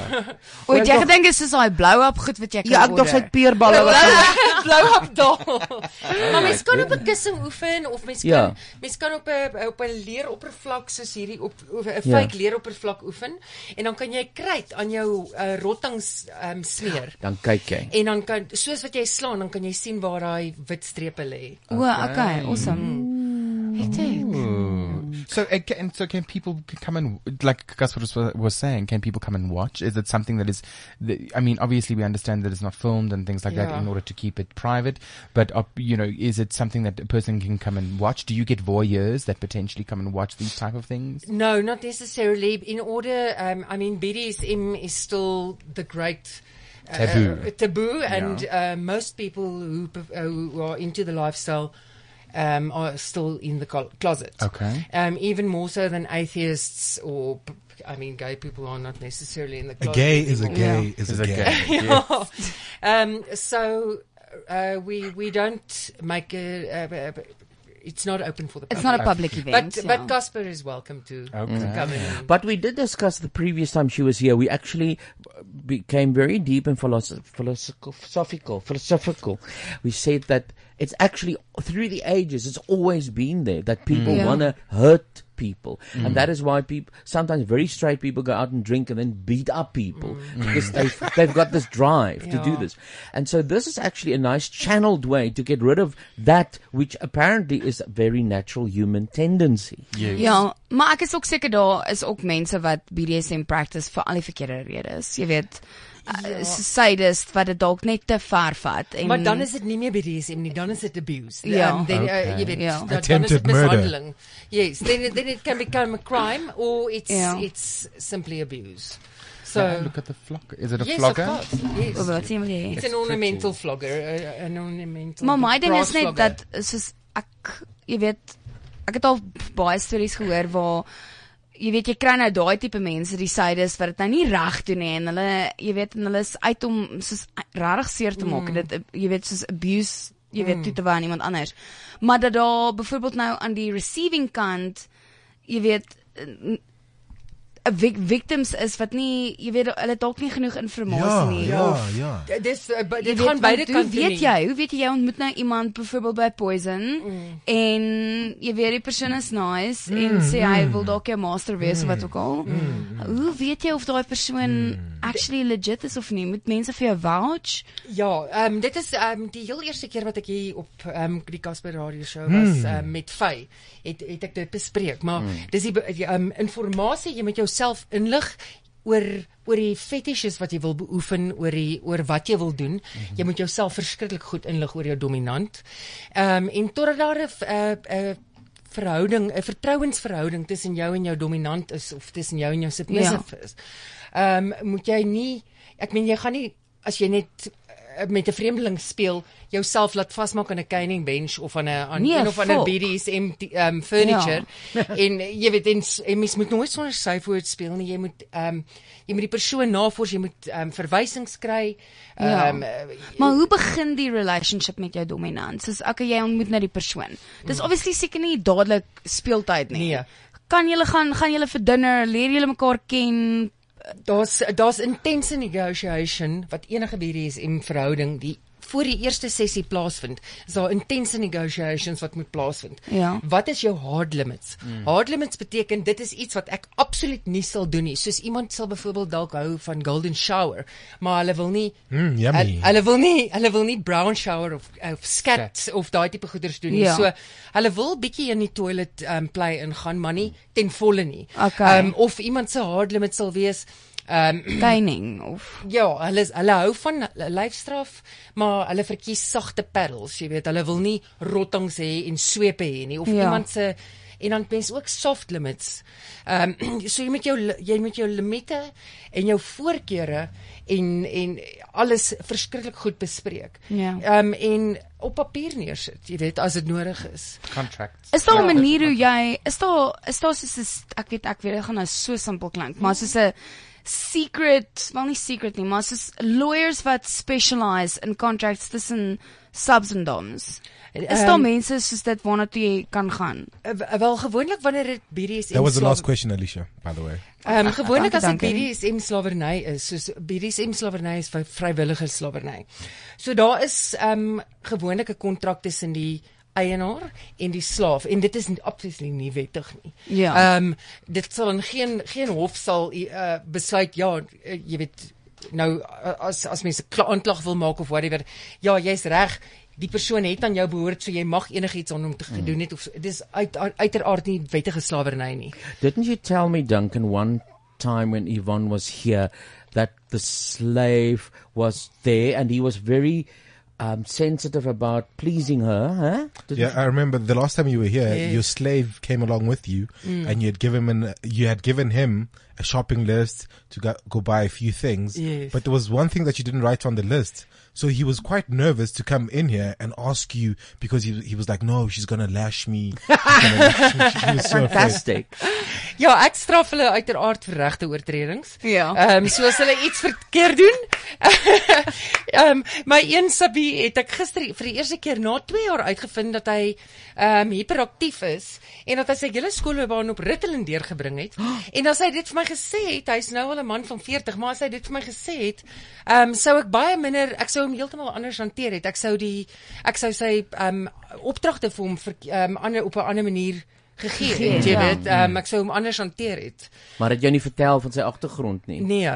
S4: O, het jy
S1: Ek dink-
S4: gedink dit is soos daai blou-up goed wat jy kan
S1: Ja, ek dink sy het peerballe wat
S18: Blou- blou op daal. Maar mens
S1: Alright,
S18: kan op
S1: goed.
S18: 'n kussing oefen of mens kan
S1: Ja.
S18: mens kan op 'n op 'n leeroppervlak soos hierdie op op 'n
S1: Ja.
S18: fake leeroppervlak oefen en dan kan jy kryt aan jou uh, rottings um, smeer.
S1: Dan kyk jy.
S18: En dan kan soos wat jy slaan, dan kan jy sien waar daai wit strepe lê.
S4: O, okay, awesome. Hectic.
S5: Ooh. So, uh, ca- and so can people c- come and like Casper was, was saying? Can people come and watch? Is it something that is? The, I mean, obviously we understand that it's not filmed and things like that
S11: Yeah.
S5: in order to keep it private. But uh, you know, is it something that a person can come and watch? Do you get voyeurs that potentially come and watch these type of things?
S18: No, not necessarily. In order, um, I mean, BDSM is still the great uh,
S5: Taboo.
S18: taboo, and uh, most people who, pref- uh, who are into the lifestyle um, are still in the col- closet.
S5: Okay.
S18: Um, even more so than atheists or. p- I mean, gay people are not necessarily in the
S3: A
S18: closet.
S3: gay is a
S18: anymore.
S3: gay is a Is a gay, gay.
S18: Yeah. um, so uh, we we don't make a. Uh, b- b- it's not open for the public.
S4: It's not a public event,
S18: But,
S4: yeah.
S18: but Casper is welcome to, to come in.
S1: Mm-hmm. But we did discuss the previous time she was here. We actually uh, became very deep and philosoph- philosophical, philosophical. We said that it's actually through the ages, it's always been there that people
S24: Mm. Yeah.
S1: want to hurt people,
S24: Mm.
S1: and that is why people sometimes very straight people go out and drink and then beat up people
S24: Mm.
S1: because they've, they've got this drive to do
S24: Yeah.
S1: this. And so this is actually a nice channeled way to get rid of that which apparently is a very natural human tendency.
S4: Ja, maar ek is ook seker daar is ook mense wat BDSM practice vir al die verkeerde redes. Jy weet,
S18: Ja.
S4: ja. sadist wat dit dalk net te ver vat en
S18: Maar dan is dit nie meer BDSM nie, dan is dit abuse.
S4: Ja.
S18: Um, then, uh,
S4: Okay.
S18: jy weet,
S4: Ja.
S18: dan, dan is
S4: Attempted
S18: dit
S4: murder.
S18: mishandeling. Yes, then it- then it can become a crime or it's
S4: Ja.
S18: it's simply abuse. So
S5: Yeah, look at the flock. Is it a
S18: yes,
S5: flogger?
S18: Of course, yes.
S4: Oh, wat sê jy?
S18: It's
S4: It's
S18: an ornamental flogger, uh, an ornamental.
S4: Maar my ding
S18: brass
S4: is net
S18: flogger.
S4: dat soos ek jy weet ek het al baie stories gehoor waar jy weet jy kry nou daai tipe mense die sydes wat dit nou nie reg doen nie en hulle jy weet en hulle is uit om soos regtig seer te maak en
S11: Mm.
S4: dit jy weet soos abuse jy weet
S11: Mm.
S4: toe te wy aan iemand anders. Maar dat daar byvoorbeeld nou aan die receiving kant jy weet n- vic- victims is wat nie jy weet hulle het dalk nie genoeg
S3: Ja,
S4: inligting nie
S3: ja,
S4: of
S3: ja.
S18: D- Dis uh, but
S4: Jy
S18: dit
S4: weet,
S18: gaan beide
S4: want
S18: kante
S4: Hoe weet
S18: nie.
S4: jy? Hoe weet jy jy ontmoet nou iemand byvoorbeeld by Poison
S18: Mm.
S4: en jy weet die persoon is nice en sê hy
S11: mm.
S4: wil dalk jou master wees of
S18: Mm,
S4: wat ook al. Hoe weet jy of daai persoon actually legit is of nie? Moet mense vir jou vouch?
S18: Ja, ehm dit is ehm die heel eerste keer wat ek hier op ehm die Casper Radio show was
S11: Hmm.
S18: ehm met Vy, het het ek dit bespreek, maar
S11: Hmm.
S18: dis die be- die ehm inligting jy moet jouself inlig oor oor die fetishes wat jy wil beoefen, oor die oor wat jy wil doen. Jy moet jouself verskriklik goed inlig oor jou dominant. Ehm en totdat daar 'n eh, eh, verhouding, 'n vertrouensverhouding tussen jou en jou dominant is of tussen jou en jou submissive is. Ehm moet jy nie ek meen jy gaan nie as jy net eh, met 'n vreemdeling speel, jouself laat vasmaak aan 'n caning bench of aan 'n aan
S11: Nee,
S18: een of ander
S11: fok.
S18: BDSM t- ehm furniture en eh, jy weet en, s- en mens moet nooit sonder syfoord speel nie. Jy moet ehm jy moet die persoon navors, jy moet ehm verwysings kry.
S4: Ja.
S18: Ehm eh,
S4: Maar hoe begin die relationship met jou dominant? Soos okay, jy ontmoet nou die persoon. Dis
S18: Mm.
S4: obviously seker nie dadelik speeltyd nie.
S18: Nee.
S4: Kan julle gaan gaan julle vir dinner, leer julle mekaar ken?
S18: Daar's daar's intense negotiation wat enige BDSM verhouding die voor die eerste sessie plaasvind, is daar intense negotiations wat moet plaasvind.
S4: Ja.
S18: Wat is jou hard limits?
S4: Mm.
S18: Hard limits beteken dit is iets wat ek absoluut nie sal doen nie. Soos iemand sal byvoorbeeld dalk hou van golden shower, maar hulle wil nie
S3: Mm,
S18: hulle,
S3: yummy.
S18: hulle wil nie hulle wil nie brown shower of of skat of daai tipe goeders doen nie.
S4: Ja.
S18: So hulle wil bietjie in die toilet um, play ingaan, maar nie ten volle nie.
S4: Okay.
S18: Um, of iemand se hard limit sal wees ehm um,
S4: Caning of
S18: ja, hulle is- hulle hou van lyfstraf, maar hulle verkies sagte paddles, jy weet, hulle wil nie rottangs hê en swepe hê nie of
S11: Ja.
S18: iemand se en dan mens ook soft limits. Ehm um, so jy moet jou li- jy moet jou limite en jou voorkeure en en alles verskriklik goed bespreek.
S4: Ja.
S18: Ehm um, en op papier neersit, jy weet, as dit nodig is.
S5: Contracts.
S4: Is daar 'n manier hoe Nee, jy is daar is daar soos 'n s- ek weet ek weet dit gaan nou so simpel klink, maar soos 'n secret, wel nie secret nie, maar soos lawyers wat specialize in contracts tussen subs en doms. Is daar
S18: Ehm,
S4: mense soos dit waarna toe jy kan gaan?
S18: Wel gewoonlik wanneer dit BDSM
S3: That was the
S18: slawe-
S3: last question, Alicia, by the way.
S18: Ehm um, gewoonlik as dit
S4: Dankie, dankie.
S18: BDSM slawerny is, soos BDSM slawerny is vry- vrywillige slawerny. So daar is ehm um, gewoonlik 'n kontrak tussen die eienaar en die slaaf en dit is n- absoluut nie wettig nie.
S4: Ja.
S18: Ehm um, dit sal in geen geen hof sal uh, besluit ja, eh, jy weet nou a- as as mense kla- aanklag wil maak of whatever, ja, jy's reg. die persoon het aan jou behoort, so jy mag enigiets aan hom te
S4: Mm.
S18: gedoen het of so. dis uit uiteraard nie wettige slawerny nie.
S1: Didn't you tell me, Duncan, one time when Yvonne was here that the slave was there and he was very um, sensitive about pleasing her, huh? Didn't
S3: yeah, I remember the last time you were here,
S1: Yes.
S3: your slave came along with you,
S1: Mm.
S3: and you had given him an, you had given him a shopping list to go, go buy a few things.
S18: Yes.
S3: But there was one thing that you didn't write on the list, so he was quite nervous to come in here and ask you because he he was like, "No, she's gonna lash me." She's gonna lash me." She was so afraid.
S1: Fantastic.
S18: Ja, ek straf hulle uiteraard vir regte oortredings.
S4: Ja.
S18: Ehm so as hulle iets verkeerd doen. Ehm my een sabie het ek gister vir die eerste keer na 2 jaar uitgevind dat hy ehm hiperaktief is en dat hy sy hele skoolloopbaan op Ritalin deurgebring het. En as hy dit vir my gesê het, hy's nou al 'n man van 40, maar as hy dit vir my gesê het, ehm sou ek baie minder ek sou hom heeltemal anders hanteer het. Ek sou die ek sou sy ehm opdragte vir hom verk- ehm ander op 'n ander manier gegee het, jy
S1: Ja.
S18: weet. Ehm ek sou hom anders hanteer het.
S1: Maar het jou nie vertel van sy agtergrond nie.
S18: Nee,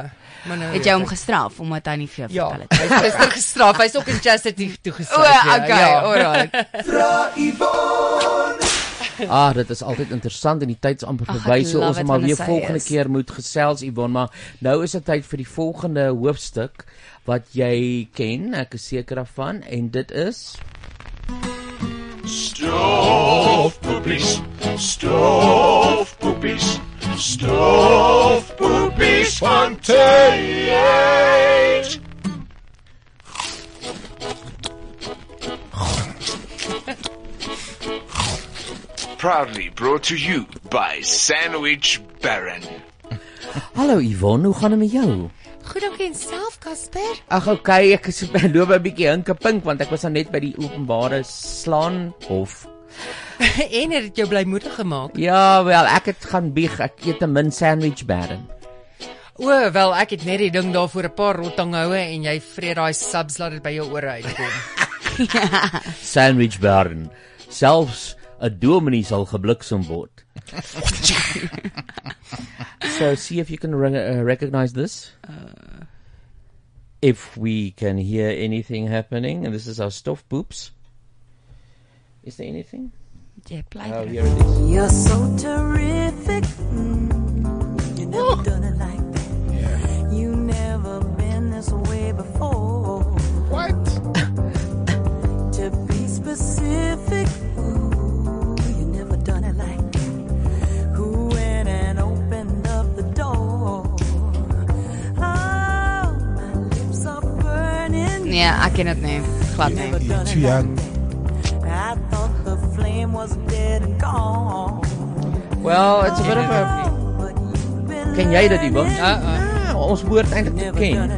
S18: maar nou
S4: Het jy hom gestraf omdat hy nie veel
S18: Ja,
S4: vertel het?
S18: hy's gister gestraf. Hy's ook in chastity toegesluit.
S4: O,
S18: ja,
S4: okay,
S18: ja.
S4: alright.
S12: Vra Yvonne.
S1: Ah, dit is altyd interessant en die tyd is amper
S18: Ag, ek
S1: verby so
S18: love
S1: ons
S18: it
S1: maar
S18: wanneer
S1: weer
S18: sy
S1: volgende
S18: is.
S1: keer moet gesels Yvonne, maar nou is dit tyd vir die volgende hoofstuk wat jy ken, ek is seker daarvan en dit is
S12: Stoofpoepies, stoofpoepies, stoofpoepies van Tyd.
S11: Proudly brought to you by Sandwich Baron.
S1: Hallo Yvonne, hoe gaan dit met jou?
S13: Goed dankie en self Casper.
S1: Ag okay, ek is loop 'n bietjie hinkepink want ek was nou net by die openbare slaan hof.
S18: en het dit jou blymoedig gemaak?
S1: Ja, wel, ek het gaan bieg, ek eet 'n min sandwich baron.
S18: O, wel, ek het net die ding daar voor 'n paar rotanghoue en jy vreet daai subs laat dit by jou ore uitkom.
S1: Ja. Sandwich baron. Selfs 'n dominee sal gebliksem word. so see if you can re- uh, recognize this. Uh. If we can hear anything happening and this is our stuff poops. Is there anything?
S4: Jy bly.
S1: Oh, here it is.
S13: You're so terrific. Mm, you never done it like that. You never been this way before. What? to be specific, ooh, you never done it like that. Who went and opened up the door? Oh, my lips are burning.
S4: Nee, ek ken dit nie. Glad nie.
S3: Too young.
S13: I thought the flame was dead and gone.
S1: Well, it's a bit of a Ken jy dit, Ivan?
S13: Uh,
S1: uh. Ons behoort eintlik te ken.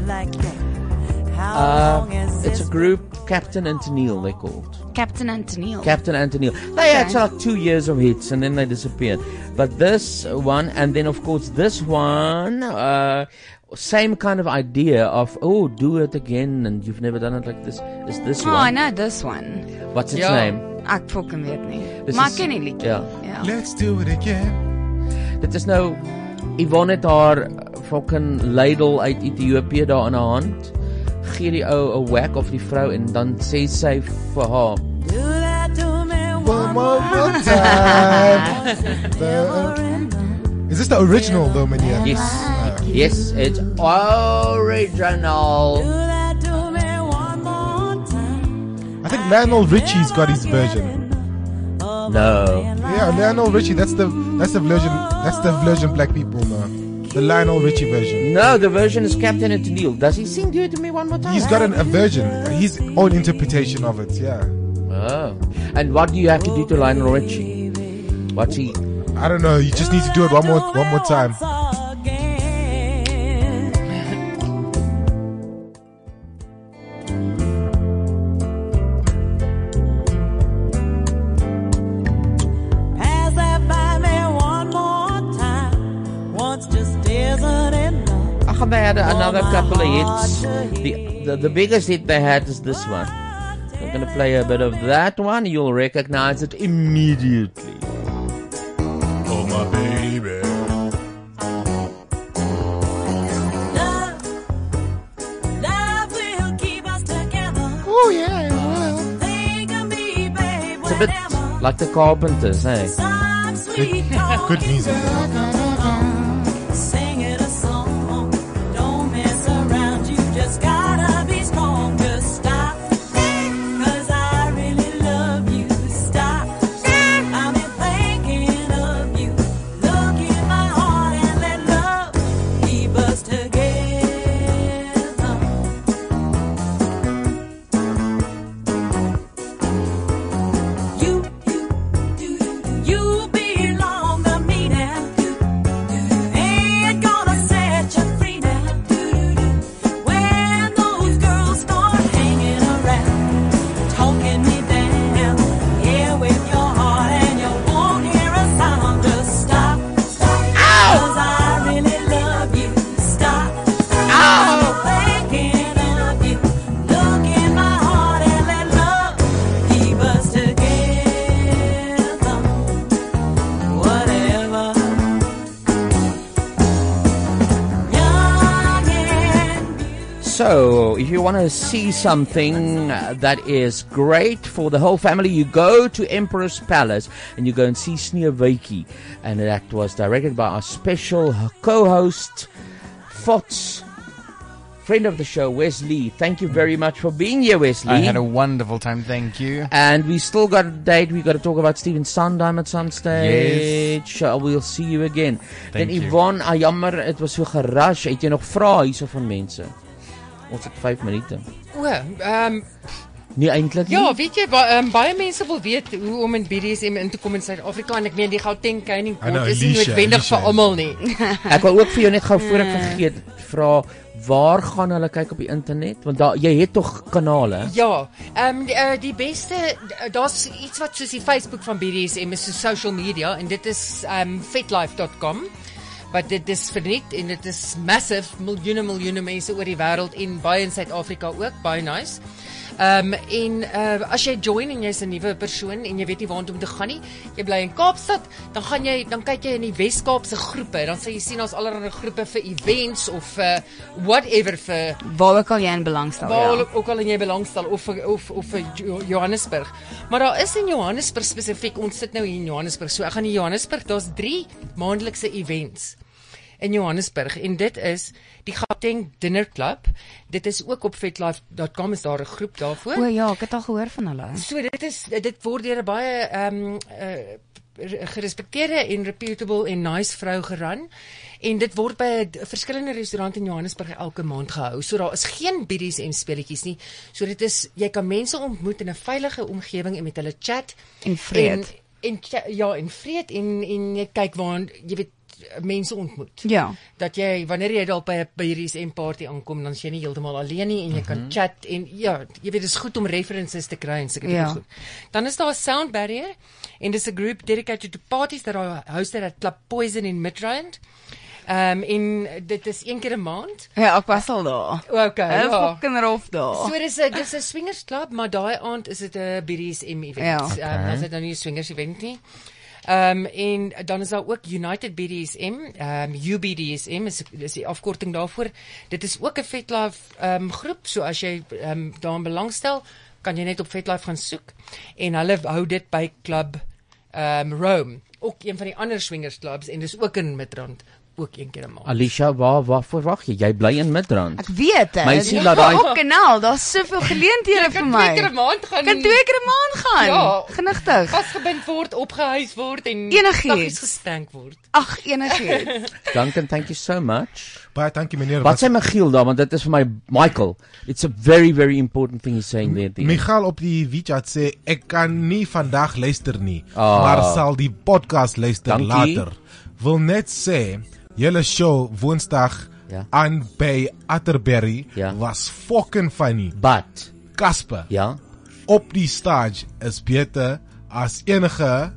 S1: Uh, it's a group Captain Antonil they called.
S4: Captain
S13: Oh.
S4: Antonio.
S1: Captain Antonil. They had like two years of hits and then they disappeared. But this one, and then of course this one, uh, same kind of idea of oh, do it again, and you've never done it like this. Is this
S4: Oh, I
S1: one?
S4: know this one.
S1: What's its
S4: Ja.
S1: name?
S4: Ek fucking weet nie.
S1: This
S4: Maar
S1: is-
S4: ek ken die liedjie.
S1: Ja.
S4: Ja.
S3: Let's do it again.
S1: Dit is nou Yvonne het haar fucking ladel uit Ethiopië daar in haar hand. Gee die ou 'n whack of die vrou en dan sê sy vir haar
S13: Do that to me one more
S3: time. Is this the original though, Mania?
S1: Yes. Yes, it's original.
S3: I think Lionel Richie's got his version.
S1: No.
S3: Yeah, Lionel Richie. That's the that's the version. That's the version black people know. The Lionel Richie version.
S1: No, the version is Captain Antonil. Does he sing Do It To Me One More Time?
S3: He's got an, a version, his own interpretation of it. Yeah.
S1: Oh. And what do you have to do to Lionel Richie? What's he?
S3: I don't know. You just need to do it one more one more time.
S13: Pass that by me one more time. Once just isn't enough.
S1: Ah, they had another couple of hits. The, the the biggest hit they had is this one. I'm gonna play a bit of that one. You'll recognize it immediately.
S12: Oh my baby.
S13: Love will keep us together. Oh yeah, it will.
S1: Like the Carpenters, eh? hey.
S12: Good- good music.
S6: Sing it a song. Don't mess around. You just gotta be strong. Just stop. 'Cause I really love you. Stop. I've been thinking of you. Look in my heart and let love keep us together. You, you, you belong to me now. Ain't gonna set you free now. When those girls start hanging around, talking me down, yeah, with your heart and you won't hear a sound. Just stop, stop, 'cause I really love you. Stop, I'm thinking of you. Look in my heart and let love keep us together. Whatever.
S1: So, if you want to see something uh, that is great for the whole family, you go to Emperor's Palace and you go and see Sneerweki. And that was directed by our special co-host, Fots, friend of the show, Wesley. Thank you very much for being here, Wesley.
S5: I had a wonderful time. Thank you.
S1: And we still got a date. We got to talk about Stephen Sondheim at some stage. Uh, We'll see you again.
S5: Thank
S1: Then
S5: you.
S1: Yvonne, ah, jammer, het was so gerush. Het jy nog vrae hierso van mense? Ons het 5 minute.
S18: Well, ehm
S1: Nie eintlik nie.
S18: Ja, weet jy, ba um, baie mense wil weet hoe om in BDSM in te kom in Suid-Afrika en ek meen die Gauteng Caning
S1: I know,
S18: Court is nie
S1: Alicia,
S18: noodwendig Hmm.
S1: Alicia
S18: vir almal nie.
S1: Ek wil ook vir jou net gou voor ek vergeet vra waar gaan hulle kyk op die internet? Want daar jy het tog kanale.
S18: Ja, ehm die, eh, die beste eh, daar's iets wat soos die Facebook van BDSM is so social media en dit is ehm vetlife.com wat dit is verniet en dit is massive miljoene miljoene mense oor die wêreld en baie in Suid-Afrika ook baie nice. Ehm en eh, as jy join en jy's 'n nuwe persoon en jy weet nie waartoe om te gaan nie, jy bly in Kaapstad, dan gaan jy dan kyk jy in die Wes-Kaap se groepe, dan sal jy sien daar's allerlei groepe vir events of vir whatever vir
S4: Waar ook al jy in belangstel.
S18: Waar
S4: ja.
S18: ook- ook al in jy belangstel of vir- of of vir Jo- Johannesburg. Maar daar is in Johannesburg spesifiek, ons sit nou hier in Johannesburg. So ek gaan in Johannesburg, daar's 3 maandelikse events in Johannesburg en dit is die Gauteng Dinner Club. Dit is ook op vetlife.com is daar 'n groep daarvoor.
S4: O ja, ek het al gehoor van hulle.
S18: So dit is dit word deur 'n baie ehm eh, re- gerespekteerde en reputable en nice vrou geran en dit word by 'n d- verskillende restaurant in Johannesburg elke maand gehou. So daar is geen biddies en speletjies nie. So dit is jy kan mense ontmoet in 'n veilige omgewing en met hulle chat
S4: En vreet.
S18: En, en cha- ja, en vreet en en jy kyk waar jy weet mense ontmoet.
S4: Ja.
S18: Dat jy wanneer jy dalk by 'n biddies en party aankom, dan is jy nie heeltemal alleen nie en jy kan
S4: Mhm.
S18: chat en ja, jy weet dit is goed om references te kry en sulke
S4: Ja.
S18: ja. goed. Dan is daar 'n sound barrier en dis 'n groep dedicated to parties dat daar hosted at Club Poison in Midrand. Ehm um, en dit is een keer 'n maand.
S4: Ja, ek was al daar.
S18: Okay,
S4: Ek
S18: ja.
S4: fucking rof daar.
S18: So dis 'n dis 'n swingers club, maar daai aand is dit 'n BDSM event.
S4: Ja.
S18: Ja. Okay.
S4: Okay.
S18: Um, as dit nou nie 'n swingers event nie. Ehm um, en dan is daar ook United BDSM, ehm um, UBDSM is is die afkorting daarvoor. Dit is ook 'n Vetlife ehm um, groep, so as jy ehm um, daaraan belangstel, kan jy net op Vetlife gaan soek en hulle hou dit by Club ehm um, Rome, ook een van die ander swingers clubs en dis ook in Midrand ook een keer 'n maand.
S1: Alicia, waar waar verwag jy? Jy bly in Midrand.
S4: Ek weet dit.
S18: Ja.
S1: Meisie, laat daai-
S4: kanaal, daar's soveel geleenthede vir my.
S18: twee keer 'n maand gaan.
S4: Kan twee keer 'n maand gaan.
S18: Ja.
S4: genigtig.
S18: Vasgebind word, opgehuis word en
S4: Enigiets.
S18: saggies gestank word.
S4: Ag, enigiets.
S1: Duncan, thank you so much.
S3: Baie dankie meneer.
S1: Wat sê Michiel daar want dit is vir my Michael. It's a very very important thing he's saying there. at the end.
S3: Michael op die WeChat sê ek kan nie vandag luister nie,
S1: Ah.
S3: maar sal die podcast luister
S1: Dankie.
S3: later. Wil net sê julle show Woensdag
S1: Ja.
S3: aan by Atterbury was fucking funny.
S1: But
S3: Casper.
S1: Ja.
S3: Op die stage is beter as enige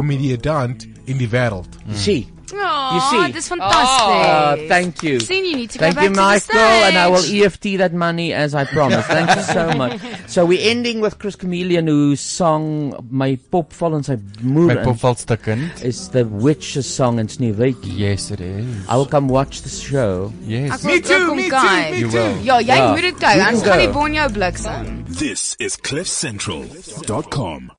S3: komediant in die wêreld.
S1: You see.
S4: Aw,
S1: You see.
S4: dis fantasties.
S1: Ah, thank you.
S4: Sien, you need to go
S1: Thank you,
S4: back to the
S1: Michael, and I will
S4: stage.
S1: EFT that money as I promised. Thank you so much. So we're ending with Chris Chameleon, whose song "My Pop Val in sy moer
S5: My
S1: in
S5: pop val stukkend.
S1: is the witch's song in Sneeuwwitjie.
S5: Yes, it is.
S1: I will come watch the show.
S5: Yes.
S4: Me too, me too.
S5: You will.
S4: Ja, jy
S1: Ja.
S4: moet dit
S1: You
S4: kyk.
S1: can
S4: Ons gaan
S1: go.
S4: die bon jou bliksem.
S14: This is CliffCentral.com.